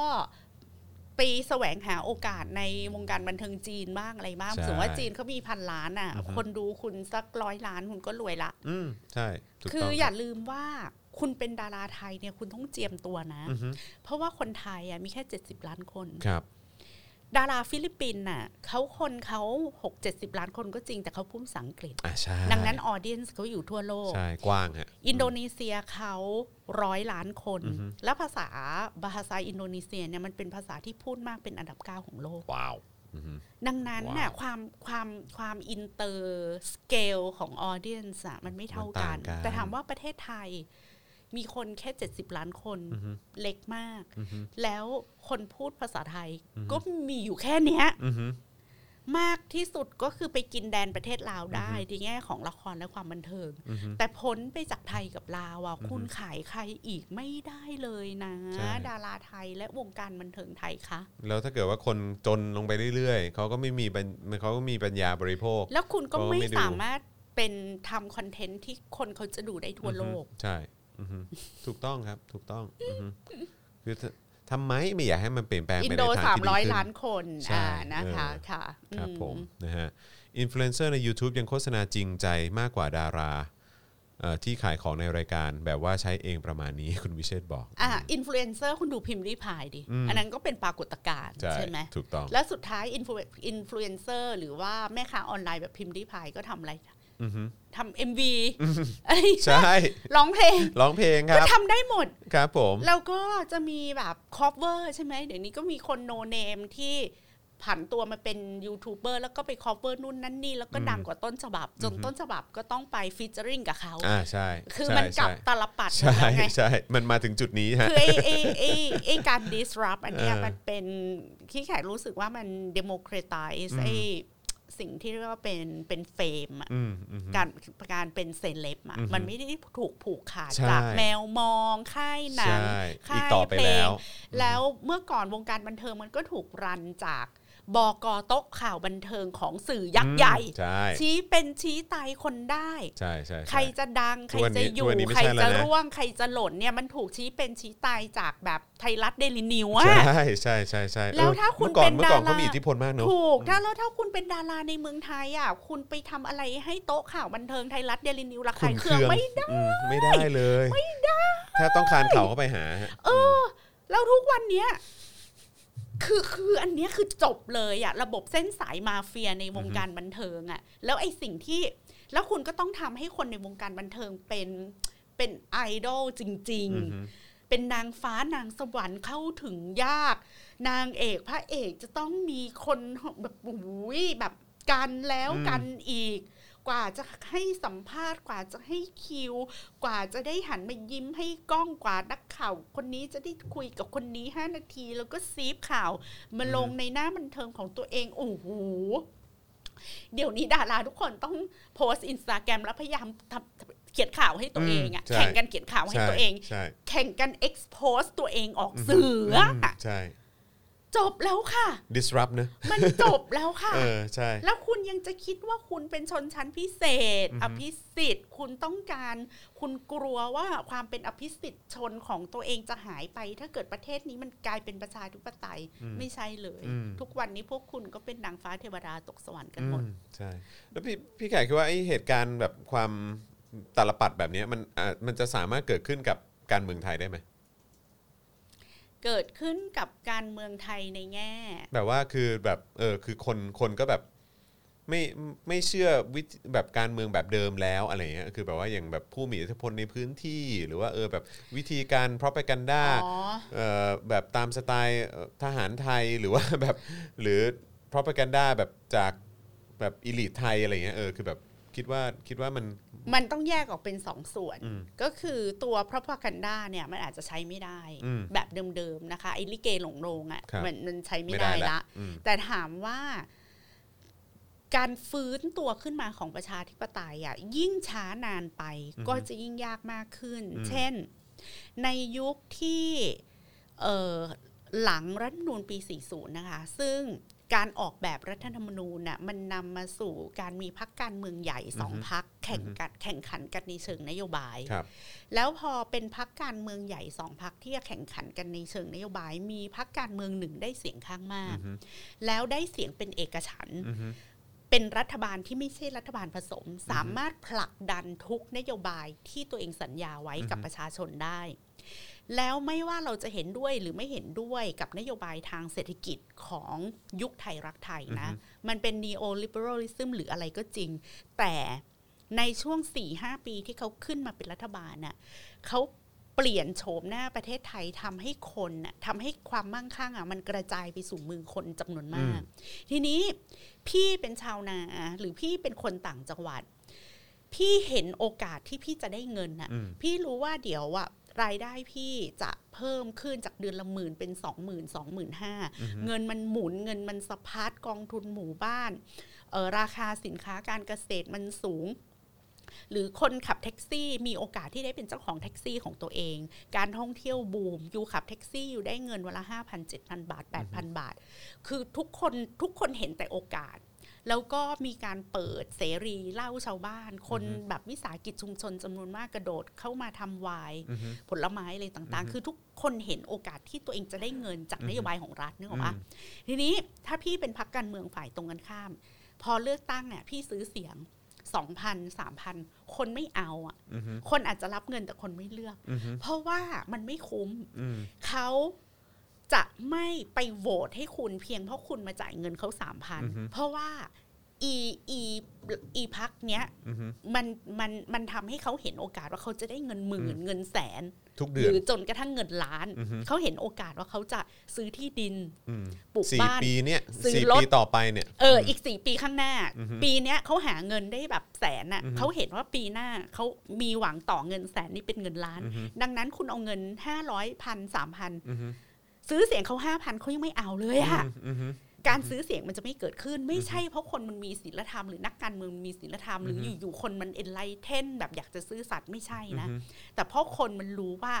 Speaker 3: ไปแสวงหาโอกาสในวงการบันเทิงจีนบ้างอะไรบ้าง
Speaker 2: ใช่
Speaker 3: สมมติว่าจีนเขามีพันล้านอ่ะ
Speaker 2: อือฮึ
Speaker 3: คนดูคุณสักร้อยล้านคุณก็รวยละ
Speaker 2: อืมใช่ถูก
Speaker 3: คื
Speaker 2: ต้
Speaker 3: อ
Speaker 2: องค
Speaker 3: อ
Speaker 2: รั
Speaker 3: ย่า
Speaker 2: บ
Speaker 3: ลืมว่าคุณเป็นดาราไทยเนี่ยคุณต้องเจียมตัวนะ
Speaker 2: อือฮึ
Speaker 3: เพราะว่าคนไทยอ่ะมีแค่ 70 ล้านคน
Speaker 2: ครับ
Speaker 3: ดาราฟิลิปปินส์น่ะเขาคนเขา6 70 ล้านคนก็จริงแต่เขาพูดภาษาอังกฤษ
Speaker 2: อ่ะใช่
Speaker 3: ดังนั้นออเดียนเขาอยู่ทั่วโลก
Speaker 2: ใช่กว้างฮะ
Speaker 3: อินโดนีเซียเขาร้อยล้านคน
Speaker 2: อือฮึ
Speaker 3: และภาษาบาฮาซาอินโดนีเซียเนี่ยมันเป็นภาษาที่พูดมากเป็นอันดับเก้าของโลก
Speaker 2: ว้าวอือฮึ
Speaker 3: ดังนั้นน่ะ
Speaker 2: ว้าว
Speaker 3: ความความความอินเตอร์สเกลของออเดียนส์มันไม่เท่ากัน
Speaker 2: มันต่างกัน
Speaker 3: แต่ถามว่าประเทศไทยมีคนแค่ 70 ล้านคน
Speaker 2: อือฮึ
Speaker 3: เล็กมาก
Speaker 2: อือฮึ
Speaker 3: แล้วคนพูดภาษาไทย
Speaker 2: อือฮึ
Speaker 3: ก็มีอยู่แค่เนี้ย
Speaker 2: อือฮึ
Speaker 3: มากที่สุดก็คือไปกินแดนประเทศลาวได้ในแง่ของละครและความบันเทิง
Speaker 2: อือฮึ
Speaker 3: แต่พ้นไปจากไทยกับลาวอ่ะ
Speaker 2: อือฮึ
Speaker 3: คุณขายใครอีกไม่ได้เลยนะ
Speaker 2: ใช่
Speaker 3: ดาราไทยและวงการบันเทิงไทยคะ
Speaker 2: แล้วถ้าเกิดว่าคนจนลงไปเรื่อยๆเขาก็ไม่มีปัญเขาก็มีปัญญาบริโภค
Speaker 3: แล้วคุณก็
Speaker 2: ก็ไม่
Speaker 3: ไม่
Speaker 2: ดู
Speaker 3: สามารถเป็นทำคอนเทนต์ที่คนเขาจะดูได้ทั่วโลก
Speaker 2: อือฮึใช่อือฮึถูกต้องครับถูกต้องอือฮึคือถ้าทำไมไม่อยากให้มันเปลี่ยนแปลง
Speaker 3: อิน
Speaker 2: ไปใน
Speaker 3: โด
Speaker 2: ทางที่ดี
Speaker 3: สามร้อย
Speaker 2: ขึ้น
Speaker 3: ล้านคน
Speaker 2: ใช่
Speaker 3: อ่านะคะ
Speaker 2: เออ
Speaker 3: ค่ะ
Speaker 2: ครับ
Speaker 3: อืม
Speaker 2: ผมนะฮะอินฟลูเอนเซอร์ใน YouTube ยังโฆษณาจริงใจมากกว่าดาราเอ่อที่ขายของในรายการแบบว่าใช้เองประมาณนี้ คุณวิเชษฐ์บอก
Speaker 3: อ่ะอินฟลูเอนเซอร์คุณดูพิมพ์รีพายดิ
Speaker 2: อืม
Speaker 3: อันนั้นก็เป็นปรากฏการณ์
Speaker 2: ใช่
Speaker 3: ใช่ไหม
Speaker 2: ถูกต้อง
Speaker 3: แล้วสุดท้ายอินฟลูอินฟลูเอนเซอร์หรือว่าแม่ค้าออนไลน์แบบพิมพ์รีพายก็ทำอะไร
Speaker 2: อือฮึ
Speaker 3: ทำเอ็มวีอะไรอย่างเงี้ย
Speaker 2: ใช่
Speaker 3: ร้องเพลง
Speaker 2: ร้องเพลงค
Speaker 3: ก็
Speaker 2: รับ
Speaker 3: ทำได้หมด
Speaker 2: ครับผม
Speaker 3: แล้วก็จะมีแบบคอฟเวอร์ใช่ไหมเดี๋ยวนี้ก็มีคนโนเนมที่ผันตัวมาเป็นยูทูบเบอร์แล้วก็ไปคอฟเวอร์นู่นนั่นนี่ แล้วก็ดังกว่าต้นฉบับ จนต้นฉบับก็ต้องไปฟีเจอริงกับเขา
Speaker 2: อ่าใช่
Speaker 3: คือ
Speaker 2: ใช่
Speaker 3: มันกลับ
Speaker 2: ใช่
Speaker 3: ตลปัดหมด
Speaker 2: ใช่
Speaker 3: แล้วไง
Speaker 2: ใช่ มันมาถึงจุดนี้ฮะ
Speaker 3: คือไอ้ไอ้ไอ้ไอ้การ disrupt อันเนี้ย
Speaker 2: เออ
Speaker 3: มันเป็นขี้แขกรู้สึกว่ามัน democratize
Speaker 2: อืม
Speaker 3: ไอ้สิ่งที่เรียกว่าเป็นเป็นเฟมอะ
Speaker 2: อืมอืม
Speaker 3: การการเป็นเซเลบอะ
Speaker 2: อือฮึ
Speaker 3: มันไม่ได้ถูกผูกขาด
Speaker 2: ใช่
Speaker 3: จากแมวมองค่ายหนัง
Speaker 2: ใช่อีก
Speaker 3: ค่าย
Speaker 2: ต่อไป
Speaker 3: เพล
Speaker 2: แล้
Speaker 3: ง
Speaker 2: ว
Speaker 3: แล้วเมื่อก่อนวงการบันเทิงมันก็ถูกรันจากบกโต๊ะข่าวบันเทิงของสื่อยักษ์ใหญ่
Speaker 2: ใช่
Speaker 3: ชี้เป็นชี้ตายคนได้
Speaker 2: ใช่ใช่
Speaker 3: ใครจะดัง
Speaker 2: ทุ
Speaker 3: ใคร
Speaker 2: กวันนี้
Speaker 3: จะอยู่
Speaker 2: ทุกวันนี้ไม่
Speaker 3: ใคร
Speaker 2: ใช่แล้ว
Speaker 3: จะ
Speaker 2: นะ
Speaker 3: ร่วง ใครจะหล่นเนี่ยมันถูกชี้เป็นชี้ตายจากแบบไทยรัฐเดลินิวอะ
Speaker 2: ใช่ใช่ใช่ใช่ใช่เออ
Speaker 3: แล้วถ้าคุณ
Speaker 2: เมื่อก่อน
Speaker 3: เป็น
Speaker 2: เมื่อก่อน
Speaker 3: ดารา
Speaker 2: เขามีอิทธิพลมากเนอะ
Speaker 3: ถูกถ้าแล้วถ้าคุณเป็นดาราในเมืองไทยอ่ะคุณไปทำอะไรให้โต๊ะข่าวบันเทิงไทยรัฐเดลินิวระคายเคืองไม่ได้
Speaker 2: อืมไม่ได้เลย ไม่ได้ ถ้าต้องคานเข่าเข้าไปหาฮะ
Speaker 3: เออ แล้วทุกวันเนี้ยคือคืออันเนี้ยคือจบเลยอะระบบเส้นสายมาเฟียในวงการบันเทิงอะแล้วไอ้สิ่งที่ แล้วคุณก็ต้องทำให้คนในวงการบันเทิงเป็นเป็นไอดอลจริง
Speaker 2: อื
Speaker 3: ๆ
Speaker 2: ม
Speaker 3: เป็นนางฟ้านางสวรรค์เข้าถึงยาก นางเอกพระเอกจะต้องมีคนแบบโอ้ยแบบกันแล้ว
Speaker 2: อืม
Speaker 3: กันอีก กว่าจะให้สัมภาษณ์กว่าจะให้คิว กว่าจะได้หันมายิ้มให้กล้องกว่านักข่าว คนนี้จะได้คุยกับคนนี้ 5 นาที แล้วก็ซีฟข่าวมาลงในหน้าบันเทิงของตัวเองโอ้โหเดี๋ยวนี้ดาราทุกคนต้องโพสต์อินสตาแกรมแล้วพยายามทำเขียนข่าวให้ตัวเองอะ
Speaker 2: อืมใช่
Speaker 3: แข่งกันเขียนข่าวให้
Speaker 2: ใช่
Speaker 3: ตัวเอง
Speaker 2: ใช่
Speaker 3: แข่งกัน expose ตัวเองออกสื่ออะ
Speaker 2: มใช่
Speaker 3: จบแล้วค่ะ
Speaker 2: disrupt เนอะ
Speaker 3: มันจบแล้วค่ะ
Speaker 2: เออใช่
Speaker 3: แล้วคุณยังจะคิดว่าคุณเป็นชนชั้นพิเศษ อภิสิทธิ์ คุณต้องการ คุณกลัวว่าความเป็นอภิสิทธิ์ชนของตัวเองจะหายไป ถ้าเกิดประเทศนี้มันกลายเป็นประชาธิปไตยไม่ใช่เลย
Speaker 2: อืม
Speaker 3: ทุกวันนี้พวกคุณก็เป็นนางฟ้าเทวดาตกสวรรค์กัน
Speaker 2: อื
Speaker 3: หมด
Speaker 2: มใช่ แล้วพี่พี่ไก่คิดว่าไอเหตุการณ์แบบความตาลปัดแบบเนี้ยมันอ่ามันจะสามารถเกิดขึ้นกับการเมืองไทยได้ไหม
Speaker 3: เกิดขึ้นกับการเมืองไทยในแง่
Speaker 2: แบบว่าคือแบบเออคือคนคนก็แบบไม่ไม่เชื่อวิธีแบบการเมืองแบบเดิมแล้วอะไรเงี้ยคือแบบว่าอย่างแบบผู้มีอิทธิพลในพื้นที่ หรือว่าเออแบบวิธีการพรอพกันด้า
Speaker 3: อ๋อ
Speaker 2: เอ่อแบบตามสไตล์เอ่อทหารไทยหรือว่า แบบ หรือ propaganda แบบจากแบบอิลิทไทยอะไรเงี้ยเออคือแบบคิดว่าคิดว่ามัน
Speaker 3: มันต้องแยกออกเป็นสองส่วน
Speaker 2: อืม
Speaker 3: ก็คือตัวพระพกันดาเนี่ยมันอาจจะใช้ไม่ได้
Speaker 2: อืม
Speaker 3: แบบเดิมๆนะคะไอ้ลิเกหลงโรง
Speaker 2: ครับ
Speaker 3: อะ่ะมันมันใช้ไม่ได้ละ
Speaker 2: อืม
Speaker 3: แต่ถามว่า การฟื้นตัวขึ้นมาของประชาธิปไตยอะ่ะยิ่งช้านานไปก็จะยิ่งยากมากขึ้น เช่น ในยุคที่เอ่อหลังรัฐธรรมนูญปี 40 นะคะ ซึ่งการออกแบบรัฐธรรมนูญน่ะมันนำมาสู่การมีพักการเมืองใหญ่สองพักแข่งกันแข่งขันกันในเชิงนโยบาย
Speaker 2: ครับ
Speaker 3: แล้วพอเป็นพักการเมืองใหญ่สองพักที่จะแข่งขันกันในเชิงนโยบาย มีพักการเมืองหนึ่งได้เสียงข้างมาก
Speaker 2: อือฮึ
Speaker 3: แล้วได้เสียงเป็นเอกฉันท์
Speaker 2: อือฮึ
Speaker 3: เป็นรัฐบาลที่ไม่ใช่รัฐบาลผสม สามารถผลักดันทุกนโยบายที่ตัวเองสัญญาไว้กับ
Speaker 2: อือฮึ
Speaker 3: ประชาชนได้ แล้วไม่ว่าเราจะเห็นด้วยหรือไม่เห็นด้วยกับนโยบายทางเศรษฐกิจของยุคไทยรักไทยนะ มันเป็น neoliberalism หรืออะไรก็จริง แต่ในช่วง 4-5 ปีที่เขาขึ้นมาเป็นรัฐบาลน่ะเขาเปลี่ยนโฉมหน้าประเทศไทยทำให้คนน่ะทำให้ความมั่งคั่งอ่ะมันกระจายไปสู่มือคนจำนวนมาก ทีนี้พี่เป็นชาวนาหรือพี่เป็นคนต่างจังหวัด พี่เห็นโอกาสที่พี่จะได้เงินน่ะ
Speaker 2: อืม
Speaker 3: พี่รู้ว่าเดี๋ยวอ่ะ รายได้พี่จะเพิ่มขึ้นจากเดือนละหมื่นเป็นสองหมื่นสองหมื่นห้าเงินมันหมุนเงินมันสะพัดกองทุนหมู่บ้านเอ่อราคาสินค้าการเกษตรมันสูง หรือคนขับแท็กซี่มีโอกาสที่ได้เป็นเจ้าของแท็กซี่ของตัวเอง การท่องเที่ยวบูมอยู่ขับแท็กซี่อยู่ได้เงินวันละ5,000 7,000 บาท 8,000 บาท คือทุกคนทุกคนเห็นแต่โอกาส แล้วก็มีการเปิดเสรีเหล่าชาวบ้าน คนแบบวิสาหกิจชุมชนจำนวนมากกระโดดเข้ามาทำไวน์
Speaker 2: อือฮึ
Speaker 3: ผลไม้อะไรต่างๆ คือทุกคนเห็นโอกาสที่ตัวเองจะได้เงินจาก
Speaker 2: อือฮึ
Speaker 3: นโยบายของรัฐนึกออกปะ
Speaker 2: อืม
Speaker 3: ทีนี้ถ้าพี่เป็นพักการเมืองฝ่ายตรงกันข้าม พอเลือกตั้งเนี่ยพี่ซื้อเสียงสองพันสามพันคนไม่เอาอ่ะ
Speaker 2: อือฮึ
Speaker 3: คนอาจจะรับเงินแต่คนไม่เลือก
Speaker 2: อือฮึ
Speaker 3: เพราะว่ามันไม่คุ้ม
Speaker 2: อืม
Speaker 3: เขาจะไม่ไปโหวตให้คุณเพียงเพราะคุณมาจ่ายเงินเขาสามพัน
Speaker 2: อือฮึ
Speaker 3: เพราะว่าอีอีอีพักเนี้ย
Speaker 2: อือฮึ
Speaker 3: มันมันมันทำให้เขาเห็นโอกาสว่าเขาจะได้เงินหมื่นเงินแสน
Speaker 2: ทุก
Speaker 3: ห
Speaker 2: เดือน
Speaker 3: รือจนกระทั่งเงินล้าน
Speaker 2: อือฮึ
Speaker 3: เขาเห็นโอกาสว่าเขาจะซื้อที่ดิน
Speaker 2: อืม
Speaker 3: ปลูก
Speaker 2: สี่
Speaker 3: บ้าน
Speaker 2: ปีเนี่ย
Speaker 3: ซื้อ
Speaker 2: สี่
Speaker 3: รถ
Speaker 2: ปีต่อไปเนี่ย
Speaker 3: เอออีกสี่ปีข้างหน้า
Speaker 2: อือฮึ
Speaker 3: ปีเนี้ยเขาหาเงินได้แบบแสนน่ะ
Speaker 2: อือฮึ
Speaker 3: เขาเห็นว่าปีหน้าเขามีหวังต่อเงินแสนนี่เป็นเงินล้าน
Speaker 2: อือฮึ
Speaker 3: ดังนั้นคุณเอาเงินห้าร้อยพันสามพัน
Speaker 2: อือฮึ
Speaker 3: ซื้อเสียงเขาห้าพันเขายังไม่เอาเลยอะ
Speaker 2: อือฮึ
Speaker 3: การซื้อเสียงมันจะไม่เกิดขึ้น ไม่ใช่เพราะคนมันมีศีลธรรมหรือนักการเมืองมีศีลธรรมหรือ
Speaker 2: อฮึ
Speaker 3: อยู่ๆคนมันเอ็นไลเทนแบบอยากจะซื้อสัตว์ไม่ใช่นะ
Speaker 2: อือฮึ
Speaker 3: แต่เพราะคนมันรู้ว่า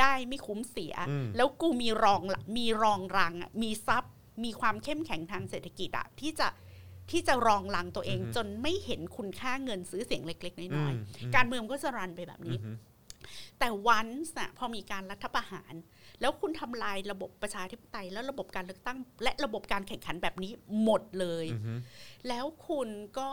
Speaker 3: ได้ไม่คุ้มเสีย
Speaker 2: อืม
Speaker 3: แล้วกูมีรองละมีรองรังอะมีทรัพย์ มีความเข้มแข็งทางเศรษฐกิจอะที่จะที่จะรองรังตัวเอง จนไม่เห็นคุณค่าเงินซื้อเสียงเล็ก ๆ น้อยๆ การเมืองก็จะรันไปแบบนี้
Speaker 2: อือฮึ
Speaker 3: แต่วันน่ะพอมีการรัฐประหาร แล้วคุณทำลายระบบประชาธิปไตย แล้วระบบการเลือกตั้ง และระบบการแข่งขันแบบนี้หมดเลย
Speaker 2: อือฮึ
Speaker 3: แล้วคุณก็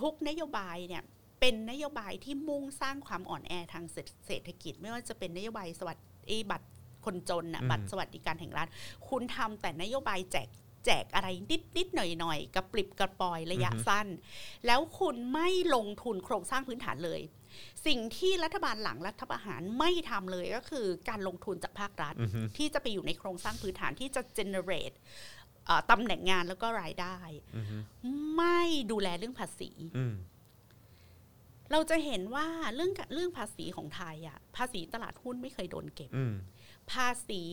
Speaker 3: ทุกนโยบายเนี่ยเป็นนโยบายที่มุ่งสร้างความอ่อนแอทางเศรษฐเศรษฐกิจ ไม่ว่าจะเป็นนโยบายสวัสดิบัตรคนจนนะ
Speaker 2: อืม
Speaker 3: บัตรสวัสดิการแห่งรัฐคุณทำแต่นโยบายแจกแจกอะไรนิดนิดๆหน่อยหน่อยๆกระปริบกระปอยระยะสั้น แล้วคุณไม่ลงทุนโครงสร้างพื้นฐานเลย สิ่งที่รัฐบาลหลังรัฐประหารไม่ทำเลยก็คือการลงทุนจากภาครัฐ
Speaker 2: อือฮึ
Speaker 3: ที่จะไปอยู่ในโครงสร้างพื้นฐานที่จะ generate เอ่อตำแหน่งงานแล้วก็รายได้
Speaker 2: อือฮึ
Speaker 3: ไม่ดูแลเรื่องภาษี
Speaker 2: อืม
Speaker 3: เราจะเห็นว่าเรื่องเรื่องภาษีของไทยอะภาษีตลาดหุ้นไม่เคยโดนเก็บ
Speaker 2: อืม
Speaker 3: ภาษี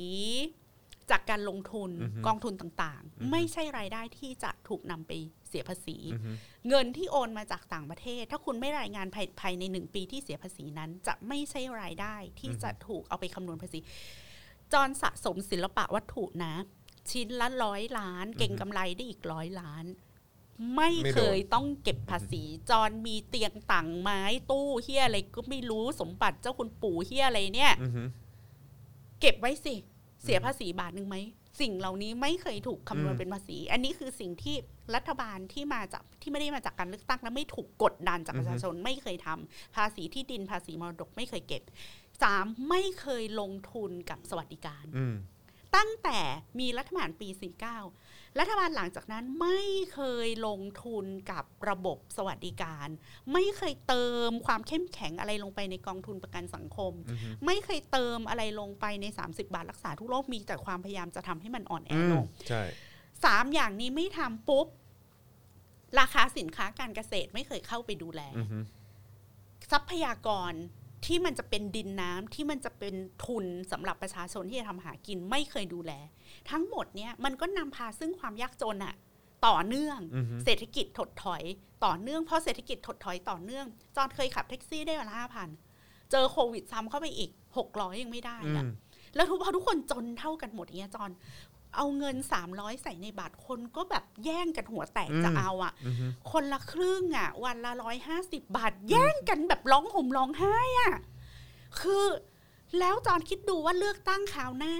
Speaker 3: จากการลงทุน
Speaker 2: อือฮึ
Speaker 3: กองทุนต่าง
Speaker 2: อือฮึ
Speaker 3: ๆ ไม่ใช่รายได้ที่จะถูกนำไปเสียภาษี
Speaker 2: อือฮึ
Speaker 3: เงินที่โอนมาจากต่างประเทศ ถ้าคุณไม่รายงานภายภายในหนึ่งปีที่เสียภาษีนั้น จะไม่ใช่รายได้ที่จะถูกเอาไปคำนวณภาษี จอนสะสมศิลปะวัตถุนะ ชิ้นละร้อยล้าน เก่งกำไรได้อีกร้อยล้าน ไม่
Speaker 2: ไม่โดน
Speaker 3: เคยต้องเก็บภาษี จอนมีเตียงต่างไม้ตู้เฮียอะไรก็ไม่รู้สมบัติเจ้าคุณปู่เฮียอะไรเนี่ย
Speaker 2: อือฮึ
Speaker 3: เก็บไว้สิ เสียภาษีบาทหนึ่งไหม สิ่งเหล่านี้ไม่เคยถูกคำนวณ
Speaker 2: อืม
Speaker 3: เป็นภาษี อันนี้คือสิ่งที่รัฐบาลที่มาจากที่ไม่ได้มาจากการเลือกตั้งและไม่ถูกกดดันจากประชาชนไม่เคยทำภาษีที่ดินภาษีมรดกไม่เคยเก็บสามไม่เคยลงทุนกับสวัสดิการ
Speaker 2: อืม
Speaker 3: ตั้งแต่มีรัฐบาลปี 49 รัฐบาลหลังจากนั้นไม่เคยลงทุนกับระบบสวัสดิการ ไม่เคยเติมความเข้มแข็งอะไรลงไปในกองทุนประกันสังคม
Speaker 2: อือฮึ
Speaker 3: ไม่เคยเติมอะไรลงไปใน 30 บาทรักษาทุกโรคมีแต่ความพยายามจะทำให้มันอ่อนแอ
Speaker 2: อื
Speaker 3: ล
Speaker 2: ม
Speaker 3: ง
Speaker 2: ใช่
Speaker 3: สามอย่างนี้ไม่ทำปุ๊บ ราคาสินค้าการเกษตรไม่เคยเข้าไปดูแล
Speaker 2: อือฮึ
Speaker 3: ทรัพยากรที่มันจะเป็นดินน้ำที่มันจะเป็นทุนสำหรับประชาชนที่จะทำหากินไม่เคยดูแล ทั้งหมดเนี่ยมันก็นำพาซึ่งความยากจนอะต่อเนื่อง
Speaker 2: อือฮึ
Speaker 3: เศรษฐกิจถดถอยต่อเนื่องเพราะเศรษฐกิจถดถอยต่อเนื่อง จอนเคยขับแท็กซี่ได้วันละห้าพันเจอโควิดซ้ำเข้าไปอีกหกร้อยยังไม่ได้
Speaker 2: อื
Speaker 3: อะ
Speaker 2: ม
Speaker 3: แล้วทุกพอทุกคนจนเท่ากันหมดอย่างเงี้ยจอนเอาเงิน 300 ใส่ในบาทคนก็แบบแย่งกันหัวแตก
Speaker 2: อืม
Speaker 3: จะเอาอะ่ะ
Speaker 2: อือฮึ
Speaker 3: คนละครึ่งอะ่ะ วันละร้อยห้าสิบบาท แย่งกันแบบร้องห่มร้องไห้อะ่ะ คือแล้วจอนคิดดูว่าเลือกตั้งคราวหน้า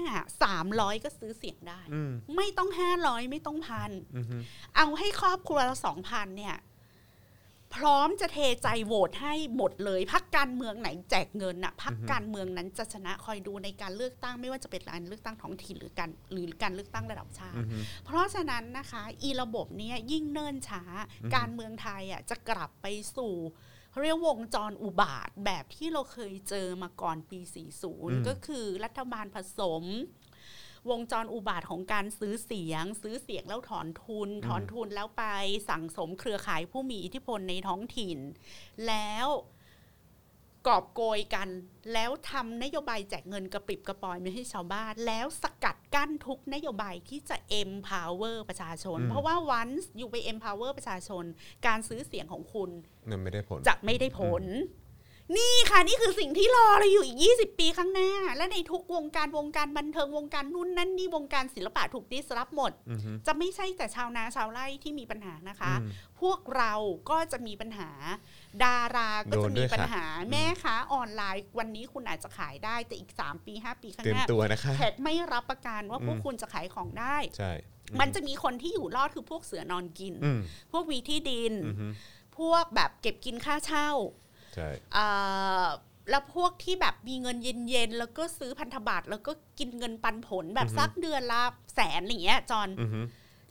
Speaker 3: 300 ก็ซื้อเสียงได้
Speaker 2: อืม
Speaker 3: ไม่ต้อง 500 ไม่ต้องพัน
Speaker 2: อือฮึ
Speaker 3: เอาให้ครอบครัวละสองพันเนี่ย พร้อมจะเทใจโหวตให้หมดเลยพักการเมืองไหนแจกเงินน่ะพักการเมืองนั้นจะชนะคอยดูในการเลือกตั้ง ไม่ว่าจะเป็นการเลือกตั้งท้องถิ่นหรือการหรือการเลือกตั้งระดับชา
Speaker 2: อื
Speaker 3: ติ
Speaker 2: อฮึ
Speaker 3: เพราะฉะนั้นนะคะ อีระบบเนี้ยยิ่งเนิ่นช้า
Speaker 2: อือฮึ
Speaker 3: การเมืองไทยอ่ะจะกลับไปสู่เขาเรียกวงจรอุบาทแบบที่เราเคยเจอมาก่อนปี 40 ก็คือรัฐบาลผสม วงจรอุบาทของการซื้อเสียง ซื้อเสียงแล้วถอนทุน ถอนทุนแล้วไปสั่งสมเครือข่ายผู้มีอิทธิพลในท้องถิ่น แล้ว กอบโกยกัน แล้วทำนโยบายแจกเงินกระปริบกระปอยไม่ให้ชาวบ้าน แล้วสกัดกั้นทุกนโยบายที่จะ empower ประชาชน
Speaker 2: อืม
Speaker 3: เพราะว่าวันอยู่ไป empower ประชาชน การซื้อเสียงของคุณ
Speaker 2: มันไม่ได้ผล
Speaker 3: จะไม่ได้ผล นี่ค่ะนี่คือสิ่งที่รอเราอยู่อีก 20 ปีข้างหน้า และในทุกวงการวงการบันเทิงวงการนู่นนั่นนี่วงการศิลปะถูกดิสรับหมด
Speaker 2: อือฮึ
Speaker 3: จะไม่ใช่แต่ชาวนาชาวไร่ที่มีปัญหานะคะ
Speaker 2: อืม
Speaker 3: พวกเราก็จะมีปัญหา ดาราก็จะ
Speaker 2: โดนด้
Speaker 3: มี
Speaker 2: วยค่ะ
Speaker 3: ปัญหาแม่ค้าออนไลน์วันนี้คุณอาจจะขายได้แต่อีก 3 ปี 5 ปีข้าง
Speaker 2: เตรีย
Speaker 3: ห
Speaker 2: ม
Speaker 3: น้า
Speaker 2: ตัวนะคะ
Speaker 3: แพทย์ไม่รับประกันว่าพวก
Speaker 2: อืม
Speaker 3: คุณจะขายของได้
Speaker 2: ใช่
Speaker 3: มันจะมีคนที่อยู่รอดคือพวกเสือนอนกิน
Speaker 2: อืม
Speaker 3: พวกวีที่ดิน
Speaker 2: อือฮึ
Speaker 3: พวกแบบเก็บกินค่าเช่า
Speaker 2: ใช่
Speaker 3: เอ่อแล้วพวกที่แบบมีเงินเย็นๆ แล้วก็ซื้อพันธบัตรแล้วก็กินเงินปันผลแบบ
Speaker 2: อือฮึ
Speaker 3: สักเดือนละแสนอย่างเงี้ยจอน
Speaker 2: อือฮึ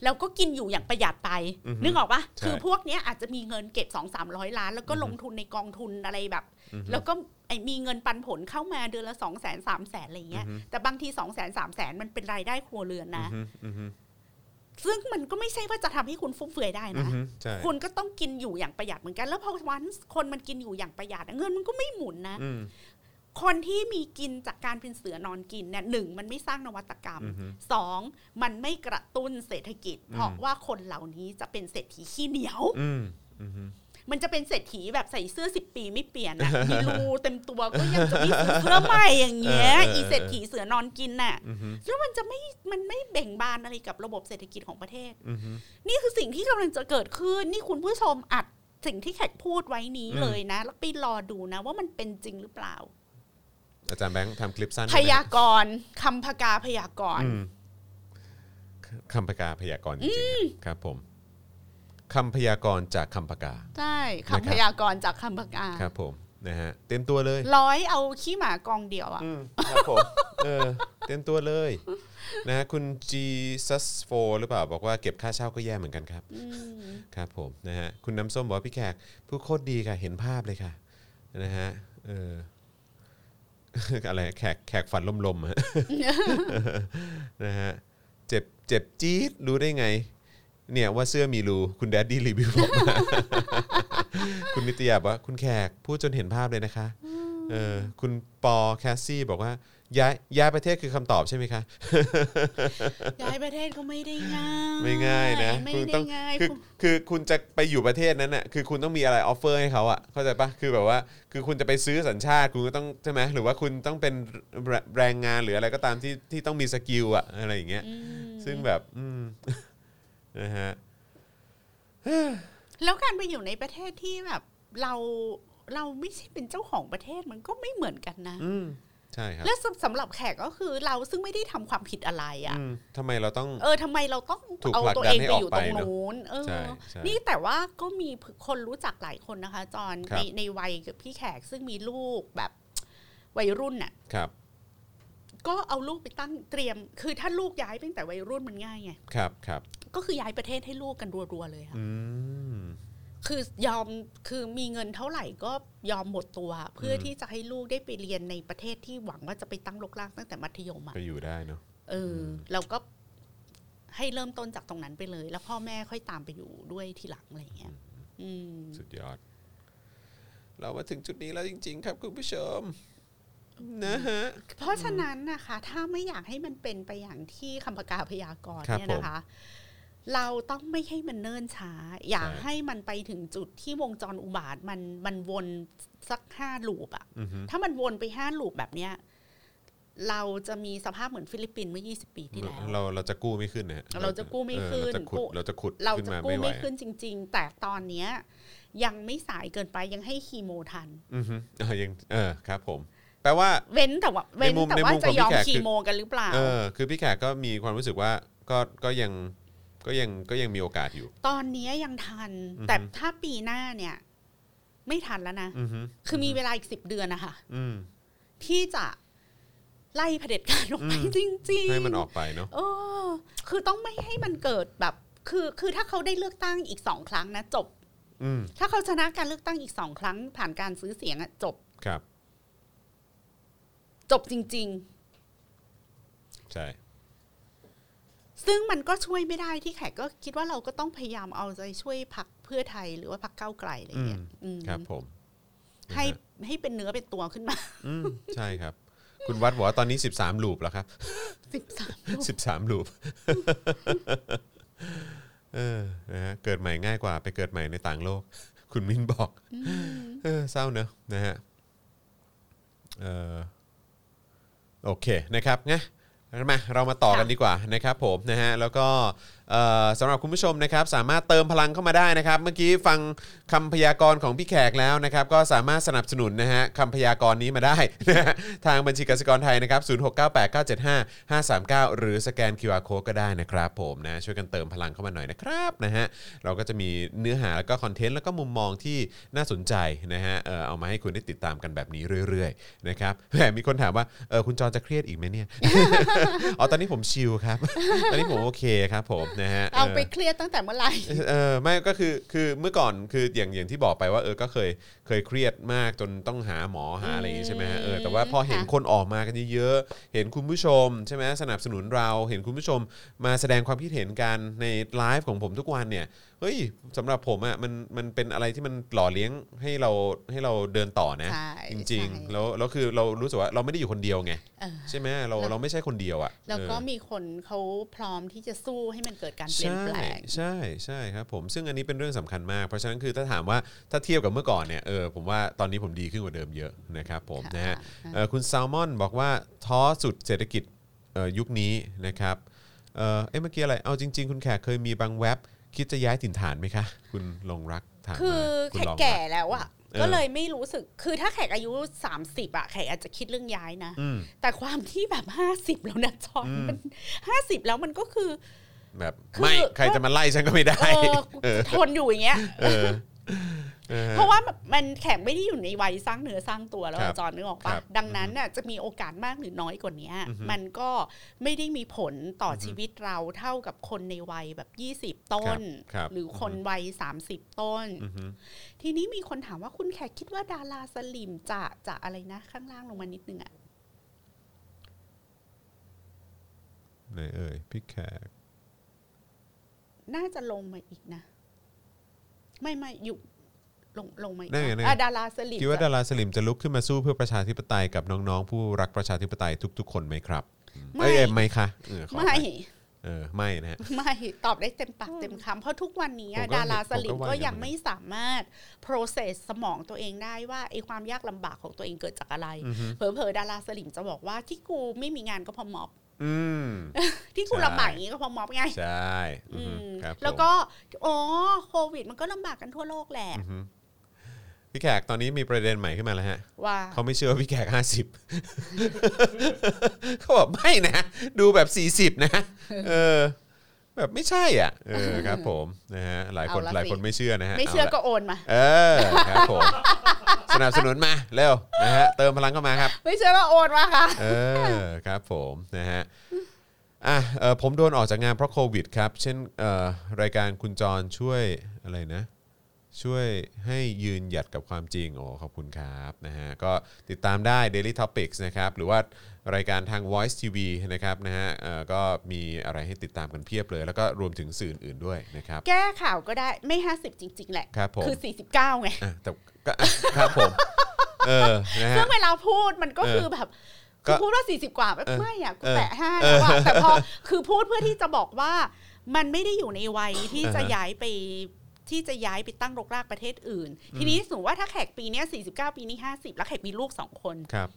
Speaker 3: แล้วก็กินอยู่อย่างประหยัดไป
Speaker 2: อือฮึ
Speaker 3: นึกออกปะ
Speaker 2: ใช่
Speaker 3: คือพวกเนี้ยอาจจะมีเงินเก็บ2 3 0 0 ล้าน แล้วก็
Speaker 2: อือฮึ
Speaker 3: ลงทุนในกองทุนอะไรแบบ
Speaker 2: อือฮึ
Speaker 3: แล้วก็ไอมีเงินปันผลเข้ามาเดือนละ2 0 0 0 0 0 3 0 0 0 0อะไรเงี้ย
Speaker 2: อือฮึ
Speaker 3: แต่บางที2 0 0 0 0 0 3 0 0 0 มันเป็นรายได้ครัวเรือนนะ
Speaker 2: อือฮึอือฮึ
Speaker 3: ซึ่งมันก็ไม่ใช่ว่าจะทำให้คุณฟุ่มเฟือยได้
Speaker 2: อือ
Speaker 3: นะ
Speaker 2: ฮึใช่
Speaker 3: คุณก็ต้องกินอยู่อย่างประหยัดเหมือนกัน แล้วพอวันคนมันกินอยู่อย่างประหยัดอะเงินมันก็ไม่หมุนนะ
Speaker 2: อืม
Speaker 3: คนที่มีกินจากการเป็นเสือนอนกินเนี่ยหนึ่งมันไม่สร้างนวัตกรรม
Speaker 2: อือฮึ
Speaker 3: สองมันไม่กระตุ้นเศรษฐกิจ
Speaker 2: อืม
Speaker 3: เพราะว่าคนเหล่านี้จะเป็นเศรษฐีขี้เหนียว
Speaker 2: อืมอือฮึ
Speaker 3: มันจะเป็นเศรษฐีแบบใส่เสื้อสิบปีไม่เปลี่ยน อะมีรูเต็มตัวก็ยังจะมีซื้อเสื้อใหม่อย่างเงี้ย
Speaker 2: เออเออ
Speaker 3: อีเศรษฐีเสือนอนกินน่ะ
Speaker 2: อือฮึ
Speaker 3: แล้วมันจะไม่มันไม่เบ่งบานอะไรกับระบบเศรษฐกิจของประเทศ
Speaker 2: อือฮึ
Speaker 3: นี่คือสิ่งที่กำลังจะเกิดขึ้น นี่คุณผู้ชมอัดสิ่งที่แขกพูดไว้นี้เลยนะ แล้วไปรอดูนะ ว่ามันเป็นจริงหรือเปล่า
Speaker 2: อาจารย์แบงค์ทำคลิปสั้น
Speaker 3: พยากรณ์คำพกาพยากรณ์
Speaker 2: อืมคำพกาพยากรณ์จริงๆครับผมคำพยากรณ์จากคำพกา
Speaker 3: ใช่
Speaker 2: นะครับ
Speaker 3: คำพยากรณ์จากคำพกา
Speaker 2: ครับผมนะฮะเตรียมตัวเลย
Speaker 3: ร้อยเอาขี้หมากองเดียวอะ
Speaker 2: อืมครับผมเออเตรียมตัวเลยนะฮะคุณ G s u s 4หรือเปล่า บอกว่าเก็บค่าเช่าก็แย่เหมือนกันครับ
Speaker 3: ม
Speaker 2: ครับผมนะฮะคุณน้ำส้มบอกว่าพี่แขกผู้โคตรดีค่ะ เห็นภาพเลยค่ะนะฮะเออ อะไรแขกแขกฝันลมๆฮะ นะฮะเจ็บเจ็บจี๊ดรู้ได้ไง เนี่ยว่าเสื้อมีรูคุณแดดดี้รีวิวบอกมา คุณนิตยาบอกว่าคุณแขกพูดจนเห็นภาพเลยนะคะเออคุณปอแคสซี่บอกว่าย้ายย้ายประเทศคือคำตอบใช่ไหมคะ
Speaker 3: ย้ายประเทศก็ไม่ได้ง่าย
Speaker 2: ไม่ง่ายนะ
Speaker 3: ไม่
Speaker 2: คุณ
Speaker 3: ได้
Speaker 2: ต้อง
Speaker 3: ง่าย
Speaker 2: คือคือคุณจะไปอยู่ประเทศนั้นน่ะคือคุณต้องมีอะไรออฟเฟอร์ให้เขาอ่ะเข้าใจปะคือแบบว่า คือคุณจะไปซื้อสัญชาติคุณก็ต้องใช่ไหมหรือว่าคุณต้องเป็นแรแรงงานหรืออะไรก็ตามที่ที่ต้องมีสกิลอ่ะอะไรอย่างเงี้ย
Speaker 3: อืม
Speaker 2: ซึ่งแบบอืม นะฮะ
Speaker 3: แล้วการไปอยู่ในประเทศที่แบบเราเราไม่ใช่เป็นเจ้าของประเทศมันก็ไม่เหมือนกันนะ
Speaker 2: อืมใช่ครับ
Speaker 3: และสำสำหรับแขกก็คือเราซึ่งไม่ได้ทำความผิดอะไรอะ
Speaker 2: อืมทำไมเราต้อง
Speaker 3: เออทำไมเราต้อง
Speaker 2: ถูก
Speaker 3: เอา
Speaker 2: ผลัก
Speaker 3: ตัว
Speaker 2: ดัน
Speaker 3: เอง
Speaker 2: ให้
Speaker 3: ไป
Speaker 2: ออก
Speaker 3: อยู่
Speaker 2: ไป
Speaker 3: ตรง
Speaker 2: เนอะ
Speaker 3: นู้นเออ
Speaker 2: ใช่ใช่
Speaker 3: นี่แต่ว่าก็มีคนรู้จักหลายคนนะคะ จอน
Speaker 2: ครับ
Speaker 3: ในในวัยพี่แขกซึ่งมีลูกแบบวัยรุ่นน่ะ
Speaker 2: ครับ
Speaker 3: ก็เอาลูกไปตั้งเตรียม คือถ้าลูกย้ายตั้งแต่วัยรุ่นมันง่ายไง
Speaker 2: ครับครับ
Speaker 3: ก็คือย้ายประเทศให้ลูกกันรัวๆเลยค่ะ
Speaker 2: อืม
Speaker 3: คือยอมคือมีเงินเท่าไหร่ก็ยอมหมดตัว เพื่ออ
Speaker 2: ม
Speaker 3: ที่จะให้ลูกได้ไปเรียนในประเทศที่หวังว่าจะไปตั้งรกรากตั้งแต่มัธยมอ่ะ
Speaker 2: ไปอยู่ได้เนาะ
Speaker 3: เอออ
Speaker 2: ม
Speaker 3: เราก็ให้เริ่มต้นจากตรงนั้นไปเลย แล้วพ่อแม่ค่อยตามไปอยู่ด้วยทีหลังอะไรอย่างเงี้ย อืม
Speaker 2: สุดยอด เรามาถึงจุดนี้แล้วจริง ๆ ครับคุณผู้ชม นะฮะ
Speaker 3: เพราะฉะนั้นนะคะ ถ้าไม่อยากให้มันเป็นไปอย่างที่คำประกาศพยากรณ์
Speaker 2: ครับ
Speaker 3: เนี่ยนะคะ เราต้องไม่ให้มันเนิ่นช้า อย่า
Speaker 2: ใช่
Speaker 3: ให้มันไปถึงจุดที่วงจรอุบาทมันมันวนสักห้าลูปอะ
Speaker 2: อือฮึ
Speaker 3: ถ้ามันวนไปห้าลูปแบบเนี้ย เราจะมีสภาพเหมือนฟิลิปปินส์เมื่อ 20 ปีที่แล้ว
Speaker 2: เราเราจะกู้ไม่ขึ้นนะฮะ
Speaker 3: เราจะกู้ไม่
Speaker 2: เออ
Speaker 3: ขึ้น
Speaker 2: เราจะขุ
Speaker 3: กู้
Speaker 2: ดเราจะขุด
Speaker 3: เรา
Speaker 2: ขึ้น
Speaker 3: จะ
Speaker 2: มา
Speaker 3: กู้
Speaker 2: ไม่ไหว
Speaker 3: ไม่ขึ้นจริง ๆ แต่ตอนเนี้ย ยังไม่สายเกินไปยังให้คีโมทัน
Speaker 2: อือฮึเออยังเออครับผม แปลว่า
Speaker 3: เว้นแต่ว่าเว้น
Speaker 2: ในมุม
Speaker 3: แต่
Speaker 2: ใน
Speaker 3: ว่า
Speaker 2: มุม
Speaker 3: จะ
Speaker 2: ของ
Speaker 3: ยอม
Speaker 2: พี่แขกคือ
Speaker 3: คีโมกันหรือเปล่า
Speaker 2: เออ คือพี่แขกก็มีความรู้สึกว่าก็ก็ยังก็ยังก็ยังมีโอกาสอยู่
Speaker 3: ตอนเนี้ยยังทัน
Speaker 2: อือฮึ
Speaker 3: แต่ถ้าปีหน้าเนี่ย ไม่ทันแล้วนะ
Speaker 2: อือฮึ
Speaker 3: คือมีเวลาอีกสิบเดือนนะคะ
Speaker 2: อืม
Speaker 3: ที่จะไล่เผด็จการออกไป
Speaker 2: อืม
Speaker 3: จริงๆ
Speaker 2: ให้มันออกไปเนาะ
Speaker 3: เออ คือต้องไม่ให้มันเกิดแบบ คือคือถ้าเขาได้เลือกตั้งอีกสองครั้งนะจบ
Speaker 2: อืม
Speaker 3: ถ้าเขาชนะการเลือกตั้งอีกสองครั้ง ผ่านการซื้อเสียงอะจบ
Speaker 2: ครับ
Speaker 3: จบจริง ๆ
Speaker 2: ใช่
Speaker 3: ซึ่งมันก็ช่วยไม่ได้ที่แขกก็คิดว่าเราก็ต้องพยายามเอาใจช่วยพักเพื่อไทยหรือว่าพักเก้าวไกลอะไรเงี้ยอืม
Speaker 2: ครับผม
Speaker 3: ให้ให้เป็นเนื้อเป็นตัวขึ้นมา
Speaker 2: อืมใช่ครับ คุณวัดบอกว่าตอนนี้ 13 ลูปแล้วครั
Speaker 3: สิบสาม
Speaker 2: บ 13 ลูปเออนะฮะเกิดใหม่ง่ายกว่าไปเกิดใหม่ในต่างโลก คุณมิ้นบอกเออเศร้าเนอะนะฮะเออโอเคนะครับงั้นมาเรามาต่อกันดีกว่านะครับผมนะฮะแล้วก็เอ่อสำหรับคุณผู้ชมนะครับ สามารถเติมพลังเข้ามาได้นะครับ เมื่อกี้ฟังคำพยากรณ์ของพี่แขกแล้วนะครับ ก็สามารถสนับสนุนนะฮะคำพยากรณ์นี้มาได้นะฮะทางบัญชีกสิกรไทยนะครับ0698975539 หรือสแกน QR code ก็ได้นะครับผมนะช่วยกันเติมพลังเข้ามาหน่อยนะครับนะฮะเราก็จะมีเนื้อหาแล้วก็คอนเทนต์แล้วก็มุมมองที่น่าสนใจนะฮะเอ่อเอามาให้คุณได้ติดตามกันแบบนี้เรื่อยๆนะครับ แหมมีคนถามว่าเออคุณจอจะเครียดอีกไหมเนี่ย อ๋อตอนนี้ผมชิลครับ ตอนนี้ผมโอเคครับผมนะฮะ
Speaker 3: เอาไปเครียดตั้งแต่เมื่อไหร่
Speaker 2: เออไม่ก็คือคือเมื่อก่อนคืออย่างอย่างที่บอกไปว่าเออก็เคยเคยเครียดมากจนต้องหาหมอหาอะไรอย่างงี้ใช่ไหมฮะเออแต่ว่าพอเห็น
Speaker 3: ค่ะ
Speaker 2: คนออกมากันเยอะๆเห็นคุณผู้ชมใช่ไหมสนับสนุนเราเห็นคุณผู้ชมมาแสดงความคิดเห็นกันในไลฟ์ของผมทุกวันเนี่ยเฮ้ยสำหรับผมอ่ะมันมันเป็นอะไรที่มันหล่อเลี้ยงให้เราให้เราเดินต่อนะ
Speaker 3: ใช่
Speaker 2: จริง
Speaker 3: ใช่
Speaker 2: ๆแล้วแล้วคือเรารู้สึกว่าเราไม่ได้อยู่คนเดียวไง
Speaker 3: เออ
Speaker 2: ใช่ไหมเราเราไม่ใช่คนเดียวอ่ะ
Speaker 3: แล้วก็
Speaker 2: เออ
Speaker 3: มีคนเขาพร้อมที่จะสู้ให้มันเกิดการเปลี่ยนแปลง
Speaker 2: ใช่ใช่ครับผมซึ่งอันนี้เป็นเรื่องสำคัญมาก เพราะฉะนั้นคือถ้าถามว่าถ้าเทียบกับเมื่อก่อนเนี่ยเออผมว่าตอนนี้ผมดีขึ้นกว่าเดิมเยอะนะครับผม
Speaker 3: ค่ะ
Speaker 2: นะฮะ
Speaker 3: ค่ะ
Speaker 2: เอ่อคุณแซลมอนบอกว่าท้อสุดเศรษฐกิจเอ่อยุคนี้นะครับเออเอ๊ะเมื่อกี้อะไรเอาจริง ๆ คุณแขกเคยมีบางแว็บ คิดจะย้ายถิ่นฐานไหมคะ คุณลงรักถามมา
Speaker 3: คือ
Speaker 2: คุณ
Speaker 3: แขก
Speaker 2: ลองรั
Speaker 3: แก่แล้วอะ
Speaker 2: เออ
Speaker 3: ก็เลยไม่รู้สึกคือถ้าแขกอายุ 30อะแขกอาจจะคิดเรื่องย้ายนะ
Speaker 2: อืม
Speaker 3: แต่ความที่แบบ 50 แล้วนะจอน
Speaker 2: อืม
Speaker 3: มัน50 แล้วมันก็คือ
Speaker 2: แบบ
Speaker 3: คือ
Speaker 2: ไม่
Speaker 3: ก็
Speaker 2: ใครจะมาไล่ฉันก็ไม่ได้
Speaker 3: เออทนอยู่อย่างเงี้ย
Speaker 2: เออเออ
Speaker 3: เพราะว่าแบบมันแข็งไม่ได้อยู่ในวัยสร้างเนื้อสร้างตัวแล้ว
Speaker 2: ครั
Speaker 3: อะ
Speaker 2: บ
Speaker 3: จอนนึกออก
Speaker 2: ค
Speaker 3: ปะ
Speaker 2: รับ
Speaker 3: ดังนั้นน่ะจะมีโอกาสมากหรือน้อยกว่าเนี้ย
Speaker 2: อือฮึ
Speaker 3: มันก็ไม่ได้มีผลต่ออชีวิตเราเท่ากับคนในวัยแบบ 20 ต้น
Speaker 2: ครับ
Speaker 3: หรือคนวัย 30 ต้น
Speaker 2: อือฮึ
Speaker 3: ทีนี้มีคนถามว่าคุณแขกคิดว่าดาราสลิมจะจะอะไรนะข้างล่างลงมานิดนึงอะ
Speaker 2: ไหนเอ่ยพี่แขก
Speaker 3: น่าจะลงมาอีกนะ ไม่ไม่อยู่ลงลงมาอีก
Speaker 2: นั่นไงนั่นไง
Speaker 3: อ่ะดาราสลิม
Speaker 2: คิดว่า
Speaker 3: จะ
Speaker 2: ดาราสลิมจะลุกขึ้นมาสู้เพื่อประชาธิปไตยกับน้องๆ ผู้รักประชาธิปไตยทุก ๆ คนไหมครับ
Speaker 3: ไม่
Speaker 2: เอ้ยเอ้ยไม่ค่ะเออขออภั
Speaker 3: ไม่
Speaker 2: ยเออไม่นะฮะ
Speaker 3: ไม่ ตอบได้เต็มปากเต็มคำเพราะทุกวันนี้
Speaker 2: ผมก็
Speaker 3: ดาราสลิ
Speaker 2: ผมมก็ว่า
Speaker 3: ก็
Speaker 2: อ
Speaker 3: ยั
Speaker 2: ย่าง
Speaker 3: ง
Speaker 2: นั้น
Speaker 3: ไม่สามารถ process สมองตัวเองได้ว่าไอ้ความยากลำบากของตัวเองเกิดจากอะไร
Speaker 2: อือฮึ
Speaker 3: เผลอๆดาราสลิมจะบอกว่าที่กูไม่มีงานก็เพราะม็อบ
Speaker 2: อืม
Speaker 3: ที่กู
Speaker 2: ใช่
Speaker 3: ลำบากอย่างนี้ก็เพราะม็อบไง
Speaker 2: ใช่อือ
Speaker 3: อื
Speaker 2: ฮึ
Speaker 3: ม
Speaker 2: ครับผม
Speaker 3: แล้วก็อ๋อโควิดมันก็ลำบากกันทั่วโลกแหละ
Speaker 2: อือฮึพี่แขกตอนนี้มีประเด็นใหม่ขึ้นมาแล้วฮะ
Speaker 3: ว่า
Speaker 2: เขาไม่เชื่อว่าพี่แขก 50 เขาบอกไม่นะ ดูแบบ 40 นะเออ แบบไม่ใช่อ่ะเออครับผมนะฮะหลายคน
Speaker 3: เอาละ
Speaker 2: หลายคน
Speaker 3: สิ
Speaker 2: ไม่เชื่อนะฮะ
Speaker 3: ไม่เชื่อา
Speaker 2: ละ
Speaker 3: ก็โอนมา
Speaker 2: เออครับผม สนับสนุนมาเร็วนะฮะเติมพลังเข้ามาครับ
Speaker 3: ไม่เชื่อก็โอนมาค่ะ
Speaker 2: เออครับผมนะฮะอ่ะเออผมโดนออกจากงานเพราะโควิดครับ เช่นเอ่อรายการคุณจรช่วยอะไรนะ ช่วยให้ยืนหยัดกับความจริงโอ้ขอบคุณครับนะฮะก็ติดตามได้ Daily Topics นะครับหรือว่ารายการทาง Voice TV นะครับนะฮะเอ่อก็มีอะไรให้ติดตามกันเพียบเลย แล้วก็รวมถึงสื่ออื่นๆด้วยนะครับ
Speaker 3: แก้ข่าวก็ได้ไม่ 50 จริง ๆ แหละ
Speaker 2: ครับผม
Speaker 3: คือ 49 ไง
Speaker 2: อ่ะแต่ก็อ่ะครับผมเออนะฮะ
Speaker 3: ซึ่งเวลาพูดมันก็
Speaker 2: เออ
Speaker 3: คือแบบ
Speaker 2: ก็
Speaker 3: คือพูดว่า 40 กว่าไม่
Speaker 2: เออ
Speaker 3: ไม่อ่ะกู
Speaker 2: เออ
Speaker 3: แปะห้าแล้วอ่ะแต่พอคือพูดเพื่อที่จะบอกว่า มันไม่ได้อยู่ในวัยที่จะ
Speaker 2: อ่าฮะ
Speaker 3: ย้ายไปที่จะย้ายไปตั้งรกรากประเทศอื่น ทีนี้สมมติว่าถ้าแขกปีเนี้ย49 ปีนี้ 50 แล้วแขกมีลูก 2 คน
Speaker 2: ครับ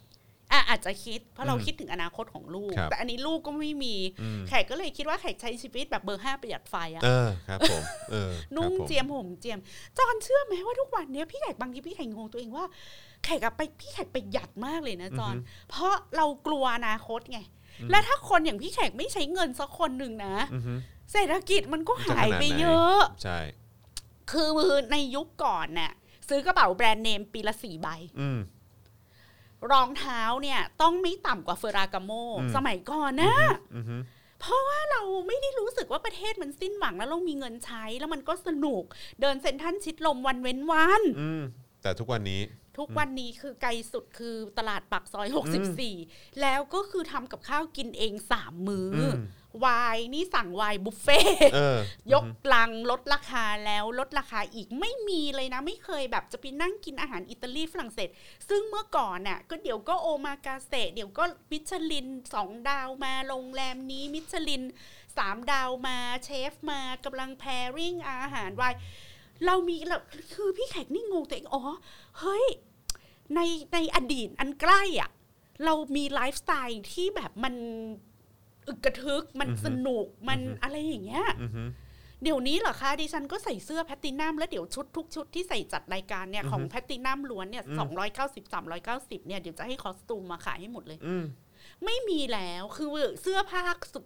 Speaker 3: อ่ะอาจจะคิด เพราะเรา
Speaker 2: อืม
Speaker 3: คิดถึงอนาคตของลูก
Speaker 2: ครับ
Speaker 3: แต่อันนี้ลูกก็ไม่มี
Speaker 2: อืม
Speaker 3: แขกก็เลยคิดว่าแขกใช้ชีวิตแบบเบอร์ห้าประหยัดไฟอ่ะ
Speaker 2: เออครับผมเออ
Speaker 3: นุ่ง
Speaker 2: ครับผ
Speaker 3: เจียมห่มเจียม จอนเชื่อไหมว่าทุกวันเนี้ยพี่แขกบางทีพี่แขกงงตัวเองว่าแขกอะไปพี่แขกประหยัดมากเลยนะจอน เพราะเรากลัวอนาคตไง แล้วถ้าคนอย่างพี่แขกไม่ใช้เงินสักคนหนึ่งนะ
Speaker 2: อือฮึ
Speaker 3: เศรษฐกิจมันก็
Speaker 2: มันจะ
Speaker 3: หาย
Speaker 2: ขนาด
Speaker 3: ไป
Speaker 2: ไหน
Speaker 3: เยอะ
Speaker 2: ใช่
Speaker 3: คือในยุคก่อนน่ะซื้อกระเป๋าแบรนด์เนมปีละสี่ใบ
Speaker 2: อืม
Speaker 3: รองเท้าเนี่ยต้องไม่ต่ำกว่าเฟอร์รากาโม
Speaker 2: อืม
Speaker 3: สมัยก่อนนะ
Speaker 2: อือฮึ
Speaker 3: เพราะว่าเราไม่ได้รู้สึกว่าประเทศมันสิ้นหวังแล้วเรามีเงินใช้แล้วมันก็สนุก เดินเซ็นทรัลชิดลมวันเว้นวัน
Speaker 2: อืม แต่ทุกวันนี้
Speaker 3: ทุกวันนี้คือไกลสุดคือตลาดปากซอย 64 แล้วก็คือทำกับข้าวกินเองสามมือ้ออ
Speaker 2: ม
Speaker 3: วายนี่สั่งวายบุฟเฟ่
Speaker 2: เออ
Speaker 3: ยกลังลดราคาแล้วลดราคาอีกไม่มีเลยนะ ไม่เคยแบบจะไปนั่งกินอาหารอิตาลีฝรั่งเศส ซึ่งเมื่อก่อนน่ะก็เดี๋ยวก็โอมากาเสะเดี๋ยวก็มิชลินสองดาวมาโรงแรมนี้มิชลินสามดาวมาเชฟมากำลังแพริ่งอาหารวายเรามีเราคือพี่แขกนี่งงตัวเองอ๋อเฮ้ย ในในอดีตอันใกล้อ่ะ เรามีไลฟ์สไตล์ที่แบบมันอึกกระทึกมัน
Speaker 2: อือฮึ
Speaker 3: สนุกมัน
Speaker 2: อือฮึ
Speaker 3: อะไรอย่างเงี้ย
Speaker 2: อือฮึ
Speaker 3: เดี๋ยวนี้เหรอคะดิฉันก็ใส่เสื้อแพลตตินัมแล้วเดี๋ยวชุดทุกชุดที่ใส่จัดรายการเนี่ย
Speaker 2: อือฮึ
Speaker 3: ของแพลตตินัมล้วนเนี่ย
Speaker 2: อืม
Speaker 3: สองร้อยเก้าสิบสามร้อยเก้าสิบเนี่ย เดี๋ยวจะให้คอสตูมมาขายให้หมดเลย
Speaker 2: อืม
Speaker 3: ไม่มีแล้วคือเสื้อผ้า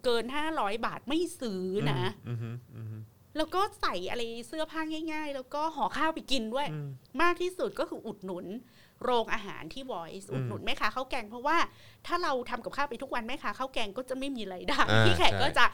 Speaker 3: เกินห้าร้อยบาทไม่ซื้อนะ
Speaker 2: อือฮึอือฮึ
Speaker 3: แล้วก็ใส่อะไรเสื้อผ้าง่าย ๆ แล้วก็ห่อข้าวไปกินด้วย
Speaker 2: อืม
Speaker 3: มากที่สุดก็คืออุดหนุนโรงอาหารที่ Voice
Speaker 2: อืม
Speaker 3: อุดหนุนแม่ค้าข้าวแกง เพราะว่าถ้าเราทำกับข้าวไปทุกวันแม่ค้าข้าวแกงก็จะไม่มีรายได้
Speaker 2: อ่า
Speaker 3: พี่แขก
Speaker 2: ใช่
Speaker 3: ก็จะ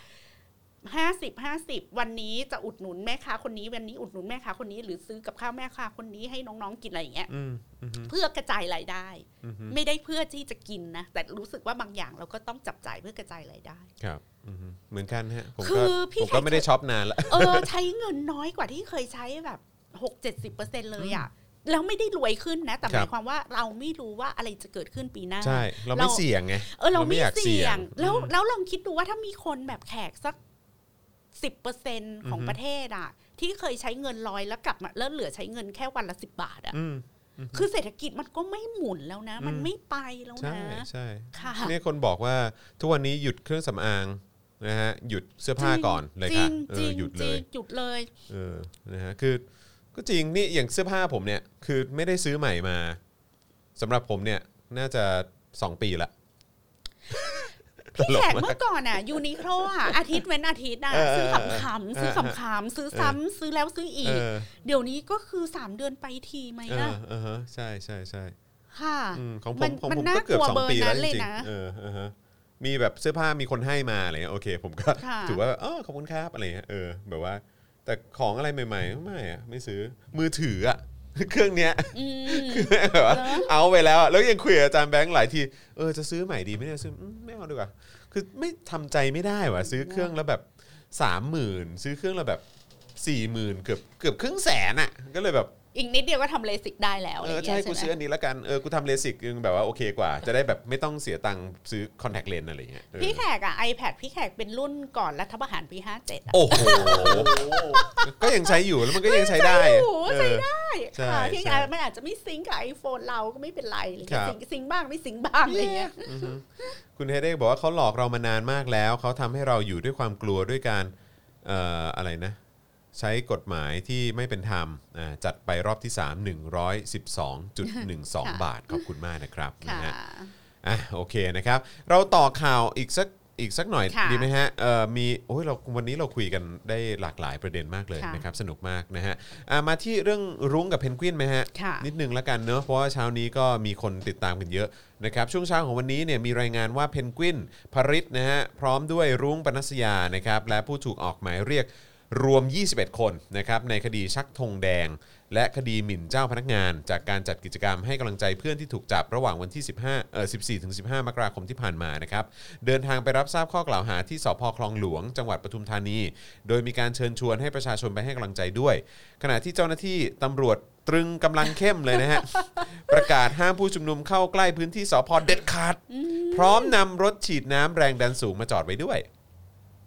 Speaker 3: ห้าสิบห้าสิบวันนี้จะอุดหนุนแม่ค้าคนนี้วันนี้อุดหนุนแม่ค้าคนนี้หรือซื้อกับข้าวแม่ค้าคนนี้ให้น้องๆกินอะไรอย่างเงี้ย
Speaker 2: อืมอือฮึ
Speaker 3: เพื่อกระจายรายได้
Speaker 2: อือฮึ
Speaker 3: ไม่ได้เพื่อที่จะกินนะแต่รู้สึกว่าบางอย่างเราก็ต้องจับจ่ายเพื่อกระจายรายได้
Speaker 2: ครับอือฮึเหมือนกันฮะผม
Speaker 3: คื
Speaker 2: ก็
Speaker 3: อพี่
Speaker 2: ผม
Speaker 3: แข
Speaker 2: ก็
Speaker 3: ก
Speaker 2: ไม่ได้ช็อปนานละ
Speaker 3: เออ ใช้เงินน้อยกว่าที่เคยใช้แบบหกเจ็ดสิบเปอร์เซ็นเลยอ่ะแล้วไม่ได้รวยขึ้นนะ แต่ห
Speaker 2: ครั
Speaker 3: มา
Speaker 2: บ
Speaker 3: ยความว่าเราไม่รู้ว่าอะไรจะเกิดขึ้นปีหน้า
Speaker 2: ใช่ เราไม่
Speaker 3: เรา
Speaker 2: เสี่ยงไง
Speaker 3: เออเรา
Speaker 2: เรา
Speaker 3: ไม่
Speaker 2: ไม่อยากเสี่
Speaker 3: เสี่
Speaker 2: ย
Speaker 3: ย
Speaker 2: ง
Speaker 3: ง แล้ว
Speaker 2: อืม
Speaker 3: แล้วลองคิดดูว่าถ้ามีคนแบบแขกสักสิบเปอร์เซ็นของ
Speaker 2: อือฮึ
Speaker 3: ประเทศอ่ะ ที่เคยใช้เงินร้อยแล้วกลับมาแล้วเหลือใช้เงินแค่วันละสิบบาทอ่ะ
Speaker 2: อืม
Speaker 3: คือเศรษฐกิจมันก็ไม่หมุนแล้วนะ มัน
Speaker 2: อืม
Speaker 3: ไม่ไปแล้ว
Speaker 2: ใช่
Speaker 3: นะ
Speaker 2: ใช่
Speaker 3: ค่ะ
Speaker 2: เนี่ยคนบอกว่าทุกวันนี้หยุดเครื่องสำอางนะฮะหยุดเสื้อผ้าก่อนเลย
Speaker 3: จริ
Speaker 2: ค่ะ
Speaker 3: ง
Speaker 2: เอ
Speaker 3: จริ
Speaker 2: อง หยุด
Speaker 3: จ
Speaker 2: เล
Speaker 3: ริง
Speaker 2: ย
Speaker 3: หยุดเลย
Speaker 2: เออ นะฮะ คือ ก็จริง นี่ อย่างเสื้อผ้าผมเนี่ย คือไม่ได้ซื้อใหม่มา สำหรับผมเนี่ย น่าจะ 2 ปีละ
Speaker 3: พี่แขกเมื่อก่อนอ่ะยูนิโคลอ่ะ อาทิตย์เว้นอาทิตย์อ่ะ
Speaker 2: เออ
Speaker 3: ซื้อขำๆซื้อขำๆซื้อซ้ำซื้อแล้วซื้ออี
Speaker 2: เอก อ
Speaker 3: เดี๋ยวนี้ก็คือสามเดือนไปทีไหม
Speaker 2: เอ
Speaker 3: ล่ะ
Speaker 2: อเออฮะใช่ใช่ใช่
Speaker 3: ค่ะ
Speaker 2: อืมของผ
Speaker 3: มั
Speaker 2: ม
Speaker 3: น
Speaker 2: ของ
Speaker 3: มัน
Speaker 2: ผม
Speaker 3: น่า
Speaker 2: ก็เกือบ
Speaker 3: กลัว
Speaker 2: สองปีแล้ว
Speaker 3: เบอร์นั้น
Speaker 2: จ
Speaker 3: เลย
Speaker 2: ริง
Speaker 3: นะ
Speaker 2: ๆเออเออฮะมีแบบเสื้อผ้ามีคนให้มาอะไรเงี้ยโอเค ผมก็
Speaker 3: ค่ะ
Speaker 2: ถือว่าเออขอบคุณครับอะไรเงี้ยเออ แบบว่า แต่ของอะไรใหม่ๆ ไม่อะไม่ซื้อ มือถืออะ เครื่องเนี้ย
Speaker 3: อืม
Speaker 2: แบบว่า
Speaker 3: เนอะ
Speaker 2: เอาไปแล้วอะแล้วยังคุยกับอาจารย์แบงค์หลายทีเออจะซื้อใหม่ดีไหมเนี่ยซื้ออืมไม่เอาดีกว่าคือไม่ทำใจไม่ได้ว่ะซื้อเครื่องแล้วแบบสามหมื่นซื้อเครื่องแล้วแบบสี่หมื่นเกือบเกือบครึ่งแสนอ่ะ ก็เลยแบบ
Speaker 3: อีกนิดเดียวก็ทำเลสิกได้แล้วอะ
Speaker 2: เอ
Speaker 3: ไร
Speaker 2: อ
Speaker 3: อ
Speaker 2: ย่าง จะ
Speaker 3: เงี้ย
Speaker 2: ให้กู
Speaker 3: ใช่
Speaker 2: ซื้อ
Speaker 3: ไหม
Speaker 2: อันนี้ละกันเออกูทำเลสิกยังแบบว่าโอเคกว่า จะได้แบบไม่ต้องเสียตังค์ซื้อคอนแทคเลนอะไรอย่างเงี้ยเออ
Speaker 3: พี่แขกอ่ะ iPad พี่แขกเป็นรุ่นก่อนรัฐประหารปี 57อ่ะ
Speaker 2: โอ้โหก็ยังใช้อยู่แล้วมันก็ยังใช้ได้
Speaker 3: โอ้โหใช้
Speaker 2: เออ
Speaker 3: ได้
Speaker 2: ใช่
Speaker 3: ค่ะที่
Speaker 2: ใช่
Speaker 3: มันอาจจะไม่ซิงค์กับ iPhone เราก็ไม่เป็นไรอะไร
Speaker 2: ครับ
Speaker 3: เงี้ยซิงค์ซิงค์บ้างไม่ซิงค์บ้างอะไรเงี้ย
Speaker 2: อือฮึคุณเฮเดกบอกว่าเขาหลอกเรามานานมากแล้ว เขาทำให้เราอยู่ด้วยความกลัวด้วยการเอ่ออะไรนะ ใช้กฎหมายที่ไม่เป็นธรรมอ่าจัดไปรอบที่ 3 112.12 บาท ขอบคุณมากนะครับนะ
Speaker 3: ค่ะ
Speaker 2: ฮะอ่ะโอเคนะครับ เราต่อข่าวอีกสักอีกสักหน่อย
Speaker 3: ค่ะ
Speaker 2: ดีไหมฮะเอ่อมีโอ้ยเราวันนี้เราคุยกันได้หลากหลายประเด็นมากเลย
Speaker 3: ค่ะ
Speaker 2: นะครับ สนุกมากนะฮะอ่ะมาที่เรื่องรุ้งกับเพนกวินไหมฮะ
Speaker 3: ค่ะ
Speaker 2: นิดนึงละกันเนอะเพราะว่าเช้านี้ก็มีคนติดตามกันเยอะนะครับช่วงเช้าของวันนี้เนี่ยมีรายงานว่าเพนกวินพริตนะฮะพร้อมด้วยรุ้งปนัสยานะครับและผู้ถูกออกหมายเรียกรวม 21 คนนะครับในคดีชักธงแดง และคดีหมิ่นเจ้าพนักงาน จากการจัดกิจกรรมให้กำลังใจเพื่อนที่ถูกจับระหว่างวันที่ 15เอ่อ14ถึง15 มกราคมที่ผ่านมานะครับเดินทางไปรับทราบข้อกล่าวหาที่สพคลองหลวง จังหวัดปทุมธานี โดยมีการเชิญชวนให้ประชาชนไปให้กำลังใจด้วย ขณะที่เจ้าหน้าที่ตำรวจตรึงกำลังเข้มเลยนะฮ ะ ประกาศห้ามผู้ชุมนุมเข้าใกล้พื้นที่สพเด็ดขาด พร้อมนำรถฉีดน้ำแรงดันสูงมาจอดไว้ด้วย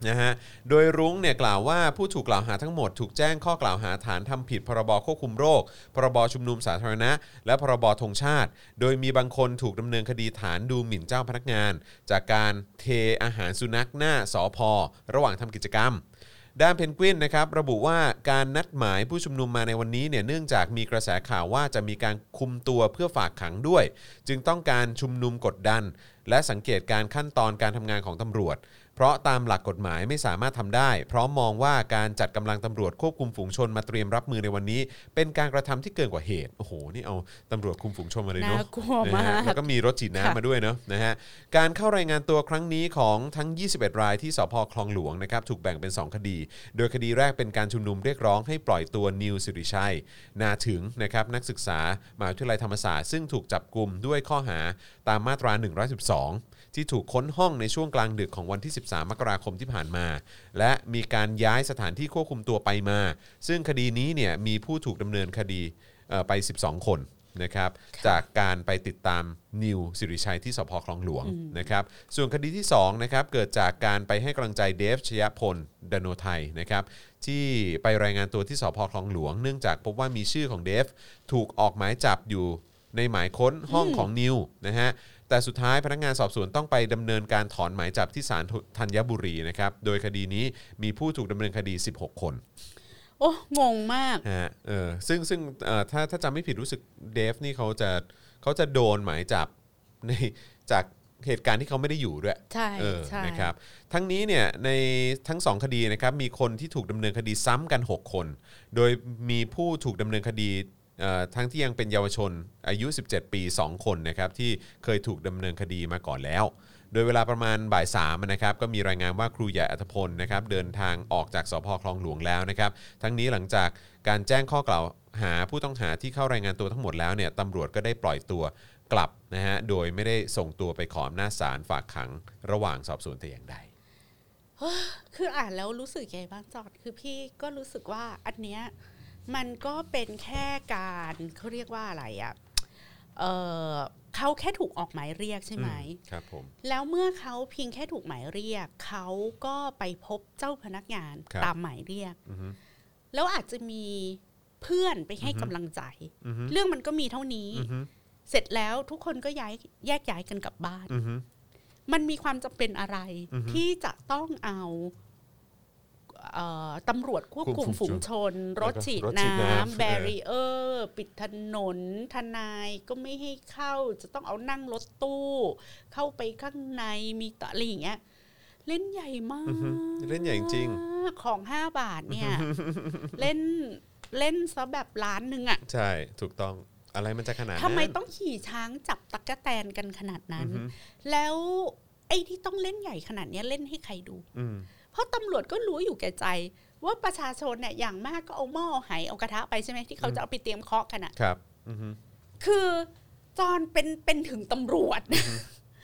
Speaker 2: นะฮะโดยรุ้งเนี่ยกล่าวว่าผู้ถูกกล่าวหาทั้งหมดถูกแจ้งข้อกล่าวหาฐานทำผิดพรบควบคุมโรค พรบชุมนุมสาธารณะ และพรบธงชาติ โดยมีบางคนถูกดำเนินคดีฐานดูหมิ่นเจ้าพนักงาน จากการเทอาหารสุนัขหน้าสอพอระหว่างทำกิจกรรม ด้านเพนกวินนะครับระบุว่าการนัดหมายผู้ชุมนุมมาในวันนี้เนี่ยเนื่องจากมีกระแสข่าวว่าจะมีการคุมตัวเพื่อฝากขังด้วย จึงต้องการชุมนุมกดดัน และสังเกตการขั้นตอนการทำงานของตำรวจ เพราะตามหลักกฎหมายไม่สามารถทำได้ เพราะมองว่าการจัดกำลังตำรวจควบคุมฝูงชนมาเตรียมรับมือในวันนี้ เป็นการกระทำที่เกินกว่าเหตุโอ้โหนี่เอาตำรวจคุมฝูงชนมาเลยเนาะ
Speaker 3: น่ากลัวมาก
Speaker 2: นะฮะแล้วก็ ก็มีรถฉีด
Speaker 3: ค่ะ
Speaker 2: น้ำมาด้วยเนอะนะฮะการเข้ารายงานตัวครั้งนี้ของทั้ง 21 รายที่สพคลองหลวงนะครับถูกแบ่งเป็น 2 คดี โดยคดีแรกเป็นการชุมนุมเรียกร้องให้ปล่อยตัวนิวสิริชัย นาถึงนะครับนักศึกษามหาวิทยาลัยธรรมศาสตร์ซึ่งถูกจับกลุ่มด้วยข้อหาตามมาตรา 112 ที่ถูกค้นห้องในช่วงกลางดึกของวันที่ 13 มกราคมที่ผ่านมา และมีการย้ายสถานที่ควบคุมตัวไปมา ซึ่งคดีนี้เนี่ยมีผู้ถูกดำเนินคดีเอ่อไป 12 คนนะครับ จากการไปติดตามนิวสิริชัยที่สพคลองหลวงนะครับ ส่วนคดีที่2นะครับเกิดจากการไปให้กำลังใจเดฟชยพลดโนไทยนะครับที่ไปรายงานตัวที่สพคลองหลวง เนื่องจากพบว่ามีชื่อของเดฟถูกออกหมายจับอยู่ในหมายค้นห้องของนิวนะฮะ แต่สุดท้ายพนักงานสอบสวนต้องไปดำเนินการถอนหมายจับที่ศาลธัญบุรีนะครับ โดยคดีนี้มีผู้ถูกดำเนินคดี 16 คน
Speaker 3: โอ้งงมาก
Speaker 2: ฮะเออซึ่งซึ่งเอ่อถ้าถ้าจำไม่ผิดรู้สึกเดฟนี่เขาจะเขาจะโดนหมายจับในจากเหตุการณ์ที่เขาไม่ได้อยู่ด้วย
Speaker 3: ใช่
Speaker 2: เออ
Speaker 3: ใช่
Speaker 2: นะครับ ทั้งนี้เนี่ยในทั้ง 2 คดีนะครับมีคนที่ถูกดำเนินคดีซ้ำกัน 6 คน โดยมีผู้ถูกดำเนินคดีเอ่อทั้งที่ยังเป็นเยาวชนอายุ 17 ปี 2 คนนะครับที่เคยถูกดำเนินคดีมาก่อนแล้ว โดยเวลาประมาณบ่ายสามนะครับก็มีรายงานว่าครูใหญ่อัธพลนะครับเดินทางออกจากสพคลองหลวงแล้วนะครับ ทั้งนี้หลังจากการแจ้งข้อกล่าวหาผู้ต้องหาที่เข้ารายงานตัวทั้งหมดแล้วเนี่ยตำรวจก็ได้ปล่อยตัว กลับนะฮะ โดยไม่ได้ส่งตัวไปขออำนาจศาลฝากขังระหว่างสอบสวนแต่อย่างใด
Speaker 3: คืออ่านแล้วรู้สึกยังไงบ้างจอด คือพี่ก็รู้สึกว่าอันเนี้ยมันก็เป็นแค่การเขาเรียกว่าอะไรอะ่ะเออเขาแค่ถูกออกหมายเรียกใช่ไหม
Speaker 2: ครับผม
Speaker 3: แล้วเมื่อเขาเพียงแค่ถูกหมายเรียก เขาก็ไปพบเจ้าพนักงาน
Speaker 2: ครับ
Speaker 3: ตามหมายเรียก
Speaker 2: อือฮึ
Speaker 3: แล้วอาจจะมีเพื่อนไปให้
Speaker 2: อือฮึ
Speaker 3: กำลังใจ
Speaker 2: อือฮึ
Speaker 3: เรื่องมันก็มีเท่านี้
Speaker 2: อือฮึ
Speaker 3: เสร็จแล้วทุกคนก็ย้ายแยกย้ายกันกลับบ้าน
Speaker 2: อือฮึ
Speaker 3: มันมีความจำเป็นอะไร
Speaker 2: อือฮึ
Speaker 3: ที่จะต้องเอาเอ่อตำรวจควบคุม
Speaker 2: ควบคุม
Speaker 3: ฝูงชน รถฉีด
Speaker 2: รถฉี
Speaker 3: น้
Speaker 2: ดน้ำ
Speaker 3: ำแบ
Speaker 2: เออ
Speaker 3: รีเออร์ปิดถนน ทนายก็ไม่ให้เข้า จะต้องเอานั่งรถตู้ เข้าไปข้างในมีตะอะไรอย่างเงี้ยเล่นใหญ่มาก
Speaker 2: อือฮึเล่นใหญ่จริง
Speaker 3: ของห้าบาทเนี่ย เล่นเล่นซะแบบล้านหนึ่งอะ
Speaker 2: ใช่ ถูกต้อง อะไรมันจะขนาดนั้น
Speaker 3: ทำไมต้องขี่ช้างจับตักกะแตนกันขนาด
Speaker 2: อื
Speaker 3: นั้
Speaker 2: อน ฮึ
Speaker 3: แล้วไอ้ที่ต้องเล่นใหญ่ขนาดเนี้ยเล่นให้ใครดู
Speaker 2: อืม
Speaker 3: เพราะตำรวจก็รู้อยู่แก่ใจ ว่าประชาชนเนี่ยอย่างมากก็เอาหม้อไหเอากระทะไปใช่ไหมที่เขาจะเอาไปเตรียมเคาะกันอะ
Speaker 2: ครับ อือฮึ
Speaker 3: คือจอนเป็นเป็นถึงตำรวจ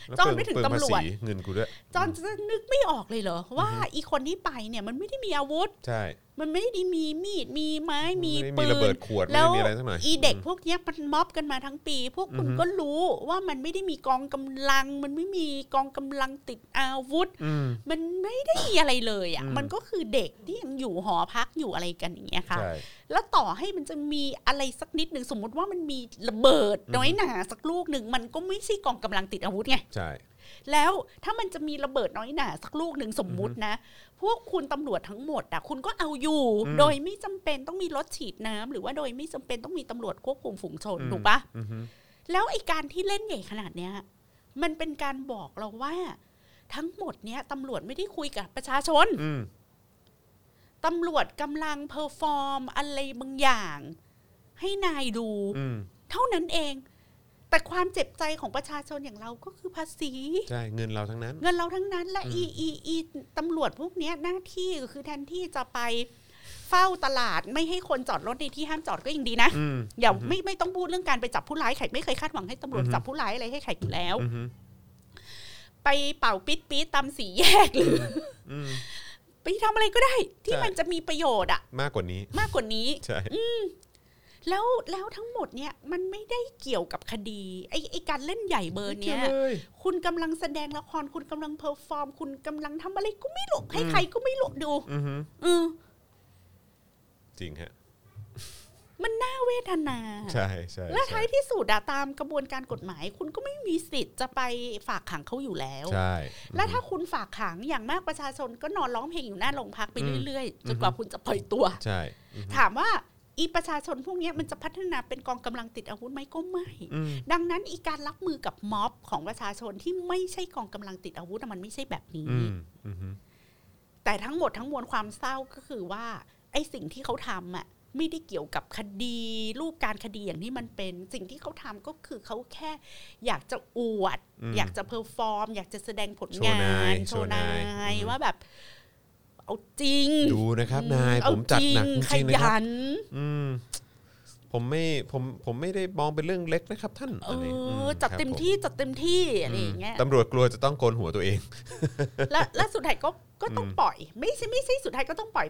Speaker 2: แล้ว
Speaker 3: จ้อน
Speaker 2: เปลื
Speaker 3: ไม่ถึง
Speaker 2: เปลืภา
Speaker 3: ตำรวจ
Speaker 2: ษีเงินกูด้วย
Speaker 3: จอนจะนึกไม่ออกเลยเหรอ ว่าอีคนที่ไปเนี่ยมันไม่ได้มีอาวุธ
Speaker 2: ใช่
Speaker 3: มันไม่ได้มีมีดมีไม้มี
Speaker 2: ไได้
Speaker 3: ปื
Speaker 2: ระเบิ
Speaker 3: น
Speaker 2: ดขวด ไม่
Speaker 3: แล้ว
Speaker 2: ได้มีอะไรสักหน่อย
Speaker 3: อีเด็กพวกเนี้ยมันม็อบกันมาทั้งปี พวกคุณ
Speaker 2: อือฮึ
Speaker 3: ก็รู้ว่ามันไม่ได้มีกองกำลัง มันไม่มีกองกำลังติดอาวุธ
Speaker 2: อืม
Speaker 3: มันไม่ได้มีอะไรเลยอะ่ะ
Speaker 2: อืม
Speaker 3: มันก็คือเด็กที่ยังอยู่หอพักอยู่อะไรกันอย่างเงี้ยค่ะ
Speaker 2: ใช่
Speaker 3: แล้วต่อให้มันจะมีอะไรสักนิดหนึ่งสมมติว่ามันมีระเบิดน้อยหนาสักลูกหนึ่งมันก็ไม่ใช่กองกำลังติดอาวุธไง
Speaker 2: ใช่
Speaker 3: แล้วถ้ามันจะมีระเบิดน้อยหนาสักลูกหนึ่งสมมุตินะ พวกคุณตำรวจทั้งหมดอะคุณก็เอาอยู่
Speaker 2: อืม
Speaker 3: โดยไม่จำเป็นต้องมีรถฉีดน้ำหรือว่าโดยไม่จำเป็นต้องมีตำรวจควบคุมฝูงชน
Speaker 2: อืม
Speaker 3: ถูกปะ
Speaker 2: อือฮึ
Speaker 3: แล้วไอการที่เล่นใหญ่ขนาดเนี้ยมันเป็นการบอกเราว่า ทั้งหมดเนี้ยตำรวจไม่ได้คุยกับประชาชน
Speaker 2: อืม
Speaker 3: ตำรวจกำลังเพอร์ฟอร์มอะไรบางอย่าง ให้นายดู
Speaker 2: อืม
Speaker 3: เท่านั้นเอง แต่ความเจ็บใจของประชาชนอย่างเราก็คือภาษี
Speaker 2: ใช่ เงินเราทั้งนั้น
Speaker 3: เงินเราทั้งนั้นและ
Speaker 2: อืม
Speaker 3: อีอีอีตำรวจพวกเนี้ยหน้าที่ก็คือแทนที่จะไปเฝ้าตลาดไม่ให้คนจอดรถในที่ห้ามจอดก็ยังดีนะ
Speaker 2: อืม
Speaker 3: อย่าไม่ไม่ต้องพูดเรื่องการไปจับผู้ร้ายไข่ไม่เคยคาดหวังให้ตำรวจ
Speaker 2: อือฮึ
Speaker 3: จับผู้ร้ายอะไรให้ไข่อยู่แล้ว
Speaker 2: อือฮึ
Speaker 3: ไปเป่าปิดปี๊ดตามสี่แยกหรือ
Speaker 2: อืม
Speaker 3: ไปทำอะไรก็ได้ ที่
Speaker 2: ใช่
Speaker 3: มันจะมีประโยชน์อะ
Speaker 2: มากกว่านี้
Speaker 3: มากกว่านี้
Speaker 2: ใช่
Speaker 3: แล้วแล้วทั้งหมดเนี่ยมันไม่ได้เกี่ยวกับคดีไอ้ไอ้การเล่นใหญ่เบอร์เนี้ย คุณกำลังแสดงละครคุณกำลังเพอร์ฟอร์ม คุณกำลังทำอะไรก็ไม่หลกให้
Speaker 2: อืม
Speaker 3: ใครก็ไม่หลกดู
Speaker 2: อือฮึ
Speaker 3: เออ
Speaker 2: จริงฮะ
Speaker 3: มันน่าเวทนา
Speaker 2: ใช่ใช่
Speaker 3: และ
Speaker 2: ใช่
Speaker 3: ท้ายที่สุดอะตามกระบวนการกฎหมาย คุณก็ไม่มีสิทธิ์จะไปฝากขังเขาอยู่แล้ว
Speaker 2: ใช่
Speaker 3: และ
Speaker 2: อือฮึ
Speaker 3: ถ้าคุณฝากขังอย่างมากประชาชนก็นอนร้องเพลงอยู่หน้าโรงพักไป
Speaker 2: อืม
Speaker 3: เรื่อยๆจ
Speaker 2: อือน ฮึ
Speaker 3: กว่าคุณจะปล่อยตัว
Speaker 2: ใช่อือฮึ
Speaker 3: ถามว่าอีประชาชนพวกเนี้ยมันจะพัฒนาเป็นกองกำลังติดอาวุธไหมก็ไม่
Speaker 2: อืม
Speaker 3: ดังนั้นอีการรับมือกับม็อบของประชาชนที่ไม่ใช่กองกำลังติดอาวุธอะมันไม่ใช่แบบนี้
Speaker 2: อืมอืม
Speaker 3: แต่ทั้งหมดทั้งมวลความเศร้าก็คือว่า ไอ้สิ่งที่เขาทำอ่ะไม่ได้เกี่ยวกับคดี รูปการคดีอย่างที่มันเป็นสิ่งที่เขาทำก็คือเขาแค่ อยากจะอวด
Speaker 2: ม
Speaker 3: อยากจะเพอร์ฟอร์ม อยากจะแสดงผล
Speaker 2: โชว์
Speaker 3: งาน
Speaker 2: าย
Speaker 3: น
Speaker 2: โชว์นาย
Speaker 3: ย
Speaker 2: อืม
Speaker 3: ว่าแบบ เอาจริง
Speaker 2: ดูนะครับ นาย
Speaker 3: เอ
Speaker 2: ผมจัด
Speaker 3: ริง
Speaker 2: หนักจ
Speaker 3: ข
Speaker 2: ริงๆนะค
Speaker 3: ยั
Speaker 2: รับ
Speaker 3: น
Speaker 2: อืม ผมไม่ผมผมไม่ได้มองเป็นเรื่องเล็กนะครับท่าน
Speaker 3: เอ
Speaker 2: ไร
Speaker 3: อ
Speaker 2: ม
Speaker 3: อจัด
Speaker 2: ครับ
Speaker 3: เต็ม
Speaker 2: ผ
Speaker 3: ที่จัดเต็มที่อะไรอย่างเงี้ย
Speaker 2: ตำรวจกลัวจะต้องโกนหัวตัวเอง
Speaker 3: แล้วแล้วสุดท้ายก็ก็ต้องปล่อย ไม่ใช่ไม่ใช่สุดท้ายก็ต้องปล่อย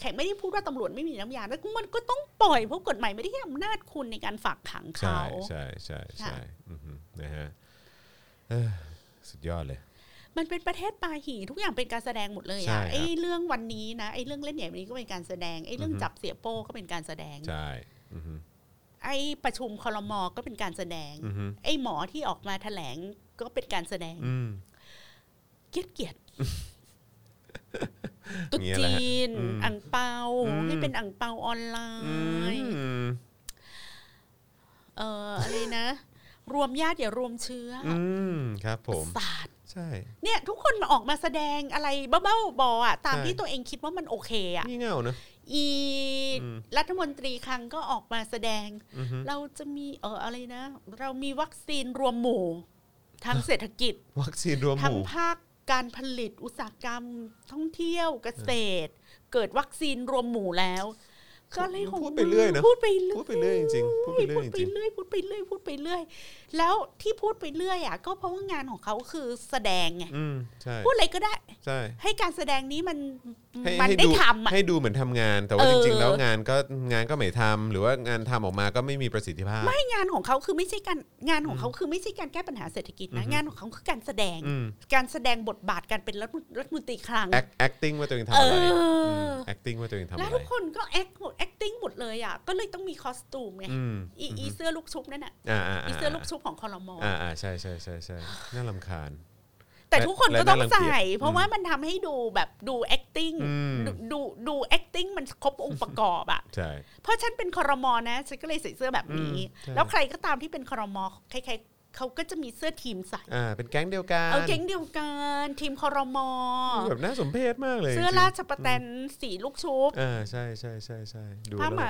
Speaker 3: แขกไม่ได้พูดว่าตำรวจไม่มีน้ำยาแล้วมันก็ต้องปล่อยเพราะกฎหมายไม่ได้ให้อำนาจคุณในการฝากขัง
Speaker 2: ใช่
Speaker 3: เขา
Speaker 2: ใช่ใช่ใช่
Speaker 3: ค่ะ
Speaker 2: อือฮึนะฮะเอ้อสุดยอดเลย
Speaker 3: มันเป็นประเทศปาหีทุกอย่างเป็นการแสดงหมดเลย
Speaker 2: ใช่ค
Speaker 3: อะ
Speaker 2: รับ
Speaker 3: ไอ้เรื่องวันนี้นะไอ้เรื่องเล่นใหญ่วันนี้ก็เป็นการแสดงไอ้เรื่องจับเสียโป้ก็เป็นการแสดง
Speaker 2: ใช่อือฮึ
Speaker 3: ไอ้ประชุมคอรมอก็เป็นการแสดง
Speaker 2: อือฮึ
Speaker 3: ไอ้หมอที่ออกมาแถลงก็เป็นการแสดง
Speaker 2: อืม
Speaker 3: เกลียด เกลียดตุด
Speaker 2: เงี้ยแหละฮะ
Speaker 3: จีน
Speaker 2: อืม
Speaker 3: อ่างเปา
Speaker 2: อืม
Speaker 3: ให้เป็นอ่างเปาออนไล
Speaker 2: อื
Speaker 3: น์
Speaker 2: ม
Speaker 3: เอ่ออะไรนะ รวมญาติอย่ารวมเชื้ออ
Speaker 2: อืมครับผม
Speaker 3: ศาสตร์
Speaker 2: ใช่
Speaker 3: เนี่ย ทุกคนมาออกมาแสดงอะไรเบ้าๆบอๆอ่ะ ตาม
Speaker 2: ใช่
Speaker 3: ที่ตัวเองคิดว่ามันโอเคอ่ะ
Speaker 2: นี่เง่านะ
Speaker 3: อี
Speaker 2: อืม
Speaker 3: รัฐมนตรีคลังก็ออกมาแสดง
Speaker 2: อือฮึ
Speaker 3: เราจะมีเอออะไรนะ เรามีวัคซีนรวมหมู่ทางเศรษฐกิจ
Speaker 2: วัคซีนรวมห
Speaker 3: ทั้ง
Speaker 2: มู่
Speaker 3: ภาคการผลิตอุตสาหกรรม ท่องเที่ยวเกษตร เกิดวัคซีนรวมหมู่แล้ว ก็เลยของ
Speaker 2: พูดไปเรื่อยนะ
Speaker 3: พูดไปเรื่อย
Speaker 2: พูดไปเรื่อยจริงๆพูดไปเรื่อยจริง
Speaker 3: พูดไปเรื่อยพูดไปเรื่อย แล้วที่พูดไปเรื่อยอ่ะก็เพราะว่างานของเขาคือแสดงไง
Speaker 2: อืมใช่
Speaker 3: พูดอะไรก็ได้
Speaker 2: ใช่
Speaker 3: ให้การแสดงนี้มัน
Speaker 2: ให้
Speaker 3: มัน
Speaker 2: ให้
Speaker 3: ได้
Speaker 2: ดู
Speaker 3: ทำอ่ะ
Speaker 2: ให้ดูเหมือนทำงาน แต่ว่า
Speaker 3: เอ
Speaker 2: จ
Speaker 3: อ
Speaker 2: ริงๆ แล้วงานก็งานก็ไม่ทำหรือว่างานทำออกมาก็ไม่มีประสิทธิภาพ
Speaker 3: ไม่งานของเขาคือไม่ใช่การงานของเขาคือไม่ใช่การแก้ปัญหาเศรษฐกิจนะ
Speaker 2: อือฮึ
Speaker 3: งานของเขาคือการแสดง
Speaker 2: อืม
Speaker 3: การแสดงบทบาทการเป็นรัฐมนรัฐมนตรีคลัง
Speaker 2: act- acting ว่าตัวเองทำอะไร
Speaker 3: เอออื
Speaker 2: ม acting ว่าตัวเองทำ
Speaker 3: แล้ว
Speaker 2: อะไร
Speaker 3: ทุกคนก็แอคหมด acting หมดเลยอ่ะ ก็เลยต้องมีคอสตูมไง
Speaker 2: อืม
Speaker 3: อีอี
Speaker 2: ม
Speaker 3: เสื้อลูกชุบนั่นน่ะ
Speaker 2: อ่าาา
Speaker 3: อีเสื้อลูกชุบของคอรมอ
Speaker 2: อ่าอ่าใช่ใช่ใช่ใช่น่าลำคาญ
Speaker 3: แต่ทุกคนก็ต้อง
Speaker 2: และน่ารังเกียจ
Speaker 3: ใส่ เพราะว่ามันทำให้ดูแบบดู acting
Speaker 2: อืม
Speaker 3: ดูดูดู acting มันครบองค์ประกอบ อ่ะ
Speaker 2: ใช่
Speaker 3: เพราะฉันเป็นคอรมอนะฉันก็เลยใส่เสื้อแบบนี้
Speaker 2: อืมใช่
Speaker 3: แล้วใครก็ตามที่เป็นคอรมอใครๆเขาก็จะมีเสื้อทีมใส่
Speaker 2: อ่าเป็นแก๊งเดียวกัน
Speaker 3: เอาเก๊งเดียวกันทีมคอรมอ
Speaker 2: แบบน่าสมเพชมากเลย
Speaker 3: เสื้อ
Speaker 2: จงๆ
Speaker 3: ราชประแตนสีลูกชุบ
Speaker 2: อ่าใช่ใช่ใช่ใช่ดู
Speaker 3: ผ้า
Speaker 2: แล้ว
Speaker 3: ไหม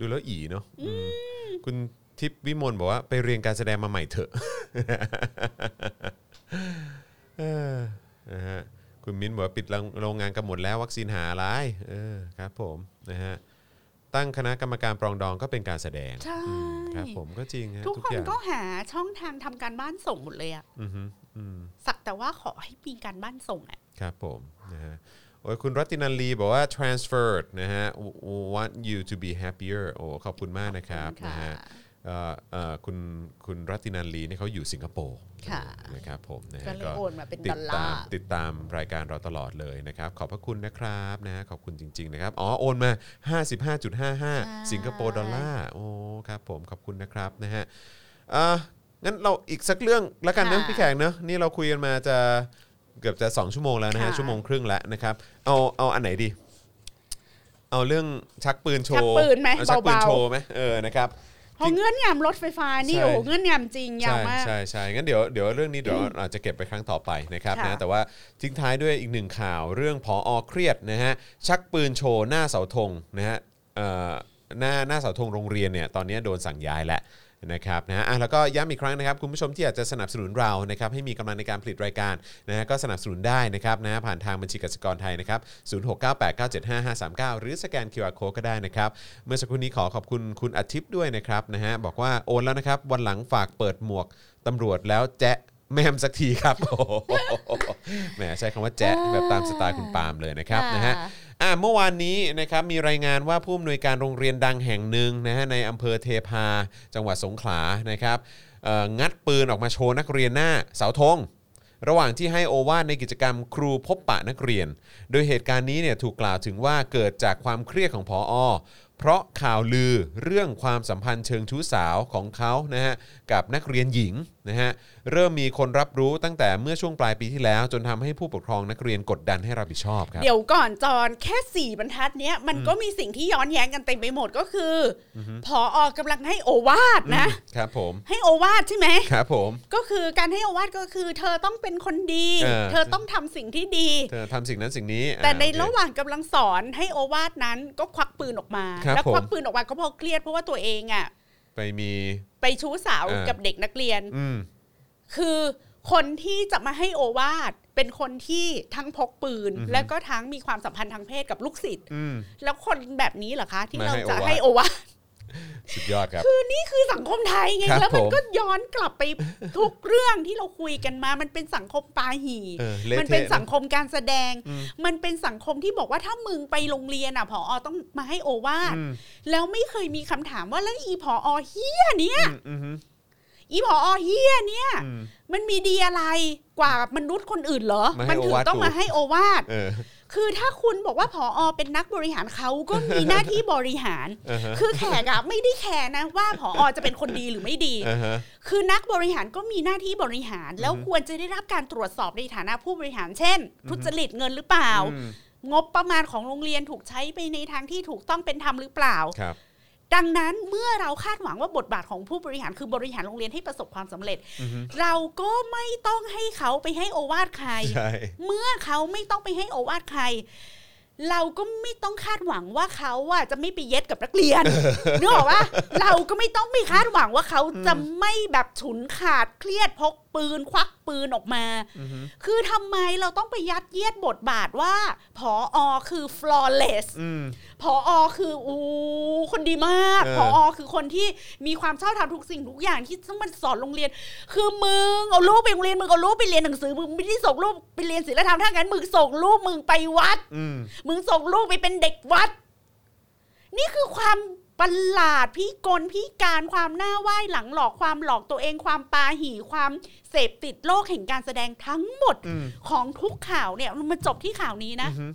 Speaker 2: ดูแล้วอีเนาะอืมคุณทิพย์วิมลบอกว่าไปเรียนการแสดงมาใหม่เถอะ เออนะฮะคุณมิ้นบอกว่าปิดโรงโรงงานกันหมดแล้ววัคซีนหาอะไรเออครับผมนะฮะตั้งคณะกรรมการปรองดองก็เป็นการแสดง
Speaker 3: ใช่
Speaker 2: อืมครับผมก็จริงฮะ
Speaker 3: ทุก
Speaker 2: ทุก
Speaker 3: คน
Speaker 2: อย่าง
Speaker 3: ก็หาช่องทางทำการบ้านส่งหมดเลยอะ
Speaker 2: อือฮึอืม
Speaker 3: สักแต่ว่าขอให้มีการบ้านส่งอะ
Speaker 2: ครับผมนะฮะโอ้ยคุณรัตินันลีบอกว่า transferred นะฮะ want you to be happier โอ้ขอบคุณมากนะครับ
Speaker 3: ขอ
Speaker 2: นะ
Speaker 3: ณ
Speaker 2: ฮะเอ่อเอ่อคุณคุณรัตินันลีเนี่ยเขาอยู่สิงคโปร์
Speaker 3: ค่ะ
Speaker 2: นะครับผมนะฮะ
Speaker 3: ก็เลยโอนมาเป็น
Speaker 2: ติ
Speaker 3: ดอ
Speaker 2: ดตา
Speaker 3: ลลาม ร์
Speaker 2: ติดตามรายการเราตลอดเลยนะครับ ขอบพระคุณนะครับนะฮะขอบคุณจริง ๆ นะครับ อ๋อ โอนมา 55.55 สิงคโปร์ดอลลาร์โอ้ครับผมขอบคุณนะครับนะฮะอ่ะงั้นเราอีกสักเรื่องละกันนะพี่แขกเนอะนี่เราคุยกันมาจะ เกือบจะ 2 ชั่วโมงแล้วนะฮะ ชั่วโมงครึ่งแล้วนะครับ เอาเอาอันไหนดี เอาเรื่องชักปืนโช
Speaker 3: ชัก
Speaker 2: ว์
Speaker 3: ปืนไหม
Speaker 2: เอาชักปืน
Speaker 3: เบา
Speaker 2: โชว์ไหมเออนะครับ
Speaker 3: ๆเพอเงื่อนงำรถไฟฟ้านี่
Speaker 2: ใช่
Speaker 3: โอ้โหเงื่อนงำจริงยาว
Speaker 2: ใช่
Speaker 3: มาก
Speaker 2: ใช่ใช่งั้นเดี๋ยวเดี๋ยวเรื่องนี้เดี๋ยวอาจจะเก็บไปครั้งต่อไปนะครับ
Speaker 3: ค่ะ
Speaker 2: นะแต่ว่าทิ้งท้ายด้วยอีกหนึ่งข่าวเรื่องผออเครียดนะฮะชักปืนโชว์หน้าเสาธงนะฮะเอ่อหน้าหน้าเสาธงโรงเรียนเนี่ยตอนนี้โดนสั่งย้ายแล้วนะครับนะฮะอ่ะแล้วก็ย้ำอีกครั้งนะครับคุณผู้ชมที่อยากจะสนับสนุนเรานะครับให้มีกำลังในการผลิตรายการนะฮะก็สนับสนุนได้นะครับนะฮะผ่านทางบัญชีกสิกรไทยนะครับ0698975539 หรือสแกน QR Code ก็ได้นะครับ เมื่อสักครู่นี้ขอขอบคุณคุณอาทิตย์ด้วยนะครับนะฮะบอกว่าโอนแล้วนะครับ วันหลังฝากเปิดหมวกตำรวจแล้วแจ๊ะแม่มสักทีครับ โอ้โหแหมใช้คำว่าแจ๊ะแบบตามสไตล์คุณปาล์มเลยนะครับนะฮะ
Speaker 3: ค่ะ
Speaker 2: อ่ะเมื่อวานนี้นะครับมีรายงานว่าผู้อำนวยการโรงเรียนดังแห่งหนึ่งนะฮะในอำเภอเทพา จังหวัดสงขลานะครับเอ่องัดปืนออกมาโชว์นักเรียนหน้าเสาธง ระหว่างที่ให้โอวาทในกิจกรรมครูพบปะนักเรียน โดยเหตุการณ์นี้เนี่ยถูกกล่าวถึงว่าเกิดจากความเครียดของพออเพราะข่าวลือเรื่องความสัมพันธ์เชิงชู้สาวของเขานะฮะกับนักเรียนหญิงนะฮะเริ่มมีคนรับรู้ตั้งแต่เมื่อช่วงปลายปีที่แล้ว จนทำให้ผู้ปกครองนักเรียนกดดันให้รับผิดชอบครับ
Speaker 3: เดี๋ยวก่อนจอนแค่สี่บรรทัดเนี้ยมันก็มีสิ่งที่ย้อนแย้งกันเต็มไปหมดก็คืออพออกำลังให้โอวาทนะ
Speaker 2: ครับผม
Speaker 3: ให้โอวาทใช่ไหม
Speaker 2: ครับผม
Speaker 3: ก็คือการให้โอวาทก็คือ เธอต้องเป็นคนดี
Speaker 2: เออ
Speaker 3: เธอต้องทำสิ่งที่ดี
Speaker 2: เธอทำสิ่งนั้นสิ่งนี้
Speaker 3: แต่
Speaker 2: อ่า
Speaker 3: ใน
Speaker 2: โอเค
Speaker 3: ระหว่างกำลังสอนให้โอวาทนั้นก็ควักปืนออกมา
Speaker 2: ครับ
Speaker 3: แล้วควัก
Speaker 2: ผม
Speaker 3: ปืนออกมาก็เพราะเครียดเพราะว่าตัวเองอ่ะ
Speaker 2: ไปมี
Speaker 3: ไปชู้สาว
Speaker 2: อ่า
Speaker 3: กับเด็กนักเรียน
Speaker 2: อืม
Speaker 3: คือคนที่จะมาให้โอวาทเป็นคนที่ทั้งพกปืน แล้วก็ทั้งมีความสัมพันธ์ทางเพศกับลูกศิษย์
Speaker 2: อืม
Speaker 3: แล้วคนแบบนี้เหรอคะ ที่
Speaker 2: มา
Speaker 3: เรา
Speaker 2: ให้โอ
Speaker 3: จะ
Speaker 2: วาท
Speaker 3: ให้โอวาท
Speaker 2: สุดยอดครับ
Speaker 3: นี่คือสังคมไทยไง
Speaker 2: ครับ
Speaker 3: แล้ว
Speaker 2: ผ
Speaker 3: มัน
Speaker 2: ม
Speaker 3: ก็ย้อนกลับไปทุกเรื่องที่เราคุยกันมา มันเป็นสังคมปาหี่
Speaker 2: เออละ
Speaker 3: มันเป็น
Speaker 2: ทะะ
Speaker 3: สังคมการแสดง
Speaker 2: อืม
Speaker 3: มันเป็นสังคมที่บอกว่าถ้ามึงไปโรงเรียนอ่ะผออต้องมาให้โอวาท
Speaker 2: อืม
Speaker 3: แล้วไม่เคยมีคำถามว่าแล้วอีผออเฮียเนี้ย
Speaker 2: อืมอืมฮึ
Speaker 3: อีผออเฮียเนี้ย
Speaker 2: อืม
Speaker 3: มันมีดีอะไรกว่ามนุษย์คนอื่นเหรอ
Speaker 2: มาให้
Speaker 3: มันถึ
Speaker 2: โอวาง ท
Speaker 3: ต้อง
Speaker 2: กู
Speaker 3: มาให้โอวาท
Speaker 2: เออ
Speaker 3: คือถ้าคุณบอกว่าผออเป็นนักบริหารเขาก็มีหน้าที่บริหาร
Speaker 2: อ่าฮะ
Speaker 3: คือแขกอะไม่ได้แคร์นะว่าผออจะเป็นคนดีหรือไม่ดี
Speaker 2: อ่าฮะ
Speaker 3: คือนักบริหารก็มีหน้าที่บริหาร แล้ว
Speaker 2: อือฮึ
Speaker 3: ควรจะได้รับการตรวจสอบในฐานะผู้บริหาร เช่นทุจริตเงินหรือเปล่า
Speaker 2: อืม
Speaker 3: งบประมาณของโรงเรียนถูกใช้ไปในทางที่ถูกต้องเป็นธรรมหรือเปล่า
Speaker 2: ครับ
Speaker 3: ดังนั้นเมื่อเราคาดหวังว่าบทบาทของผู้บริหารคือบริหารโรงเรียนให้ประสบความสำเร็จ
Speaker 2: อือฮึ
Speaker 3: เราก็ไม่ต้องให้เขาไปให้โอวาทใคร
Speaker 2: ใช่
Speaker 3: เมื่อเขาไม่ต้องไปให้โอวาทใคร เราก็ไม่ต้องคาดหวังว่าเขาอ่ะจะไม่ไปเย็ดกับนักเรีย น นึกออกปะเราก็ไม่ต้องไปคาดหวังว่าเขาจะไม่แบบฉุนขาดเครียดพกปืนควักปืนออกมา
Speaker 2: อือฮึ
Speaker 3: คือทำไมเราต้องไปยัดเยียดบทบาทว่าผออคือ flawless
Speaker 2: อืม
Speaker 3: ผออคืออู้คนดีมาก
Speaker 2: เออ
Speaker 3: ผออคือคนที่มีความชอบทำทุกสิ่งทุกอย่างที่ต้องมาสอนโรงเรียน คือมึงเอาลูกไปโรงเรียนมึงเอาลูกไปเรียนหนังสือมึงไม่ได้ส่งลูกไปเรียนศิลธรรมถ้างั้นมึงส่งลูกมึงไปวัด
Speaker 2: อืม
Speaker 3: มึงส่งลูกไปเป็นเด็กวัด นี่คือความประหลาดพี่กลพี่การความหน้าไหว้หลังหลอกความหลอกตัวเองความปาหี่ความเสพติดโลกแห่งการแสดงทั้งหมด
Speaker 2: อืม
Speaker 3: ของทุกข่าวเนี่ยมันมาจบที่ข่าวนี้นะ
Speaker 2: อือฮึ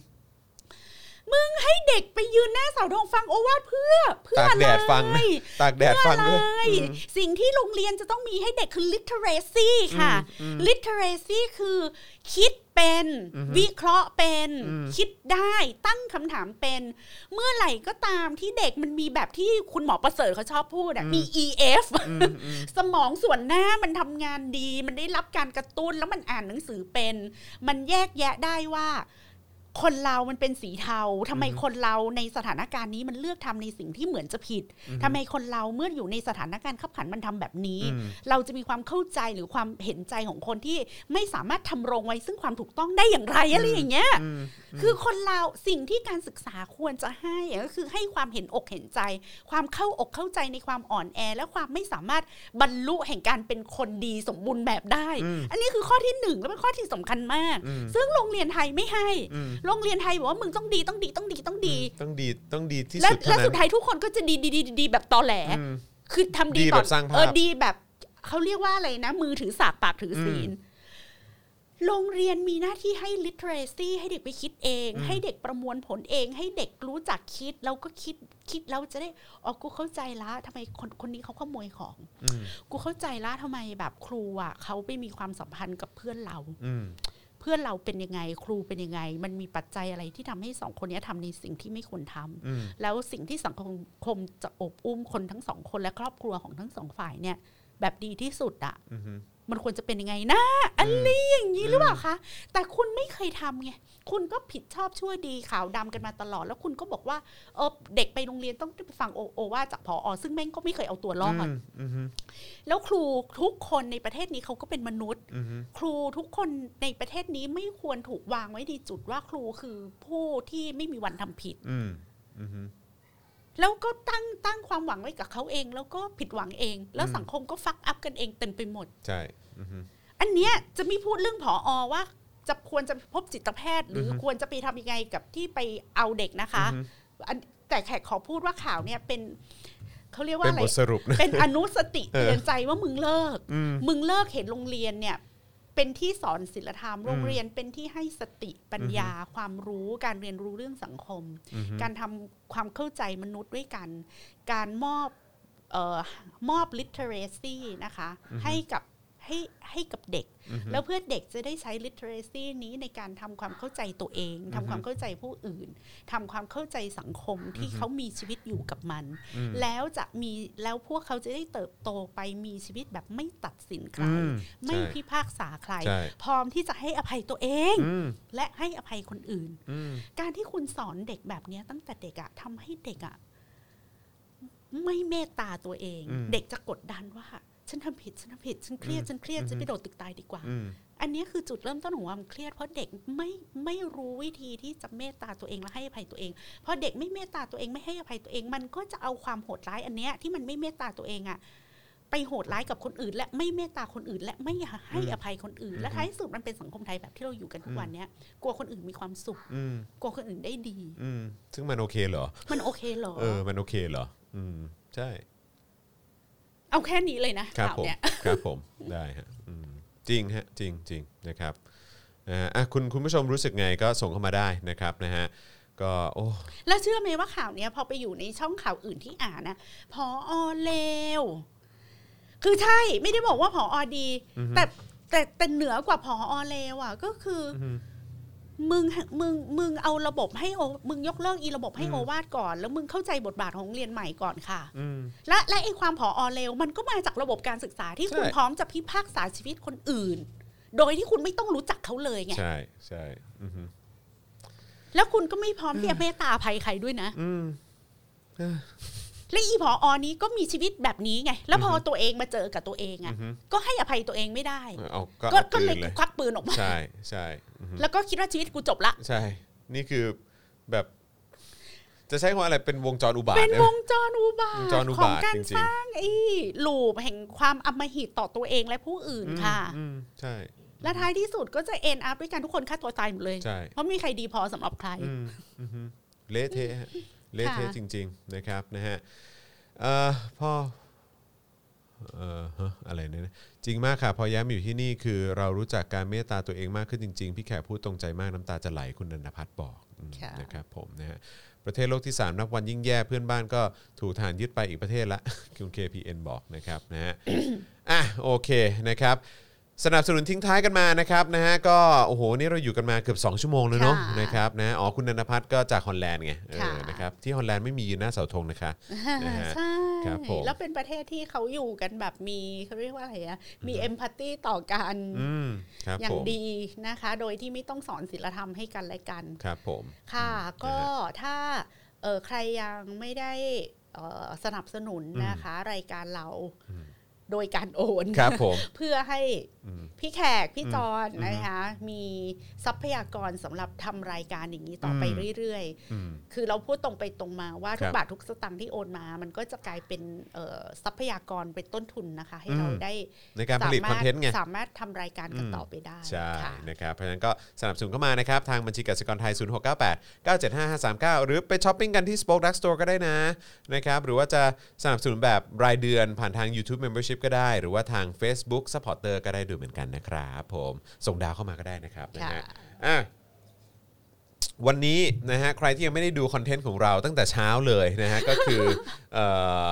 Speaker 3: มึงให้เด็กไปยืนหน้าเสาธงฟังโอวาทเพื่อ เพื่อ
Speaker 2: ตาก
Speaker 3: อะไร
Speaker 2: แดดฟัง ตากแดดฟังด้วย
Speaker 3: อะไรสิ่งที่โรงเรียนจะต้องมีให้เด็กคือ literacy ค่ะ
Speaker 2: อืมอืม
Speaker 3: literacy คือคิดเป็น
Speaker 2: อือฮึ
Speaker 3: วิเคราะห์เป็น
Speaker 2: อืม
Speaker 3: คิดได้ตั้งคำถามเป็น เมื่อไหร่ก็ตามที่เด็กมันมีแบบที่คุณหมอประเสริฐเขาชอบพูดอะมี EF
Speaker 2: อืมอืม
Speaker 3: สมองส่วนหน้ามันทำงานดี มันได้รับการกระตุ้นแล้วมันอ่านหนังสือเป็น มันแยกแยะได้ว่า คนเรามันเป็นสีเทาทำไม
Speaker 2: อือฮึ
Speaker 3: คนเราในสถานการณ์นี้มันเลือกทำในสิ่งที่เหมือนจะผิด
Speaker 2: อือฮึ
Speaker 3: ทำไมคนเราเมื่ออยู่ในสถานการณ์ขับขันมันทำแบบนี้
Speaker 2: อืม
Speaker 3: เราจะมีความเข้าใจหรือความเห็นใจของคนที่ไม่สามารถทำรงไว้ซึ่งความถูกต้องได้อย่างไรอะไรอย่างเงี้ย
Speaker 2: อืม
Speaker 3: คือคนเราสิ่งที่การศึกษาควรจะให้อะก็คือให้ความเห็นอกเห็นใจ ความเข้าอกเข้าใจในความอ่อนแอ และความไม่สามารถบรรลุแห่งการเป็นคนดีสมบูรณ์แบบได้
Speaker 2: อืม
Speaker 3: อันนี้คือข้อที่หนึ่งและเป็นข้อที่สำคัญมาก
Speaker 2: อืม
Speaker 3: ซึ่งโรงเรียนไทยไม่ให้
Speaker 2: อืม
Speaker 3: โรงเรียนไทยบอกว่ามึงต้องดีต้องดีต้องดีต้องดี
Speaker 2: ต้องดีต้องดีที่
Speaker 3: และ
Speaker 2: สุด
Speaker 3: และ
Speaker 2: เท่านั้
Speaker 3: สุด
Speaker 2: น
Speaker 3: ท้ายทุกคนก็จะดีดีดีดีแบบตอแหล
Speaker 2: อืม
Speaker 3: คือทำดี
Speaker 2: ดี
Speaker 3: ต่อ
Speaker 2: แบบสร้างภาพ
Speaker 3: เออดีแบบเขาเรียกว่าอะไรนะ มือถือสากปากถือศีล โรงเรียนมีหน้าที่ให้ literacy ให้เด็กไปคิดเอง
Speaker 2: อืม
Speaker 3: ให้เด็กประมวลผลเอง ให้เด็กรู้จักคิด แล้วก็คิดคิดแล้วจะได้อ๋อกูเข้าใจละทำไมคนคนนี้เขาขโมยของ
Speaker 2: อืม
Speaker 3: กูเข้าใจละทำไมแบบครูอ่ะเขาไปมีความสัมพันธ์กับเพื่อนเรา
Speaker 2: อืม
Speaker 3: เพื่อนเราเป็นยังไง ครูเป็นยังไง มันมีปัจจัยอะไรที่ทำให้สองคนเนี้ยทำในสิ่งที่ไม่ควรทำ
Speaker 2: อืม
Speaker 3: แล้วสิ่งที่สังคมจะอบอุ้มคนทั้งสองคนและครอบครัวของทั้งสองฝ่ายเนี่ย แบบดีที่สุดอะ
Speaker 2: อืม
Speaker 3: มันควรจะเป็นยังไงนะอะไรอย่างนี้หรือเปล่าคะ แต่คุณไม่เคยทำไงคุณก็ผิดชอบชั่วดีขาวดำกันมาตลอด แล้วคุณก็บอกว่าเออเด็กไปโรงเรียนต้องไปฟังโอโอว่าจากพออซึ่งแม่งก็ไม่เคยเอาตัวรอด
Speaker 2: อืมอืม
Speaker 3: แล้วครูทุกคนในประเทศนี้เขาก็เป็นมนุษย์
Speaker 2: อืม
Speaker 3: ครูทุกคนในประเทศนี้ไม่ควรถูกวางไว้ในจุดว่าครูคือผู้ที่ไม่มีวันทำผิด
Speaker 2: อืมอืม
Speaker 3: แล้วก็ตั้งตั้งความหวังไว้กับเขาเอง แล้วก็ผิดหวังเอง แล้ว
Speaker 2: อืม
Speaker 3: สังคมก็ฟักอัพกันเองเต็มไปหมด
Speaker 2: ใช่อืม
Speaker 3: อันเนี้ยจะไม่พูดเรื่องผออว่า จะควรจะพบจิตแพทย์ หรือ
Speaker 2: อ
Speaker 3: อ
Speaker 2: ฮึ
Speaker 3: ควรจะไปทำยังไงกับที่ไปเอาเด็กนะคะอันแต่แขกขอพูดว่าข่าวเนี่ยเป็นเขาเรียกว่า
Speaker 2: เป็น
Speaker 3: อะไร
Speaker 2: บทสรุปนะ
Speaker 3: เป็นอนุสติ
Speaker 2: เออ
Speaker 3: เตือนใจว่ามึงเลิก
Speaker 2: อืม
Speaker 3: มึงเลิกเห็นโรงเรียนเนี่ย เป็นที่สอนศิลธรรม
Speaker 2: อืม
Speaker 3: โรงเรียนเป็นที่ให้สติปัญญา ความรู้การเรียนรู้เรื่องสังคม
Speaker 2: อือฮึ
Speaker 3: การทำความเข้าใจมนุษย์ด้วยกัน การมอบเอ่อมอบ literacy นะคะ ให้กับให้ให้กับเด็ก แล้วเพื่อเด็กจะได้ใช้ literacy นี้ในการทำความเข้าใจตัวเองทำความเข้าใจผู้อื่นทำความเข้าใจสังคมที่เขามีชีวิตอยู่กับมัน
Speaker 2: อืม
Speaker 3: แล้วจะมีแล้วพวกเขาจะได้เติบโตไปมีชีวิตแบบไม่ตัดสินใคร
Speaker 2: อืม
Speaker 3: ไม่
Speaker 2: ใช่
Speaker 3: พิพากษาใคร
Speaker 2: ใช่
Speaker 3: พร้อมที่จะให้อภัยตัวเอง
Speaker 2: อืม
Speaker 3: และให้อภัยคนอื่น
Speaker 2: อืม
Speaker 3: การที่คุณสอนเด็กแบบเนี้ยตั้งแต่เด็กอะทำให้เด็กอะไม่เมตตาตัวเอง
Speaker 2: อืม
Speaker 3: เด็กจะกดดันว่า ฉันทำผิดฉันทำผิดฉันเครียด
Speaker 2: อืม
Speaker 3: ฉันเครียด
Speaker 2: อืม
Speaker 3: ฉันไปโดดตึกตายดีกว่า
Speaker 2: อืม
Speaker 3: อันนี้คือจุดเริ่มต้นของความเครียดเพราะเด็กไม่ไม่รู้วิธีที่จะเมตตาตัวเองและให้อภัยตัวเองพอเด็กไม่เมตตาตัวเองไม่ให้อภัยตัวเอง มันก็จะเอาความโหดร้ายอันเนี้ยที่มันไม่เมตตาตัวเองอะไปโหดร้ายกับคนอื่น และไม่เมตตาคนอื่น และไม่ให้อภัยคนอื่น และท้ายสุดมันเป็นสังคมไทยแบบที่เราอยู่กันทุกวันเนี้ยกลัวคนอื่นมีความสุข
Speaker 2: อืม
Speaker 3: กลัวคนอื่นได้ดี
Speaker 2: อืมซึ่งมันโอเคเหรอ
Speaker 3: มันโอเคเหรอ
Speaker 2: เออ มันโอเคเหรอ อืม ใช่
Speaker 3: เอาแค่นี้เลยนะครับ ข่าว
Speaker 2: ผม
Speaker 3: เนี่ย
Speaker 2: ครับผม ได้ฮะอืมจริงฮะ จริงจริงนะครับนะฮะอ่ะคุณคุณผู้ชมรู้สึกไงก็ส่งเข้ามาได้นะครับนะฮะ ก็โอ้
Speaker 3: แล้วเชื่อไหมว่าข่าวเนี้ยพอไปอยู่ในช่องข่าวอื่นที่อ่านนะพออเลว คือใช่ไม่ได้บอกว่าผออดี แต่แต่แต่เหนือกว่าผออเลวอ่ะ ก็คืออ
Speaker 2: อฮึ
Speaker 3: มึงมึงมึงเอาระบบให้โอมึงยกเลิกอีระบบให้
Speaker 2: อืม
Speaker 3: โอวาดก่อน แล้วมึงเข้าใจบทบาทของโรงเรียนใหม่ก่อนค่ะ
Speaker 2: อืม
Speaker 3: และและไอความผออเลวมันก็มาจากระบบการศึกษาที่
Speaker 2: ใช่
Speaker 3: คุณพร้อมจะพิพากษาชีวิตคนอื่น โดยที่คุณไม่ต้องรู้จักเขาเลยไง
Speaker 2: ใช่ ใช่อือฮึ
Speaker 3: แล้วคุณก็ไม่พร้อมที่จะเมตตาอภัยใครด้วยนะ
Speaker 2: อืม
Speaker 3: และอีพออนี้ก็มีชีวิตแบบนี้ไง แล้วพอตัวเองมาเจอกับตัวเอง
Speaker 2: อื
Speaker 3: อะ
Speaker 2: อฮึ
Speaker 3: ก็ให้อภัยตัวเองไม่ได้
Speaker 2: เอาก็
Speaker 3: ก็
Speaker 2: เอา
Speaker 3: ก็
Speaker 2: ปื
Speaker 3: เลย
Speaker 2: นเลย
Speaker 3: ควักปืนออกมา
Speaker 2: ใช่ ใช่อือฮึ
Speaker 3: แล้วก็คิดว่าชีวิตกูจบละ
Speaker 2: ใช่ นี่คือแบบจะใช้คำว่าอะไรเป็นวงจรอุบาท
Speaker 3: เป็น
Speaker 2: ได้
Speaker 3: ว
Speaker 2: ไหม
Speaker 3: งจรอุบาว ท
Speaker 2: งจร
Speaker 3: ขอบ
Speaker 2: อุาง ท
Speaker 3: การ
Speaker 2: จริงๆ
Speaker 3: สร้างไอ้ลูปแห่งความอำมหิตต่อตัวเองและผู้อื่นค่ะ
Speaker 2: อืมใช่
Speaker 3: และท้ายที่สุดก็จะเอ็นอัพด้วยกันทุกคนฆ่าตัวตายหมดเลย
Speaker 2: ใช่
Speaker 3: เพราะไม่มีใครดีพอสำหรับใคร
Speaker 2: อืมอือฮึเละเทะฮะเละเทะ
Speaker 3: ค่ะ
Speaker 2: จริง ๆ นะครับนะฮะเอ่อพ่อเอ่อฮะอะไรเนี่ยนะจริงมากค่ะ พอย้ายมาอยู่ที่นี่คือเรารู้จักการเมตตาตัวเองมากขึ้นจริง ๆ พี่แขกพูดตรงใจมากน้ำตาจะไหลคุณนันทพัฒน์บอกอืม
Speaker 3: ค่ะ
Speaker 2: นะครับผมนะฮะประเทศโลกที่ 3 นับวันยิ่งแย่เพื่อนบ้านก็ถูกฐานยึดไปอีกประเทศละ คุณ KPN บอกนะครับนะฮะ อ่ะโอเคนะครับสนับสนุนทิ้งท้ายกันมานะครับนะฮะก็โอ้โหนี่เราอยู่กันมาเกือบ2ชั่วโมงแล้วเนาะ
Speaker 3: ค่ะ
Speaker 2: นะครับนะอ๋อคุณนันทพัฒน์ก็จากฮอลแลนด์ไงเออ
Speaker 3: ค่ะ
Speaker 2: นะครับที่ฮอลแลนด์ไม่มียืนหน้าเสาธง นะคะ นะฮะ
Speaker 3: ใช่
Speaker 2: ครับผม
Speaker 3: แล้วเป็นประเทศที่เขาอยู่กันแบบมีเขาเรียกว่าอะไรอะมีเอมพัตตีต่อกัน
Speaker 2: อืมครับ
Speaker 3: อย่า
Speaker 2: ผ
Speaker 3: ง
Speaker 2: ม
Speaker 3: ดีนะคะ โดยที่ไม่ต้องสอนศีลธรรมให้กันและกัน
Speaker 2: ครับผม
Speaker 3: ค่ะ
Speaker 2: อืม
Speaker 3: ก็ถ้าเอ่อใครยังไม่ได้เอ่อสนับสนุน
Speaker 2: อืม
Speaker 3: นะคะ รายการเรา
Speaker 2: อืม
Speaker 3: โดยการโอน
Speaker 2: ครับผม
Speaker 3: เพื่อให้
Speaker 2: อืม
Speaker 3: พี่แขก พี่
Speaker 2: อืม
Speaker 3: จอน
Speaker 2: อืม
Speaker 3: นะคะ มีทรัพยากรสำหรับทำรายการอย่างนี้ต่อ
Speaker 2: ม
Speaker 3: อไปเรื่อย
Speaker 2: อืม
Speaker 3: ๆ คือเราพูดตรงไปตรงมาว่า
Speaker 2: ค
Speaker 3: ทุ
Speaker 2: รับบ
Speaker 3: กาททุกสตางค์ที่โอนมา มันก็จะกลายเป็นเอ่อทรัพยากรเป็นต้นทุนนะคะ ให้เรา
Speaker 2: อืม
Speaker 3: ได้
Speaker 2: ในการผลิตคอนเทนต์ไง
Speaker 3: สามารถทำรายการกัน
Speaker 2: อืม
Speaker 3: ต่อไปได้
Speaker 2: ใช่
Speaker 3: ค่ะ
Speaker 2: นะครับเพราะฉะนั้นก็สนับสนุนเข้ามานะครับ ทางบัญชีกสิกรไทย 0698 975 539 หรือไปช้อปปิ้งกันที่ Spoke Dark Store ก็ได้นะนะครับหรือว่าจะสนับสนุนแบบรายเดือนผ่านทาง YouTube Membership ก็ได้ หรือว่าทาง Facebook Supporter ก็ได้ดูเหมือนกันนะครับผมส่งดาวเข้ามาก็ได้นะครับนะฮะ
Speaker 3: ค่ะ
Speaker 2: อ่ะ วันนี้นะฮะใครที่ยังไม่ได้ดูคอนเทนต์ของเราตั้งแต่เช้าเลยนะฮะ ก็ คือเอ่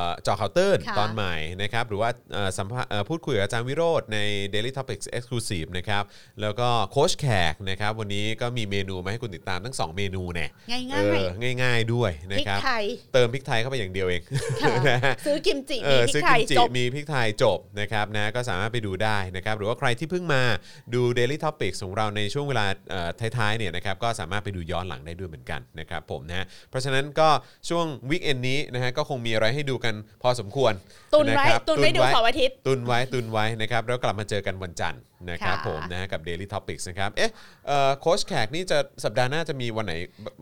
Speaker 2: อเจอข่าวตื้น
Speaker 3: ค่ะ
Speaker 2: ตอนใหม่นะครับหรือว่าเอ่อสัมภาษณ์เอ่อพูดคุยกับอาจารย์วิโรธใน Daily Topics Exclusive นะครับแล้วก็โค้ชแขกนะครับวันนี้ก็มีเมนูมาให้คุณติดตามทั้ง 2 เมนูเนี่ย
Speaker 3: ง่ายๆ
Speaker 2: เออง่ายๆด้วยนะ
Speaker 3: พริก
Speaker 2: ครับ
Speaker 3: ไทย
Speaker 2: เติมพริกไทยเข้าไปอย่างเดียวเอง
Speaker 3: ค่ะ
Speaker 2: นะฮะ
Speaker 3: ซื้อกิมจิ
Speaker 2: เอ
Speaker 3: มี
Speaker 2: อ
Speaker 3: พริ
Speaker 2: ซื้อก
Speaker 3: ไท
Speaker 2: กิ
Speaker 3: ย
Speaker 2: มจิ
Speaker 3: จบ
Speaker 2: มีพริกไทยจบนะครับนะก็สามารถไปดูได้นะครับหรือว่าใครที่เพิ่งมาดู Daily Topic ของเราในช่วงเวลาเอ่อท้ายๆเนี่ยนะครับก็สามารถไปดูย้อนหลังได้ด้วยเหมือนกันนะครับผมนะฮะเพราะฉะนั้นก็ช่วงวีคเอนนี้นะฮะก็คงมีอะไรให้ดูกันพอสมควร
Speaker 3: ตุนไว้
Speaker 2: ะครับ
Speaker 3: ตุนไว้เดู
Speaker 2: ว้
Speaker 3: เสาร์อาทิตย์
Speaker 2: ตุนไว้ตุนไว้นะครับแล้วกลับมาเจอกันวันจันทร์นะครับ
Speaker 3: ค่ะ
Speaker 2: ผมนะฮะกับ Daily Topics นะครับเอ๊ะเอ่อโค้ชแขกนี่จะสัปดาห์หน้าจะมีวันไหน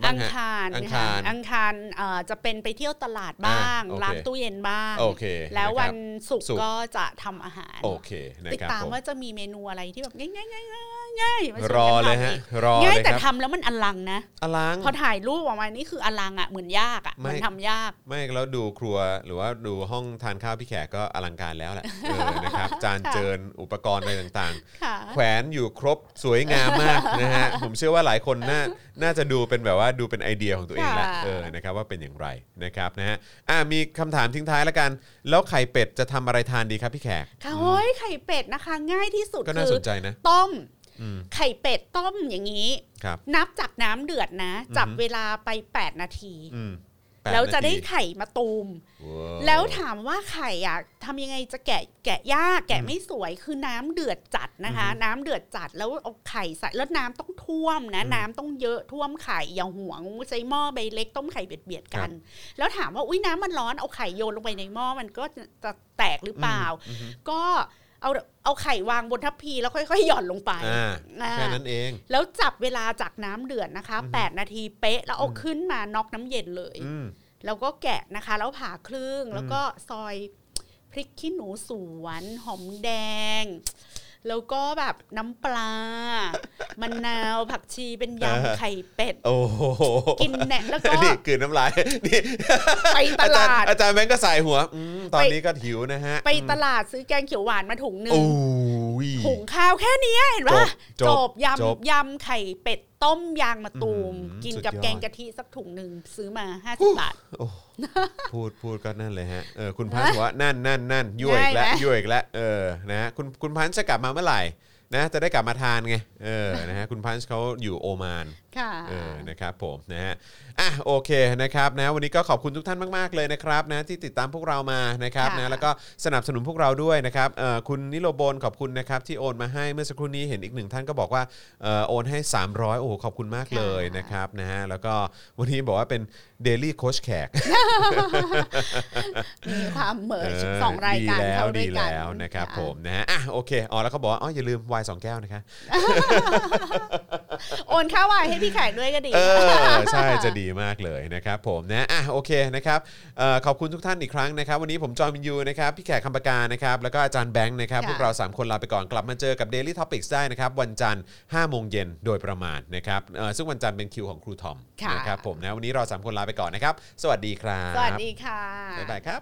Speaker 2: บ้าง
Speaker 3: อัง
Speaker 2: ฮะ
Speaker 3: คาร
Speaker 2: อัง
Speaker 3: ค่ะ
Speaker 2: คาร
Speaker 3: อังคารเอ่อจะเป็นไปเที่ยวตลาดบ้าง
Speaker 2: อ่าโอเค
Speaker 3: ล้างตู้เย็นบ้าง
Speaker 2: โอเค
Speaker 3: แล้ว
Speaker 2: นะครับ
Speaker 3: วันศุก
Speaker 2: ศุกร์
Speaker 3: ร์ก็จะทำอาหาร
Speaker 2: โอเคนะ
Speaker 3: ติด
Speaker 2: ครับ
Speaker 3: ตาม
Speaker 2: ผม
Speaker 3: ว่าจะมีเมนูอะไรที่แบบง่ายๆง่ายๆง่ายๆมาชวนกัน
Speaker 2: รอเลยฮะ
Speaker 3: ทำก
Speaker 2: รอ
Speaker 3: ง่าย
Speaker 2: เลย
Speaker 3: แต่
Speaker 2: ครับ
Speaker 3: ทำแล้วมันอลังนะ
Speaker 2: อลัง
Speaker 3: พอถ่ายรูปออกมานี่คืออลังอ่ะเหมือนยากอ่ะ
Speaker 2: ไม่
Speaker 3: มันทำยาก
Speaker 2: ไม่แล้วดูครัวหรือว่าดูห้องทานข้าวพี่แขกก็อลังการแล้วแห ละเออนะครับ จาน
Speaker 3: ค่ะ
Speaker 2: เจิญอุปกรณ์อะไรต่าง
Speaker 3: ค่ะ
Speaker 2: ๆ แขวนอยู่ครบสวยงามมากนะฮะ ผมเชื่อว่าหลายคนน่าน่าจะดูเป็นแบบว่าดูเป็นไอเดียของตัวเองแหละ
Speaker 3: ค่ะ
Speaker 2: เออนะครับว่าเป็นอย่างไรนะครับนะฮะอ่ะมีคำถามทิ้งท้ายแล้วกัน แล้วไข่เป็ดจะทำอะไรทานดีครับพี่แขก
Speaker 3: ค่ะโอ้ยไข่เป็ดนะคะ ง่ายที่สุด
Speaker 2: ก็น่าส
Speaker 3: คือน
Speaker 2: ใจนะ
Speaker 3: ต้ม
Speaker 2: อืม
Speaker 3: ไข่เป็ดต้มอย่างนี้
Speaker 2: ครับ
Speaker 3: นับจากน้ำเดือดนะ จับ
Speaker 2: อือฮึ
Speaker 3: เวลาไป 8 นาที
Speaker 2: อืม ป
Speaker 3: แล้วจะ
Speaker 2: นาที
Speaker 3: ได้ไข่มาตูม
Speaker 2: ว้าว
Speaker 3: แล้วถามว่าไข่อะทำยังไงจะแกะแกะยากแกะไม่สวยคือน้ำเดือดจัดนะคะ น้ำเดือดจัดแล้วเอาไข่ใส่แล้วน้ำต้องท่วมนะ
Speaker 2: อืม
Speaker 3: น้ำต้องเยอะท่วมไข่อย่าห่วงใช้หม้อใบเล็กต้มไข่เบียดเบียดๆกัน แล้วถามว่าอุ้ยน้ำมันร้อนเอาไข่โยนลงไปในหม้อมันก็จะแตกหรือเปล่า
Speaker 2: อืมอืม
Speaker 3: ก็เอาเอาไข่วางบนทัพพีแล้วค่อยๆหย่อนลงไป
Speaker 2: อ่า
Speaker 3: อ่า
Speaker 2: แค่นั้นเอง
Speaker 3: แล้วจับเวลาจากน้ำเดือดนะคะ
Speaker 2: อืม
Speaker 3: 8 นาทีเป๊ะแล้วเอาขึ้นมาน็อกน้ำเย็นเลย
Speaker 2: อืม
Speaker 3: แล้วก็แกะนะคะ แล้วผ่าครึ่ง
Speaker 2: อืม
Speaker 3: แล้วก็ซอยพริกขี้หนูสวน หอมแดง แล้วก็แบบน้ำปลามะนาวผักชีเป็นยำไข่เป็ด
Speaker 2: โอ้โห
Speaker 3: กินแหนมแล้วก็
Speaker 2: นี่คืนน้ำลาย นี่
Speaker 3: ไป
Speaker 2: อา
Speaker 3: ต
Speaker 2: จาร
Speaker 3: ลา
Speaker 2: ย์
Speaker 3: ด
Speaker 2: อาจารย์แบงก์ก็สายหัวอืมตอน
Speaker 3: ไป
Speaker 2: นี้ก็หิวนะฮะ
Speaker 3: ไปตลาดซื้อแกงเขียวหวานมาถุงหนึ่
Speaker 2: โอ้
Speaker 3: ง
Speaker 2: ย
Speaker 3: ถุงข้าวแค่เนี้ยเห็นปะ
Speaker 2: จบจบ
Speaker 3: ย
Speaker 2: จบ
Speaker 3: ำยำไข่เป็ดต้มยางมาตูม
Speaker 2: อื้อหือ
Speaker 3: กินกับ
Speaker 2: สุดยอด
Speaker 3: แกงกะทิสักถุงหนึ่งซื้อมา50บาท
Speaker 2: โอ้พูดพูดก็นั่นเลยฮะเออคุณพันธ์บอกว่านั่นนั่นนั่นยั่วอีกแล้ว
Speaker 3: ได้ไหม
Speaker 2: ยั่วอีกแล้วเออนะฮะคุณคุณพันธ์จะกลับมาเมื่อไหร่นะจะได้กลับมาทานไงเออนะฮะคุณพันธ์เขาอยู่โอมาน
Speaker 3: ค่ะ
Speaker 2: เออ นะครับผมนะฮะ อ่ะโอเคนะครับนะวันนี้ก็ขอบคุณทุกท่านมากๆเลยนะครับนะที่ติดตามพวกเรามานะครับ
Speaker 3: ค่ะ
Speaker 2: นะแล้วก็สนับสนุนพวกเราด้วยนะครับเอ่อคุณนิโรบลขอบคุณนะครับที่โอนมาให้เมื่อสักครู่นี้เห็นอีกหนึ่งท่านก็บอกว่าเอ่อโอนให้ 300โอ้โหขอบคุณมาก
Speaker 3: ค่ะ
Speaker 2: เลยนะครับนะฮะแล้วก็วันนี้บอกว่าเป็น Daily Coach แขก
Speaker 3: มีความเหมือ
Speaker 2: เ
Speaker 3: สิบสองรายการ
Speaker 2: ดีแล้
Speaker 3: เข้าว ด้วย
Speaker 2: ดี
Speaker 3: กัน
Speaker 2: แล้วนะครับ
Speaker 3: ค่ะ
Speaker 2: ผมนะฮะอ่ะโอเคอ๋อแล้วเขาบอกว่าอ๋ออย่าลืมไวน์สองแก้วนะคะ
Speaker 3: โอนค่าไวายให้พี่แขกด้วยก็ดี
Speaker 2: เออใช่จะดีมากเลยนะครับผมนะอ่ะโอเคนะครับเอ่อขอบคุณทุกท่านอีกครั้งนะครับ วันนี้ผมจอห์นวินยูนะครับพี่แขกคำปากานะครับแล้วก็อาจารย์แบงค์นะครับ
Speaker 3: ค่ะ
Speaker 2: พวกเรา 3 คนลาไปก่อนกลับมาเจอกับ Daily Topics ได้นะครับ วันจันทร์5โมงเย็นโดยประมาณนะครับเอ่อซึ่งวันจันทร์เป็นคิวของครูทอม
Speaker 3: ค่ะ
Speaker 2: นะครับผมนะวันนี้เรา 3 คนลาไปก่อนนะครับ สวัสดีครับ
Speaker 3: สวัสดีค่ะ
Speaker 2: บ๊ายบายครับ